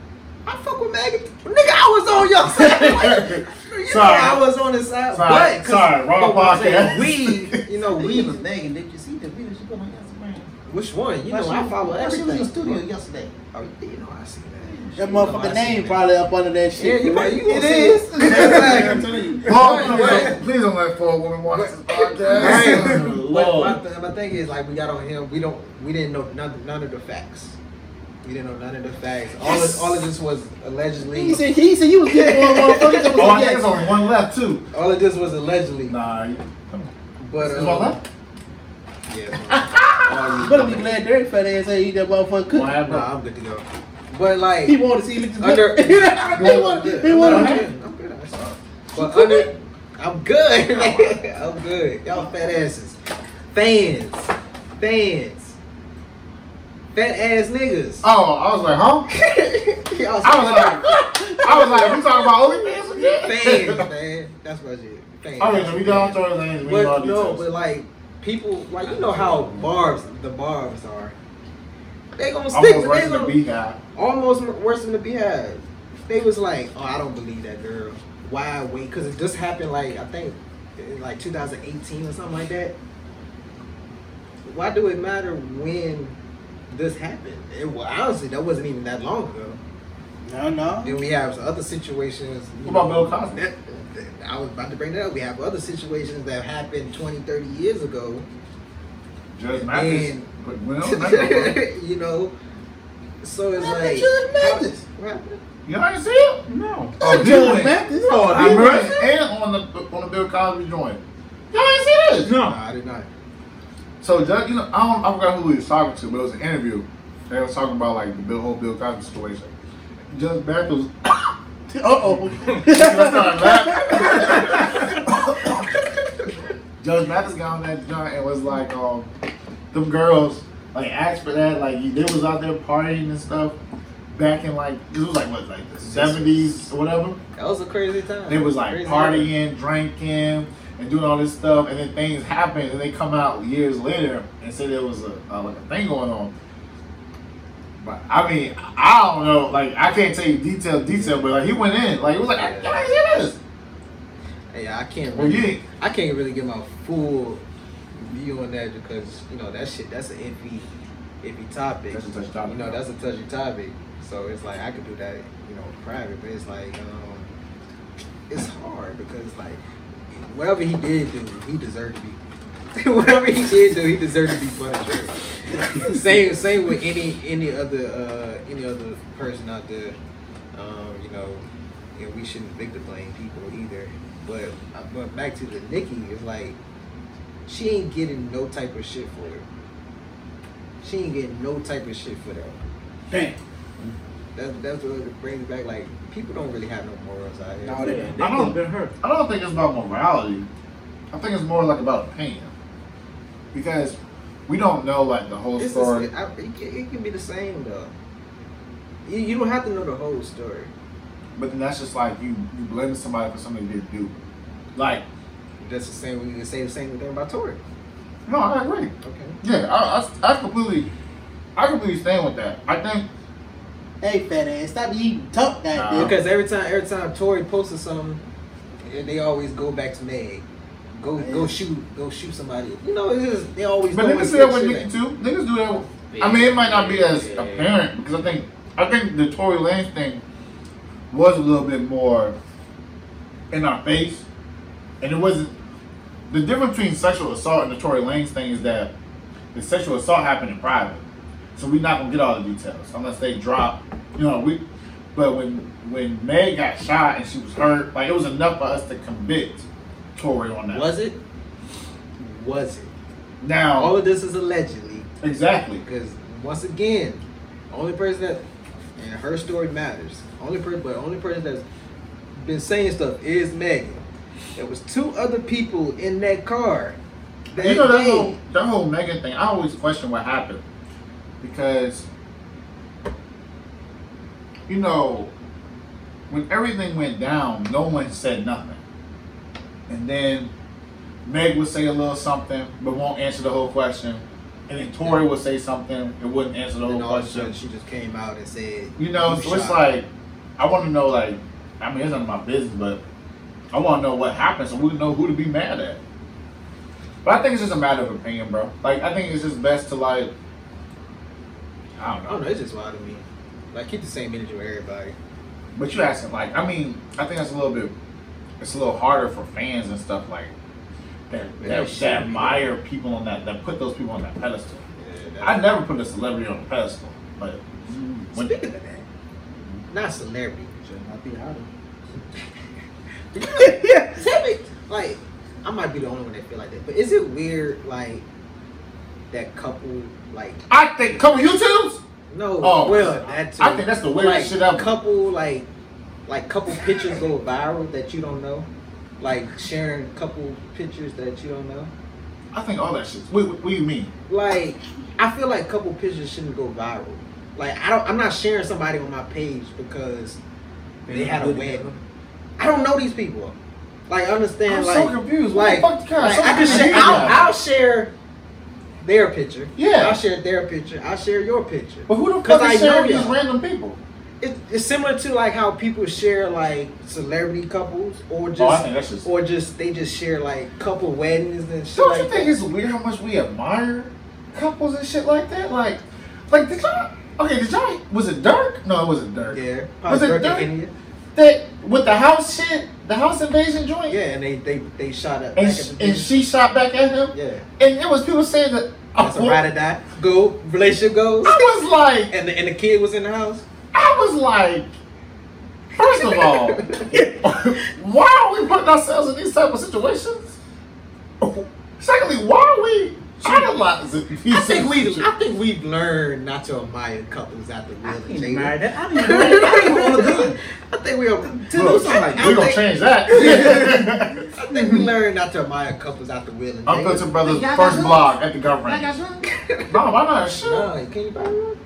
Speaker 2: I fuck with Megan. Nigga, I was on your side. You
Speaker 3: Sorry.
Speaker 2: know I was on his side.
Speaker 3: Sorry.
Speaker 2: but, 'cause-
Speaker 3: Sorry. Wrong
Speaker 2: but what I'm saying,
Speaker 3: podcast.
Speaker 2: We, you know,
Speaker 1: We
Speaker 2: we.
Speaker 1: was begging. Did you see the video she put on Instagram?
Speaker 2: Which one? You know,
Speaker 1: Why
Speaker 2: I
Speaker 1: she-
Speaker 2: follow
Speaker 1: why
Speaker 2: everything.
Speaker 1: She was in the studio yesterday.
Speaker 2: Oh, you know, I see that.
Speaker 5: that
Speaker 2: You know, I
Speaker 5: motherfucker
Speaker 2: see
Speaker 5: name
Speaker 2: that.
Speaker 5: probably up under that shit.
Speaker 2: Yeah, you
Speaker 5: bro.
Speaker 2: probably. You
Speaker 5: it
Speaker 2: gonna see
Speaker 5: is.
Speaker 2: that.
Speaker 3: Paul, please
Speaker 5: Oh,
Speaker 3: don't-
Speaker 2: Right, right.
Speaker 3: please don't let four women watch this podcast.
Speaker 2: Right. But
Speaker 1: Lord.
Speaker 2: my, th- my thing is, like, we got on him. We don't. We didn't know none, none of the facts. We didn't know none of the facts. All of, all of this was allegedly.
Speaker 5: He said he said you was getting one motherfucker. that was
Speaker 3: Oh, I
Speaker 5: like,
Speaker 3: think it's
Speaker 5: yeah.
Speaker 3: only one left too.
Speaker 2: All of this was allegedly.
Speaker 3: Nah, you- come on.
Speaker 2: But
Speaker 3: There's
Speaker 2: um,
Speaker 3: one left.
Speaker 2: yeah.
Speaker 5: Better be glad Derek fat ass ain't eat that motherfucker
Speaker 3: What
Speaker 5: cooking.
Speaker 2: No,
Speaker 3: happened?
Speaker 2: I'm good to go. But like
Speaker 5: He wanted to see Lick's
Speaker 2: Under-
Speaker 5: he wanted, he
Speaker 2: I'm
Speaker 5: wanted,
Speaker 2: good. I'm good. I saw. But under, I'm good. man. I'm good. Y'all fat asses, fans, fans, fat ass niggas.
Speaker 3: Oh, I was like, huh?
Speaker 2: Y'all
Speaker 3: I was like, I was like, we talking about OnlyFans
Speaker 2: fans,
Speaker 3: again?
Speaker 2: man. That's what I did. Fans.
Speaker 3: All right, so we got on Charles Lanes. We got
Speaker 2: But
Speaker 3: all
Speaker 2: no,
Speaker 3: details.
Speaker 2: but like people, like you know how barbs, the barbs are. They gonna stick.
Speaker 3: Almost
Speaker 2: They
Speaker 3: worse than
Speaker 2: gonna,
Speaker 3: the B guy.
Speaker 2: almost worse than the Beehive. They was like, oh, I don't believe that girl. Why wait? Because it just happened like I think in like 2018 or something like that. Why do it matter when this happened? It, well, honestly, that wasn't even that long ago.
Speaker 5: No, no.
Speaker 2: Then we have other situations. you
Speaker 3: What about
Speaker 2: know,
Speaker 3: Bill Cosby?
Speaker 2: that- that- I was about to bring that up. We have other situations that happened 20, 30 years ago.
Speaker 3: Judge Mathis.
Speaker 2: And-
Speaker 3: But we don't remember, bro.
Speaker 2: you know, so it's
Speaker 5: Not the
Speaker 2: like
Speaker 5: Judge Mathis.
Speaker 2: What happened?
Speaker 3: You know how you see it?
Speaker 1: No.
Speaker 3: Oh, he
Speaker 5: Judge
Speaker 3: went.
Speaker 5: Mathis.
Speaker 3: Oh,
Speaker 5: He
Speaker 3: I
Speaker 5: went.
Speaker 3: read it and on the on the Bill Cosby joint. Y'all ain't see this?
Speaker 2: No,
Speaker 1: No.
Speaker 2: I did not.
Speaker 3: So Doug, you know, I don't, I forgot who he was talking to, but it was an interview. They were talking about like the Bill, whole Bill Cosby situation. Judge Mathis, I
Speaker 5: Uh-oh.
Speaker 3: started laughing. Judge Mathis got on that joint and was like, um, them girls like asked for that, like they was out there partying and stuff back in like it was like what like the seventies or whatever.
Speaker 2: That was a crazy time.
Speaker 3: They was like
Speaker 2: Crazy time.
Speaker 3: partying, drinking, and doing all this stuff, and then things happen, and they come out years later and say there was a, a like a thing going on. But I mean, I don't know. Like I can't tell you detail detail, but like he went in, like it was like, I, I hear this.
Speaker 2: Hey, I can't.
Speaker 3: Well,
Speaker 2: Really,
Speaker 3: yeah,
Speaker 2: I can't really get my full view on that because you know that shit. That's an iffy, iffy topic.
Speaker 3: That's a touchy topic.
Speaker 2: You know, that's a touchy topic. So it's like I could do that, you know, private, but it's like um, it's hard because like whatever he did do, he deserved to be. whatever he did do, he deserved to be punished. same, same with any any other uh, any other person out there. Um, you know, and we shouldn't victim blame people either. But uh, but back to the Nikki, it's like she ain't getting no type of shit for it. She ain't getting no type of shit for that.
Speaker 5: Damn.
Speaker 2: That's that's what it brings back. Like people don't really have no morals out here.
Speaker 5: No, they don't.
Speaker 1: That could have been her.
Speaker 3: I don't think it's about morality. I think it's more like about opinion, because we don't know like the whole
Speaker 2: It's
Speaker 3: story.
Speaker 2: the- I- it, can, it can be the same though. You, you don't have to know the whole story.
Speaker 3: But then that's just like you you blaming somebody for something they didn't do. Like
Speaker 2: That's the same. We can say the same thing about Tori.
Speaker 3: no, I agree.
Speaker 2: Okay.
Speaker 3: Yeah, I, I, I completely, I completely stand with that. I think
Speaker 5: Hey, fat ass, stop eating tuck
Speaker 3: Nah.
Speaker 5: that there.
Speaker 2: Because every time, every time Tori posted something, eh, they always go back to Meg. Go, go shoot, go shoot somebody. You know, it's just, they always.
Speaker 3: But
Speaker 2: go
Speaker 3: niggas
Speaker 2: and
Speaker 3: do that
Speaker 2: say
Speaker 3: with
Speaker 2: shit
Speaker 3: Nikki
Speaker 2: at-
Speaker 3: too. Niggas do that. With, I mean, it might not be as apparent because I think I think the Tory Lanez thing was a little bit more in our face, and it wasn't. The difference between sexual assault and the Tory Lanez thing is that the sexual assault happened in private, so we're not gonna get all the details unless they drop. You know, we. But when when Meg got shot and she was hurt, like it was enough for us to convict Tory on that.
Speaker 2: Was it? Was it?
Speaker 3: Now,
Speaker 2: All of this is allegedly
Speaker 3: exactly.
Speaker 2: because once again, only person that and her story matters. Only person, but only person that's been saying stuff is Megan. There was two other people in that car. That
Speaker 3: you know that
Speaker 2: day.
Speaker 3: whole that whole Megan thing. I always question what happened because you know when everything went down, no one said nothing, and then Meg would say a little something, but won't answer the whole question, and then Tori would say something and wouldn't answer the whole
Speaker 2: And all of a sudden,
Speaker 3: question.
Speaker 2: she just came out and said,
Speaker 3: You know,
Speaker 2: "You
Speaker 3: so it's
Speaker 2: shot."
Speaker 3: like I want to know like I mean it's none of my business, but I want to know what happened so we can know who to be mad at. But I think it's just a matter of opinion, bro. Like I think it's just best to like I
Speaker 2: I
Speaker 3: don't know.
Speaker 2: don't know. It's just wild to me. Like keep the same energy with everybody.
Speaker 3: But you asking like I mean I think that's a little bit it's a little harder for fans and stuff like that
Speaker 2: Yeah,
Speaker 3: that,
Speaker 2: shit.
Speaker 3: that admire people on that that put those people on that pedestal.
Speaker 2: Yeah,
Speaker 3: I never put a celebrity on a pedestal, but when,
Speaker 2: Speaking of that, not celebrity.
Speaker 6: Should not be out of
Speaker 2: yeah, tell me. Like, I might be the only one that feel like that, but is it weird, like, that couple, like,
Speaker 3: I think come on YouTube's
Speaker 2: no,
Speaker 3: Oh,
Speaker 2: well, that too.
Speaker 3: I think that's the weirdest
Speaker 2: like,
Speaker 3: shit ever.
Speaker 2: Couple, like, like couple pictures go viral that you don't know, like sharing couple pictures that you don't know.
Speaker 3: I think all that shit. What, what, what do you mean?
Speaker 2: Like, I feel like couple pictures shouldn't go viral. Like, I don't, I'm not sharing somebody on my page because they had a wed. I don't know these people. Like, understand?
Speaker 3: I'm
Speaker 2: like,
Speaker 3: so confused. What
Speaker 2: Like,
Speaker 3: the fuck, Kyle?
Speaker 2: like,
Speaker 3: Something
Speaker 2: I can share.
Speaker 3: confused about it.
Speaker 2: I'll, I'll share their picture.
Speaker 3: Yeah.
Speaker 2: I'll share their picture. I'll share your picture.
Speaker 3: But who the
Speaker 2: 'Cause
Speaker 3: fuck
Speaker 2: I
Speaker 3: is sharing
Speaker 2: know
Speaker 3: these
Speaker 2: y'all.
Speaker 3: random people?
Speaker 2: It, it's similar to like how people share like celebrity couples or just
Speaker 3: Oh, think that's just-
Speaker 2: or just they just share like couple weddings and shit.
Speaker 3: Don't
Speaker 2: like
Speaker 3: you think it's weird how much we admire couples and shit like that? Like, like did y'all? Okay, did y'all? Was it Dirk? No, it wasn't Dirk.
Speaker 2: that. Yeah.
Speaker 3: Was it
Speaker 2: Probably
Speaker 3: Dirk?
Speaker 2: Dirk in India.
Speaker 3: That with the house shit, the house invasion joint.
Speaker 2: Yeah, and they they they shot up.
Speaker 3: And,
Speaker 2: back
Speaker 3: sh-
Speaker 2: at the
Speaker 3: and
Speaker 2: beach.
Speaker 3: she Oh. shot back at him.
Speaker 2: Yeah.
Speaker 3: And it was people saying that.
Speaker 2: That's a ride or die. Go relationship goes.
Speaker 3: I was like,
Speaker 2: And the, and the kid was in the house.
Speaker 3: I was like, first of all, why are we putting ourselves in these type of situations? Secondly, why are we idolizing these
Speaker 2: I think
Speaker 3: situations?
Speaker 2: we I think we've learned not to admire couples after Will and Jada.
Speaker 1: I didn't know that.
Speaker 2: I think we are to
Speaker 3: Look,
Speaker 2: do something like
Speaker 3: we gonna
Speaker 2: I, think,
Speaker 3: change that.
Speaker 2: I think we learned not to admire couples after Will and Jada.
Speaker 3: Unfiltered Brothers
Speaker 1: Y'all got
Speaker 3: first
Speaker 1: hooked?
Speaker 3: blog at the government. No, why not? Sure.
Speaker 2: No, can you buy one?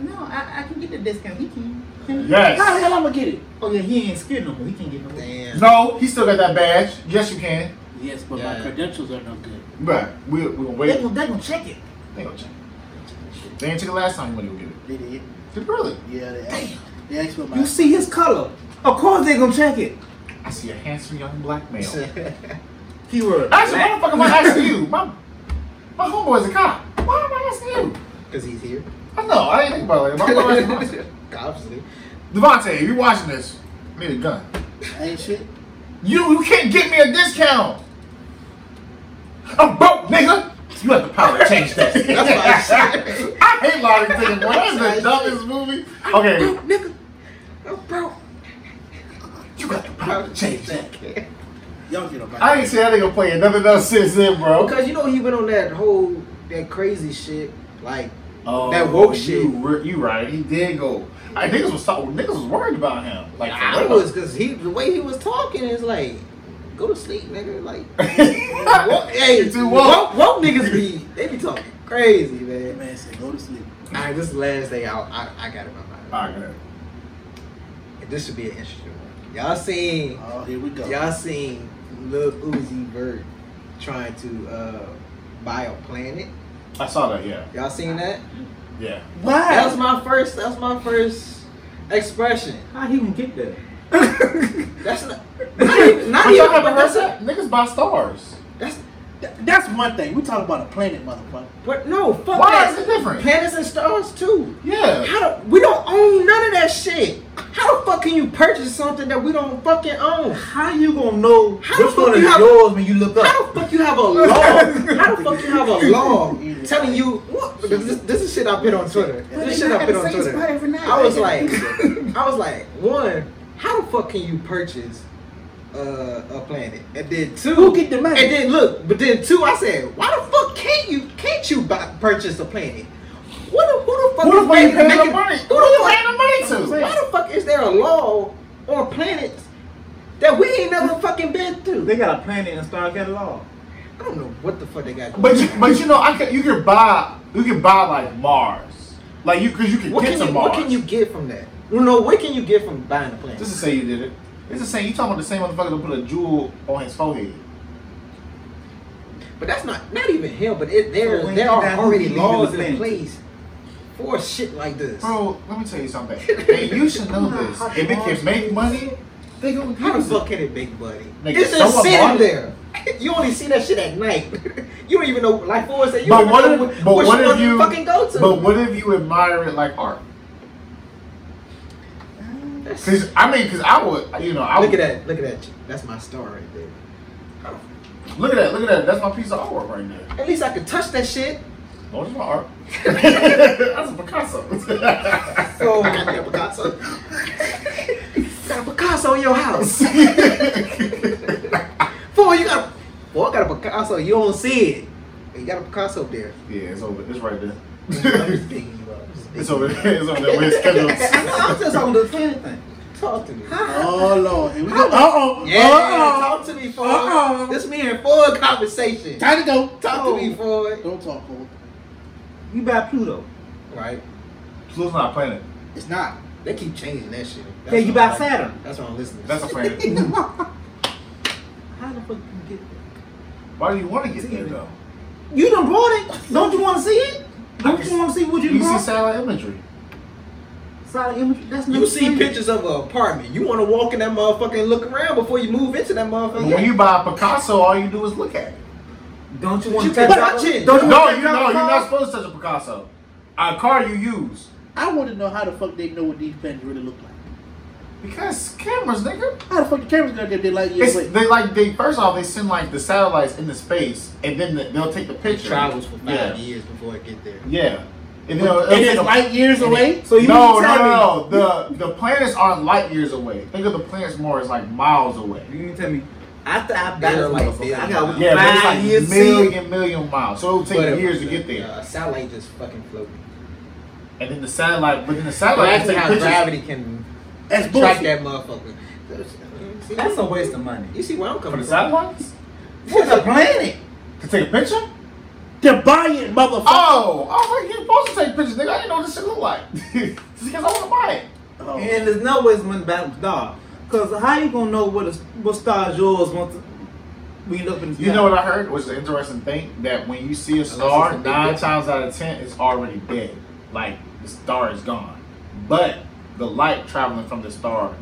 Speaker 1: No, I, I can get the discount. We can.
Speaker 5: How the
Speaker 3: Yes.
Speaker 5: hell I'm gonna get it?
Speaker 1: Oh yeah, he ain't scared no more. He can get no more.
Speaker 2: Damn.
Speaker 3: No, he still got that badge. Yes, you can.
Speaker 5: Yes, but
Speaker 2: Yeah.
Speaker 5: my credentials are no good.
Speaker 3: But we we gonna
Speaker 1: They
Speaker 3: wait.
Speaker 1: gonna, they gonna check it.
Speaker 3: They gonna check. They didn't check it last time. You went to go get it.
Speaker 5: They did.
Speaker 3: Did really?
Speaker 5: Yeah, they asked, they asked for my.
Speaker 1: You see his color. Of course they gonna check it.
Speaker 3: I see a handsome young black male. Actually,
Speaker 1: Keyword.
Speaker 3: why the fuck am I asking you? My my homeboy's a cop. Why am I asking you?
Speaker 2: Because he's here.
Speaker 3: I know. I didn't think about it. My boy asking you.
Speaker 2: Obviously.
Speaker 3: Devontae, if you're watching this, I need a gun.
Speaker 5: I ain't shit.
Speaker 3: You you can't get me a discount. I'm broke, nigga. You have the power to change that.
Speaker 2: That's what I said.
Speaker 3: I hate Lottie Thing. Boy, that's the dumbest movie. Okay,
Speaker 2: Nigga. Oh, I'm broke.
Speaker 3: you got the power to change that.
Speaker 5: Y'all get on my.
Speaker 3: I ain't seen that nigga play another nothing since then, bro.
Speaker 2: Because you know he went on that whole that crazy shit. Like
Speaker 3: Oh,
Speaker 2: That woke
Speaker 3: you,
Speaker 2: shit.
Speaker 3: re- You right? He did go. I niggas was talking. Niggas was worried about him. Like for
Speaker 2: I
Speaker 3: real.
Speaker 2: was because he the way he was talking is like go to sleep, nigga. Like woke, hey,
Speaker 3: You too woke.
Speaker 2: woke, woke niggas be they be talking crazy, man.
Speaker 5: Man said go to sleep.
Speaker 2: All right, this is the last thing I, I, I got in my mind.
Speaker 3: All right, go ahead.
Speaker 2: And This should be an interesting one. Y'all seen
Speaker 5: Oh, here we go.
Speaker 2: y'all seen Lil Uzi Vert trying to uh, buy a planet?
Speaker 3: I saw that. Yeah,
Speaker 2: Y'all seen that?
Speaker 3: yeah.
Speaker 2: That was
Speaker 5: Wow.
Speaker 2: my first. That was my first expression.
Speaker 1: How he gonna get there?
Speaker 2: That's not not even. Not
Speaker 3: but
Speaker 2: even
Speaker 3: y'all haven't
Speaker 2: but
Speaker 3: heard
Speaker 2: that's
Speaker 3: that? Niggas buy stars.
Speaker 2: That's
Speaker 5: Th- That's one thing. We talking about a planet, motherfucker.
Speaker 2: but no. Fuck
Speaker 3: Why is
Speaker 2: that.
Speaker 3: it different?
Speaker 2: Planets and stars too.
Speaker 3: Yeah.
Speaker 2: How do we don't own none of that shit? How the fuck fuck can you purchase something that we don't fucking own?
Speaker 1: How you gonna know
Speaker 2: How
Speaker 1: which
Speaker 2: the fuck
Speaker 1: one is
Speaker 2: you have-
Speaker 1: yours when you look
Speaker 2: How
Speaker 1: up?
Speaker 2: the fuck you have a law? How the fuck you have a law telling you what? This, this, this is shit I put on Twitter. This is shit I put on Twitter. I was like, I was like, one, how the fuck can you purchase uh, a planet? And then two,
Speaker 5: Who get the money?
Speaker 2: And then look, but then two, I said, why the fuck can't you can't you buy, purchase a planet? What the, who the fuck
Speaker 3: Who
Speaker 2: is
Speaker 3: the fuck you
Speaker 2: making-
Speaker 3: paying the
Speaker 2: making-
Speaker 3: money?
Speaker 2: Who
Speaker 3: Who
Speaker 2: the
Speaker 3: you
Speaker 2: fuck-
Speaker 3: paying the money to?
Speaker 2: Why the fuck is there a law on planets that we ain't never fucking been through?
Speaker 1: They got a planet and a star catalog.
Speaker 2: I don't know what the fuck they got.
Speaker 3: But you, but you know, I can, you can buy you can buy like Mars, like you because you can
Speaker 2: what
Speaker 3: get
Speaker 2: can
Speaker 3: to
Speaker 2: you,
Speaker 3: Mars.
Speaker 2: what can you get from that? You know, what can you get from buying a planet?
Speaker 3: Just to say you did it. It's the same. You talking about the same motherfucker that put a jewel on his forehead?
Speaker 2: but that's not not even hell. But it, there
Speaker 1: So when
Speaker 2: there
Speaker 1: you
Speaker 2: are
Speaker 1: die, who
Speaker 2: already
Speaker 1: you leaving
Speaker 2: laws
Speaker 1: the
Speaker 2: in
Speaker 1: planet?
Speaker 2: place for shit like this.
Speaker 3: Bro, let me tell you something. and you should know this. If it can make money, they gonna
Speaker 2: How the
Speaker 3: use it.
Speaker 2: fuck can it make money?
Speaker 3: Nigga,
Speaker 2: It's just
Speaker 3: someone bought
Speaker 2: sitting
Speaker 3: it.
Speaker 2: there. You only see that shit at night. you don't even know. Like Ford said, you
Speaker 3: But
Speaker 2: don't
Speaker 3: what
Speaker 2: even know
Speaker 3: if but
Speaker 2: which
Speaker 3: what
Speaker 2: one
Speaker 3: if you
Speaker 2: fucking go to.
Speaker 3: but what if you admire it like art?
Speaker 2: That's-
Speaker 3: Cause I mean, cause I would, you know, I
Speaker 2: look
Speaker 3: would
Speaker 2: at that. Look at that. That's my star right there.
Speaker 3: that. Look at that. Look at that. That's my piece of artwork right there.
Speaker 2: At least I could touch that shit.
Speaker 3: Oh, that's my art. that's a Picasso.
Speaker 2: So I got that Picasso. got a Picasso in your house. Fool, you got a boy, I got a Picasso. You don't see it. You got a Picasso up there.
Speaker 3: yeah, it's over. It's right there.
Speaker 2: I'm just picking you up. I'm just picking
Speaker 3: It's
Speaker 2: you
Speaker 3: over
Speaker 2: up.
Speaker 3: there. It's over there. Where it's scheduled.
Speaker 2: I know, I'm just on the planet thing. Talk to me.
Speaker 5: Oh lord, here we go. Uh oh.
Speaker 2: Yeah,
Speaker 5: Uh
Speaker 2: talk to me, Ford.
Speaker 5: Uh-oh.
Speaker 2: This me and Ford conversation.
Speaker 5: oh. Time to go. Oh.
Speaker 2: Talk to me, Ford.
Speaker 5: Don't talk, Cole.
Speaker 1: You buy Pluto.
Speaker 2: Right.
Speaker 3: Pluto's not a planet.
Speaker 5: It's not.
Speaker 2: They keep changing that shit. That's
Speaker 1: Yeah, you
Speaker 2: what I'm like-
Speaker 1: buy Saturn.
Speaker 2: That's what I'm listening to.
Speaker 3: That's a planet.
Speaker 1: How the fuck you get that?
Speaker 3: Why do you want to get there though?
Speaker 1: You done bought it. Don't you want to see it? Don't you want to see what you,
Speaker 3: You see
Speaker 1: bought?
Speaker 3: satellite imagery.
Speaker 1: Solid image. That's
Speaker 2: You
Speaker 1: never
Speaker 2: see
Speaker 1: seen.
Speaker 2: pictures of an apartment. You want to walk in that motherfucker and look around before you move into that motherfucker.
Speaker 3: When you buy a Picasso, all you do is look at it.
Speaker 1: Don't you want
Speaker 2: You
Speaker 1: to touch
Speaker 2: can
Speaker 1: that?
Speaker 2: touch it.
Speaker 1: Don't you
Speaker 3: No,
Speaker 1: want
Speaker 3: you
Speaker 1: to
Speaker 3: no,
Speaker 1: touch
Speaker 3: you're
Speaker 1: that?
Speaker 3: not supposed to touch a Picasso. A car you use
Speaker 5: I want to know how the fuck they know what these planets really look like.
Speaker 3: because cameras, nigga.
Speaker 5: How the fuck the cameras gonna get they like yeah,
Speaker 3: It's,
Speaker 5: wait.
Speaker 3: they like they first off they send like the satellites into space and then the, they'll take the
Speaker 2: It
Speaker 3: picture.
Speaker 2: travels for five
Speaker 3: yeah,
Speaker 2: years before it get there.
Speaker 3: yeah. And then
Speaker 5: It is light years away.
Speaker 1: So you
Speaker 3: no,
Speaker 1: mean to
Speaker 3: no,
Speaker 1: tell me?
Speaker 3: no, no. The the planets aren't light years away. Think of the planets more as like miles away.
Speaker 1: You mean to tell me? After I
Speaker 2: Yeah,
Speaker 1: got it like
Speaker 2: motherfucker.
Speaker 1: this, I got
Speaker 3: Yeah, but it's
Speaker 1: five years
Speaker 3: like
Speaker 1: to see it.
Speaker 3: million, million miles. So it'll take
Speaker 2: But, uh,
Speaker 3: years to get there.
Speaker 2: uh, satellite just fucking floating.
Speaker 3: And then the satellite, but then the
Speaker 2: But
Speaker 3: satellite
Speaker 2: that's
Speaker 3: can take
Speaker 2: how
Speaker 3: pictures.
Speaker 2: gravity can
Speaker 5: That's
Speaker 2: track
Speaker 5: bullshit.
Speaker 2: that motherfucker. See,
Speaker 1: That's a waste of money.
Speaker 2: You see where I'm
Speaker 3: For
Speaker 2: coming
Speaker 3: the
Speaker 2: from?
Speaker 3: satellites?
Speaker 1: It's a planet.
Speaker 3: To take a picture?
Speaker 5: They're buying, motherfucker.
Speaker 3: Oh, I was like, you're supposed to take pictures, nigga. I didn't know what this shit look like. Just because I want to buy it.
Speaker 5: Oh.
Speaker 1: And there's no way it's money back with dog. Cause how you gonna know what a, what star is yours once we end up in the sky?
Speaker 3: You know what I heard was an interesting thing that when you see a
Speaker 2: it's
Speaker 3: star,
Speaker 2: a big
Speaker 3: nine
Speaker 2: bitch.
Speaker 3: times out of ten, it's already dead. Like the star is gone, but the light traveling from the star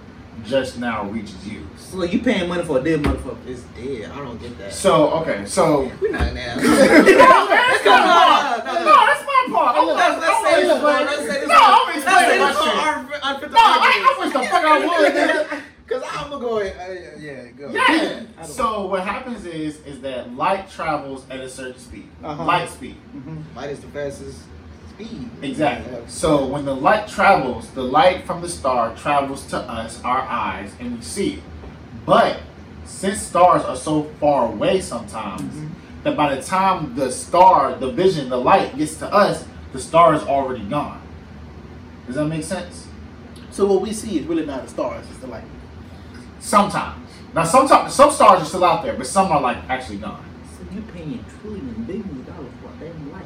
Speaker 3: just now reaches you.
Speaker 1: So you paying money for a dead motherfucker?
Speaker 2: It's dead. I don't get that.
Speaker 3: So okay, so
Speaker 2: We're not now.
Speaker 3: No, that's
Speaker 2: No, no,
Speaker 3: my part.
Speaker 2: no, no.
Speaker 3: No, that's my part. I'm-
Speaker 2: Let's- let's
Speaker 3: I'm
Speaker 2: say this,
Speaker 3: explaining.
Speaker 2: bro. Let's say this.
Speaker 3: No, I'm
Speaker 2: Let's
Speaker 3: explaining
Speaker 2: say
Speaker 3: my
Speaker 2: this on
Speaker 3: shit.
Speaker 2: our- our fifth
Speaker 3: No, I,
Speaker 2: episode.
Speaker 3: I wish the fuck I would, nigga.
Speaker 2: Cause I'm gonna go. ahead- Uh, yeah, go.
Speaker 3: Yeah. So what happens is, is that light travels at a certain speed,
Speaker 1: Uh-huh.
Speaker 3: light speed.
Speaker 2: Light is the fastest speed.
Speaker 3: Exactly. So when the light travels, the light from the star travels to us, our eyes, and we see it. But since stars are so far away sometimes, that by the time the star, the vision, the light gets to us, the star is already gone. Does that make sense?
Speaker 5: So what we see is really not the stars. It's the light.
Speaker 3: Sometimes. Now, sometimes some stars are still out there, but some are like actually gone.
Speaker 1: So you paying trillion billion dollars for a damn light.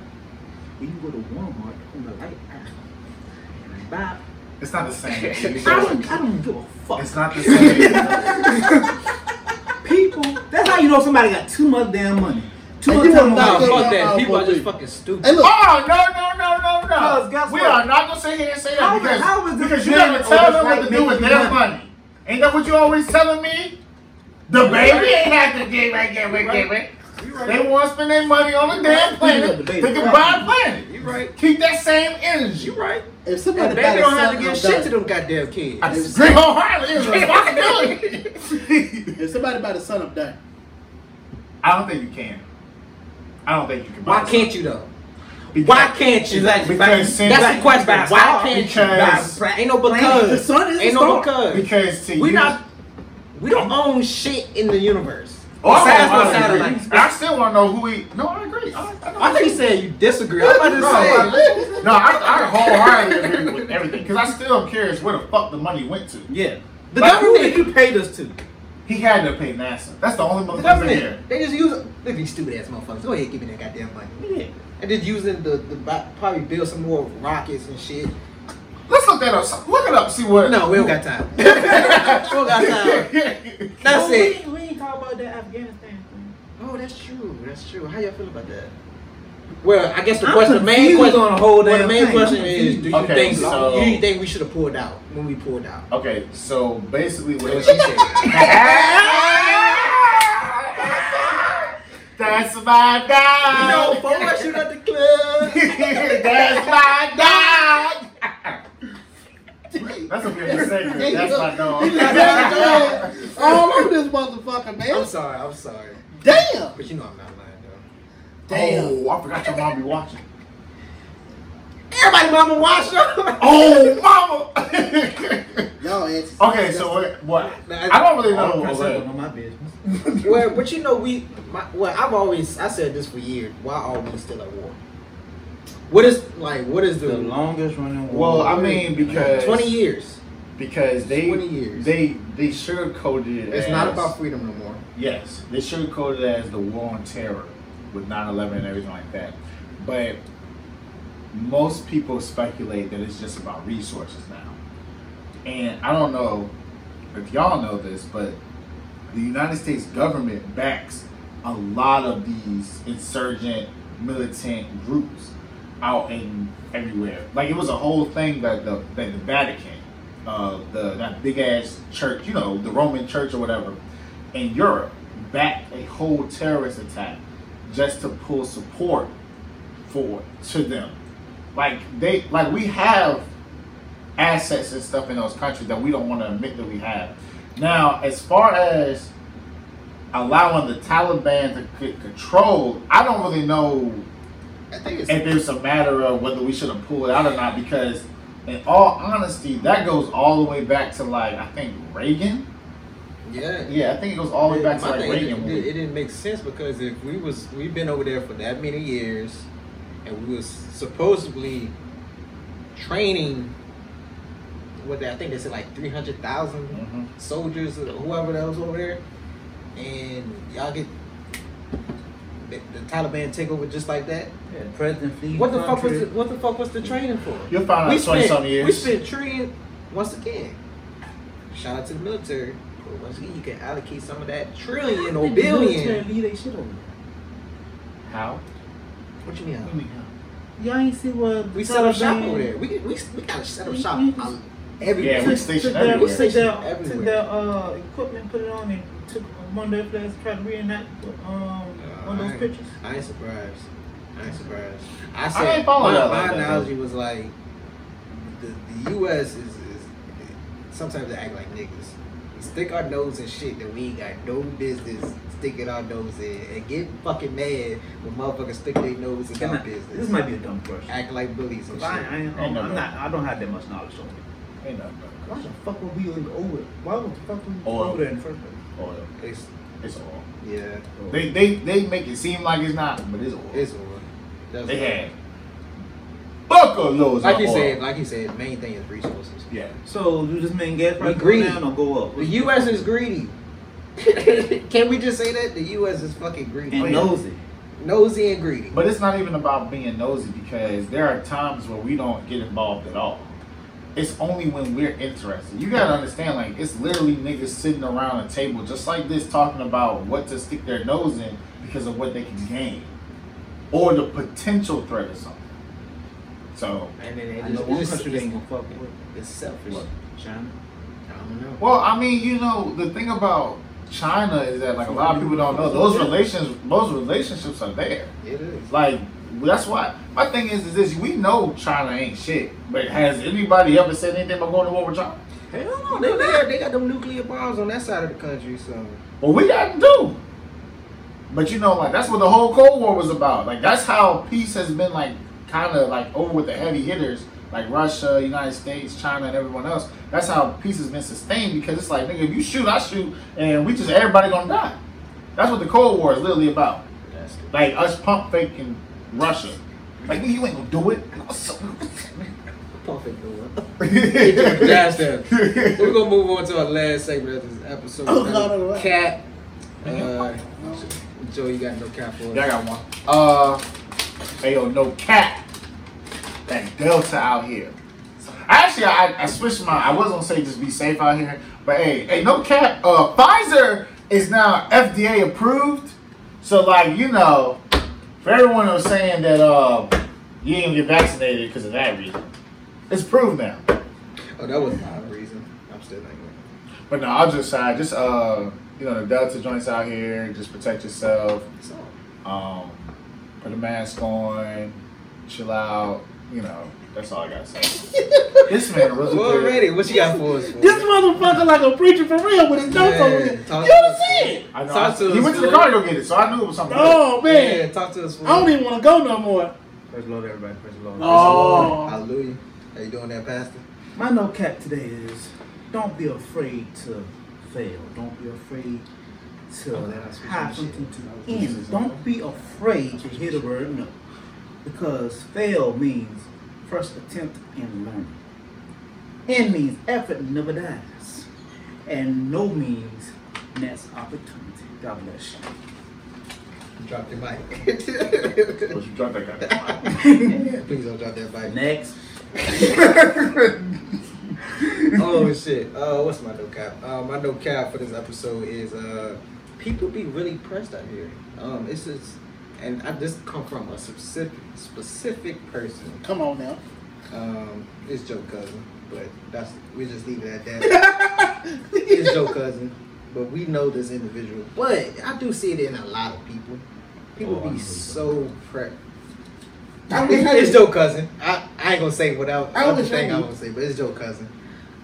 Speaker 1: When you go to Walmart on the light aisle, buy.
Speaker 3: It's not the same.
Speaker 1: I don't, I don't give a fuck.
Speaker 3: it's not the same.
Speaker 1: People, that's how you know somebody got too much damn money. Too
Speaker 5: And
Speaker 1: much
Speaker 5: you
Speaker 1: time
Speaker 5: won't
Speaker 2: Nah,
Speaker 1: on
Speaker 5: know.
Speaker 1: their
Speaker 2: fuck
Speaker 1: hands.
Speaker 2: that.
Speaker 5: Yeah,
Speaker 2: People are just
Speaker 5: yeah.
Speaker 2: fucking stupid.
Speaker 5: Hey, look.
Speaker 3: Oh no no no no
Speaker 1: Because
Speaker 3: no!
Speaker 1: guess
Speaker 3: We
Speaker 1: what?
Speaker 3: are not gonna sit here and say
Speaker 1: How
Speaker 3: that
Speaker 1: is-
Speaker 3: because,
Speaker 1: how is this
Speaker 3: because you
Speaker 1: man
Speaker 3: never
Speaker 1: or
Speaker 3: tell
Speaker 1: this
Speaker 3: them what
Speaker 1: white
Speaker 3: to do with
Speaker 1: man
Speaker 3: their
Speaker 1: money?
Speaker 3: money. Ain't that what you always telling me? The baby ain't have to get right, get right, get right. They want to spend their money on a damn
Speaker 1: You
Speaker 3: planet.
Speaker 1: got the baby.
Speaker 3: They can buy a planet.
Speaker 2: You right.
Speaker 3: Keep that same energy.
Speaker 2: You right.
Speaker 5: If
Speaker 2: And
Speaker 5: somebody
Speaker 2: baby
Speaker 5: buy the
Speaker 2: don't have to
Speaker 5: son,
Speaker 2: give
Speaker 5: I'm
Speaker 2: shit
Speaker 5: done.
Speaker 2: to them goddamn kids.
Speaker 3: I disagree wholeheartedly. It's responsibility.
Speaker 5: If somebody buy the son, I'm done.
Speaker 3: I don't think you can. I don't think you can.
Speaker 2: Why can't you though? Why can't you?
Speaker 1: Exactly.
Speaker 3: Because since
Speaker 2: That's the question. Why can't
Speaker 3: Because-
Speaker 2: you? Nah, Ain't no
Speaker 5: The
Speaker 2: because.
Speaker 5: son is
Speaker 2: Ain't
Speaker 5: a
Speaker 2: no
Speaker 5: star.
Speaker 2: because.
Speaker 3: Because to
Speaker 2: We
Speaker 3: you,
Speaker 2: not. We don't own shit in the universe.
Speaker 3: Oh, I
Speaker 2: Besides
Speaker 3: wanna
Speaker 2: for
Speaker 3: agree.
Speaker 2: satellites.
Speaker 3: And I still want to know who he. No, I agree. I, I, know.
Speaker 2: I think you said you disagree. I'm about
Speaker 3: No,
Speaker 2: to say.
Speaker 3: I, no, I, I wholeheartedly agree with everything because I still am curious where the fuck the money went to.
Speaker 1: Yeah. The
Speaker 3: Like,
Speaker 1: government
Speaker 2: who-
Speaker 1: that you paid us to.
Speaker 3: He had to pay NASA. That's the only
Speaker 2: The
Speaker 3: motherfucker here.
Speaker 2: government, they just use look at these stupid ass motherfuckers. Go ahead, give me that goddamn money.
Speaker 1: Yeah.
Speaker 2: And just using the, the bi- probably build some more rockets and shit.
Speaker 3: Let's look that up. Look it up. See what.
Speaker 2: No, we don't got time. we don't got time. That's it.
Speaker 1: We, ain't talking about that Afghanistan thing.
Speaker 2: Oh, that's true. That's true. How y'all feel about that? Well, I guess the
Speaker 1: I'm
Speaker 2: question, the main
Speaker 1: confused
Speaker 2: question,
Speaker 1: on the whole
Speaker 2: well, the
Speaker 1: damn
Speaker 2: main
Speaker 1: thing.
Speaker 2: question
Speaker 1: I'm
Speaker 2: is, do you
Speaker 3: Okay,
Speaker 2: think
Speaker 3: so-
Speaker 2: do you think we should have pulled out when we pulled out?
Speaker 3: Okay, so basically
Speaker 2: That's
Speaker 3: what
Speaker 2: what she said.
Speaker 3: That's my
Speaker 2: no,
Speaker 3: dog.
Speaker 2: before I shoot at the club.
Speaker 3: That's my dog. That's a good segment. That's my dog.
Speaker 5: All over this motherfucker,
Speaker 2: I'm
Speaker 5: man.
Speaker 2: sorry. I'm sorry.
Speaker 5: Damn.
Speaker 2: But you know I'm not lying though.
Speaker 5: Damn.
Speaker 3: Oh, I forgot your mom be watching.
Speaker 2: Everybody, mama, watch her.
Speaker 3: Oh, mama.
Speaker 5: Y'all asses.
Speaker 3: okay, so what? what? I don't really know.
Speaker 1: Oh,
Speaker 3: what
Speaker 1: that's
Speaker 3: that-
Speaker 1: none of my business.
Speaker 2: well, but you know we. My, well, I've always I said this for years. Why are we still at war? What is like? What is the,
Speaker 1: The longest running war.
Speaker 3: Well, I mean, because
Speaker 2: twenty years?
Speaker 3: because they
Speaker 2: 20 years.
Speaker 3: they they sugarcoated it.
Speaker 2: It's
Speaker 3: as,
Speaker 2: not about freedom no more.
Speaker 3: Yes, they sugarcoated it as the war on terror with 9/11 and everything like that. But most people speculate that it's just about resources now. And I don't know if y'all know this, but the United States government backs a lot of these insurgent militant groups out in everywhere. Like it was a whole thing that the that the Vatican, uh, the that big ass church, you know, the Roman Church or whatever, in Europe, backed a whole terrorist attack just to pull support for to them. Like they like we have assets and stuff in those countries that we don't want to admit that we have. Now, as far as allowing the Taliban to c- control, I don't really know
Speaker 2: I think it's
Speaker 3: if it's a matter of whether we should have pulled out or not because in all honesty that goes all the way back to like i think reagan
Speaker 2: yeah.
Speaker 3: yeah i think it goes all the way back to
Speaker 2: My
Speaker 3: like
Speaker 2: thing, it,
Speaker 3: reagan
Speaker 2: it, it didn't make sense because if we was we've been over there for that many years, and we was supposedly training. What they, I think they said like three hundred thousand
Speaker 3: Mhm.
Speaker 2: soldiers or whoever that was over there, and y'all get the, the Taliban take over just like that.
Speaker 1: Yeah, President flees
Speaker 2: What the fuck was
Speaker 1: country.
Speaker 2: the, what the fuck was the training for?
Speaker 3: You'll find out
Speaker 2: we
Speaker 3: in 20
Speaker 2: spent,
Speaker 3: some years.
Speaker 2: We spent trillion once again. Shout out to the military. But once again, you can allocate some of that trillion or billion.
Speaker 1: Leave they shit over.
Speaker 3: how
Speaker 2: What you mean?
Speaker 1: Y'all ain't see what
Speaker 2: We set up shop
Speaker 1: Taliban-
Speaker 2: over there. We we, we gotta set up
Speaker 1: We-
Speaker 2: shop
Speaker 1: we-
Speaker 2: on every
Speaker 3: Yeah, we-
Speaker 1: Took-
Speaker 3: stationed
Speaker 1: took their-
Speaker 3: everywhere.
Speaker 1: Took their,
Speaker 2: Stationed
Speaker 1: took their uh, equipment, put it on, and took one of their flags, tried to reenact um, one of
Speaker 2: I-
Speaker 1: those pictures.
Speaker 2: I ain't surprised. I ain't surprised. I
Speaker 3: ain't
Speaker 2: said
Speaker 3: following
Speaker 2: my,
Speaker 3: that
Speaker 2: my
Speaker 3: like that,
Speaker 2: analogy was like the, the U.S. is, is sometimes they act like niggas. We stick our nose in shit that we ain't got no business sticking our nose in, and get fucking mad when motherfuckers stick their nose in
Speaker 1: Can
Speaker 2: our
Speaker 1: I-
Speaker 2: business.
Speaker 1: This might be a dumb question.
Speaker 2: act like bullies and shit.
Speaker 1: I, I, ain't-
Speaker 3: Ain't
Speaker 1: I'm,
Speaker 3: no dumb.
Speaker 1: not. I don't have that much knowledge on it.
Speaker 3: Ain't nothing
Speaker 1: Why the fuck would we even over? Why would the fuck would we
Speaker 3: Oil.
Speaker 1: over there in the first place?
Speaker 3: but oil.
Speaker 2: It's-
Speaker 3: It's oil.
Speaker 2: yeah,
Speaker 3: They, they they make it seem like it's not, but it's oil.
Speaker 2: it's over. That's
Speaker 3: they
Speaker 2: over.
Speaker 3: had buckloads
Speaker 2: like
Speaker 3: of
Speaker 2: you
Speaker 3: oil.
Speaker 2: said, like you said, main thing is resources.
Speaker 3: yeah.
Speaker 1: So do this mean gas prices go
Speaker 2: Agreed.
Speaker 1: down or go up?
Speaker 2: The U.S. is greedy. Can we just say that the U.S. is fucking greedy?
Speaker 1: and nosy.
Speaker 2: nosy and greedy.
Speaker 3: But it's not even about being nosy because there are times where we don't get involved at all. It's only when we're interested. You gotta understand, like it's literally niggas sitting around a table just like this talking about what to stick their nose in because of what they can gain. Or the potential threat of something. So
Speaker 2: and then
Speaker 1: I
Speaker 2: they
Speaker 1: know
Speaker 2: just,
Speaker 1: one
Speaker 2: it's,
Speaker 1: country they
Speaker 2: it's,
Speaker 1: ain't gonna fuck with.
Speaker 2: it's selfish.
Speaker 1: What? China.
Speaker 2: I don't know.
Speaker 3: well, I mean, you know, the thing about China is that like a lot of people don't know those relations those relationships are there.
Speaker 2: It is.
Speaker 3: Like That's why my thing is is this: we know China ain't shit, but has anybody ever said anything about going to war with China?
Speaker 6: Hell no, they, they, they got them nuclear bombs on that side of the country, so
Speaker 3: Well, we got to do. But you know, like that's what the whole Cold War was about. Like that's how peace has been like kind of like over with the heavy hitters, like Russia, United States, China, and everyone else. That's how peace has been sustained because it's like, nigga, if you shoot, I shoot, and we just everybody gonna die. That's what the Cold War is literally about.
Speaker 6: that's the
Speaker 3: Like us pump faking Russia. Like you ain't gonna do it. What's up?
Speaker 6: perfect door.
Speaker 2: Dash them. We're gonna move on to our last segment of this episode.
Speaker 5: Oh, God, all right.
Speaker 2: Cat. Uh, Joe, you got no cat for us.
Speaker 3: Yeah, I got one. Uh, hey yo, no cat. That Delta out here. Actually, I, I switched my. I was gonna say just be safe out here, but hey, hey, no cat. Uh, Pfizer is now FDA approved. So like you know, for everyone who's saying that uh, you didn't get vaccinated because of that reason, it's proved now.
Speaker 2: Oh, that was my reason. I'm still not going.
Speaker 3: But no, I'll just side. Just uh, you know, the Delta joints out here. Just protect yourself.
Speaker 2: So,
Speaker 3: Um, put a mask on, chill out. You know, that's all I gotta say. this man really
Speaker 2: well,
Speaker 3: good.
Speaker 2: already, what you got for us?
Speaker 5: This motherfucker like a preacher for real with his notes
Speaker 2: Yeah,
Speaker 5: over here. You
Speaker 2: talk-
Speaker 5: don't see it.
Speaker 3: I know.
Speaker 2: Talk to
Speaker 3: he
Speaker 2: us,
Speaker 3: went to the
Speaker 2: Lord.
Speaker 3: car to go get it, so I knew it was something.
Speaker 5: Oh man,
Speaker 2: Yeah, talk to us.
Speaker 5: I don't even want to go no more.
Speaker 1: Praise the Lord, everybody. Praise the Lord.
Speaker 5: Oh.
Speaker 2: Hallelujah. How you doing there, Pastor?
Speaker 1: My no cap today is don't be afraid to fail. Don't be afraid to
Speaker 2: Oh, that's what
Speaker 1: have
Speaker 2: you said.
Speaker 1: something to
Speaker 2: That was
Speaker 1: end. Don't be afraid to hear the word no. Because fail means first attempt and learning. N means effort never dies. And no means next opportunity. God bless you.
Speaker 2: You dropped your mic.
Speaker 3: But you dropped that guy.
Speaker 2: Please don't drop that mic.
Speaker 1: Next.
Speaker 2: oh shit. Uh, what's my no cap? Uh, my no cap for this episode is uh, people be really pressed out here. Um, it's just, and I just come from a specific specific person.
Speaker 5: Come on now.
Speaker 2: Um, it's Joe Cousin, but that's we just leave it at that. it's Joe Cousin, but we know this individual. But I do see it in a lot of people. People be so pressed.
Speaker 5: I wish I
Speaker 2: It's
Speaker 5: did.
Speaker 2: Joe Cousin. I, I ain't gonna say what I,
Speaker 5: I
Speaker 2: I was
Speaker 5: wish I
Speaker 2: thing I
Speaker 5: knew.
Speaker 2: was gonna say, but it's Joe Cousin.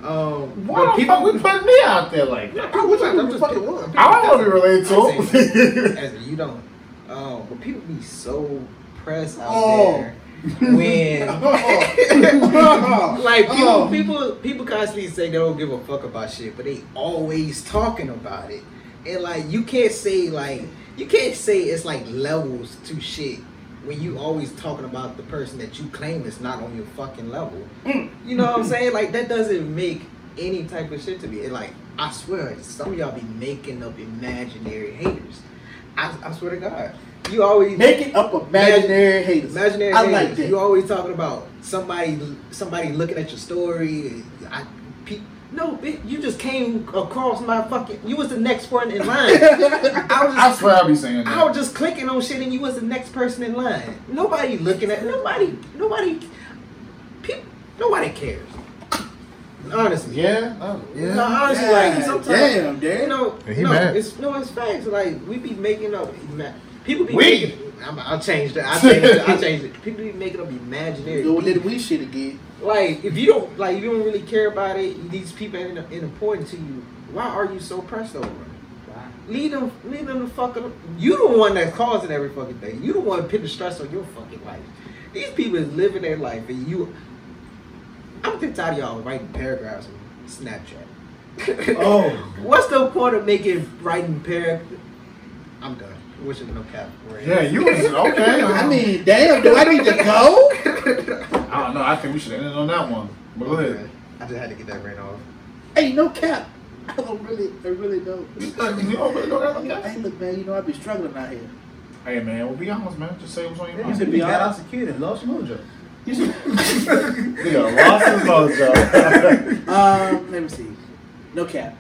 Speaker 2: Um,
Speaker 3: Why
Speaker 2: but
Speaker 3: the fuck we putting me out there like that?
Speaker 5: I wish I
Speaker 2: I'm
Speaker 5: knew
Speaker 2: just
Speaker 5: the fucking
Speaker 2: picking-
Speaker 5: one.
Speaker 2: I'm
Speaker 3: I don't want to be related
Speaker 2: I'm
Speaker 3: to him.
Speaker 2: as you don't. Um, but people be so pressed out
Speaker 5: Oh.
Speaker 2: there when like people,
Speaker 5: Oh.
Speaker 2: people, people constantly say they don't give a fuck about shit, but they always talking about it, and like you can't say like you can't say it's like levels to shit when you always talking about the person that you claim is not on your fucking level. You know what I'm saying? Like that doesn't make any type of shit to me. And like I swear, some of y'all be making up imaginary haters. I, I swear to God, you always
Speaker 5: Making up imaginary haters.
Speaker 2: Imaginary
Speaker 5: I
Speaker 2: haters.
Speaker 5: like that.
Speaker 2: You always talking about somebody somebody looking at your story. I, pe- no, bitch, you just came across my fucking. You was the next one in line. I was
Speaker 3: I
Speaker 2: just,
Speaker 3: swear I'll be saying
Speaker 2: I
Speaker 3: that.
Speaker 2: was just clicking on shit, and you was the next person in line. Nobody looking at nobody. Nobody. People, nobody cares. Honestly,
Speaker 3: Yeah. oh,
Speaker 2: No,
Speaker 3: Yeah.
Speaker 2: honestly,
Speaker 5: God
Speaker 2: like sometimes
Speaker 5: damn, Dad.
Speaker 2: you know,
Speaker 4: He
Speaker 2: no,
Speaker 4: mad.
Speaker 2: it's no, it's facts. Like we be making up, ima- people be.
Speaker 3: We.
Speaker 2: Making, I'm, I'll change that. I changed it. I changed it. People be making up imaginary.
Speaker 5: Doing
Speaker 2: beef.
Speaker 5: that we shit again.
Speaker 2: Like if you don't, like if you don't really care about it, these people ain't, ain't important to you. Why are you so pressed over? it? Leave them, leave them the fuck up. You the one that's causing every fucking thing. You the one putting stress on your fucking life. These people is living their life, and you. I'm getting tired of y'all writing paragraphs on Snapchat.
Speaker 1: Oh.
Speaker 2: What's the point of making writing pair? I'm done. Which is no cap. We're in.
Speaker 3: Yeah, you was okay.
Speaker 5: I mean, damn, do I need to go?
Speaker 3: I don't know. I think we should end it on that one. But go ahead.
Speaker 2: I just had to get that ran off.
Speaker 5: Hey, no cap. I don't really, I really don't.
Speaker 3: You don't really know that one, guys?
Speaker 5: Hey, look, man, you know I be struggling out here.
Speaker 3: Hey man, well be honest, man. Just say what's on your
Speaker 1: You
Speaker 3: mind.
Speaker 1: should be glad I secured and lost mojo.
Speaker 3: Nigga, lost his mojo.
Speaker 5: Um, let me see. No cap.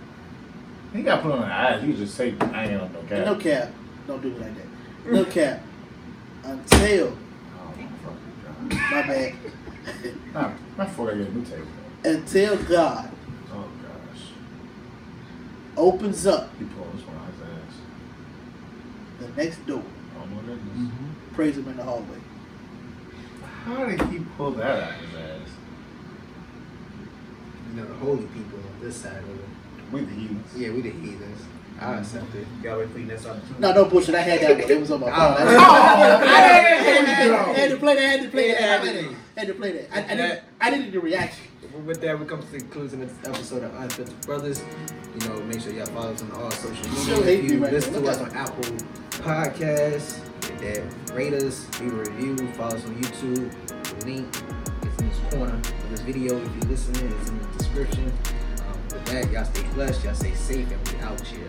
Speaker 3: he got put on the eyes. You just say, I ain't on no cat.
Speaker 5: No cap. Don't do it like that. No cap. Until
Speaker 3: Oh, my fucking God.
Speaker 5: my bad.
Speaker 3: Nah, my fork, I get a new table.
Speaker 5: Until God
Speaker 3: Oh, gosh.
Speaker 5: opens up
Speaker 3: He pulled this one out his ass.
Speaker 5: the next door,
Speaker 3: Oh, my goodness.
Speaker 1: Mm-hmm.
Speaker 5: praise Him in the hallway.
Speaker 3: How did he pull that out of his ass?
Speaker 2: You know, the holy people on this side of it.
Speaker 3: We the heathens.
Speaker 2: Yeah, we the heathens. I accept it.
Speaker 1: Y'all wait for your next opportunity.
Speaker 5: No, no bullshit. I had that one. It was on my phone.
Speaker 2: Oh.
Speaker 5: I- I had- I had to play that. I had to play that.
Speaker 2: Yeah,
Speaker 5: I had to- I had to play that. I, I, didn't, I didn't do the reaction.
Speaker 2: With that, we come to the conclusion of this episode of Unfiltered Brothers. You know, make sure y'all follow us on all social media.
Speaker 5: Sure hate
Speaker 2: if
Speaker 5: me
Speaker 2: you
Speaker 5: right
Speaker 2: listen
Speaker 5: now.
Speaker 2: to
Speaker 5: Look
Speaker 2: us on Apple Podcasts, that rate us, leave a review, follow us on YouTube. The link is in this corner of this video. If you're listening, it's in the description. Um, with that, y'all stay blessed, y'all stay safe, and we out here.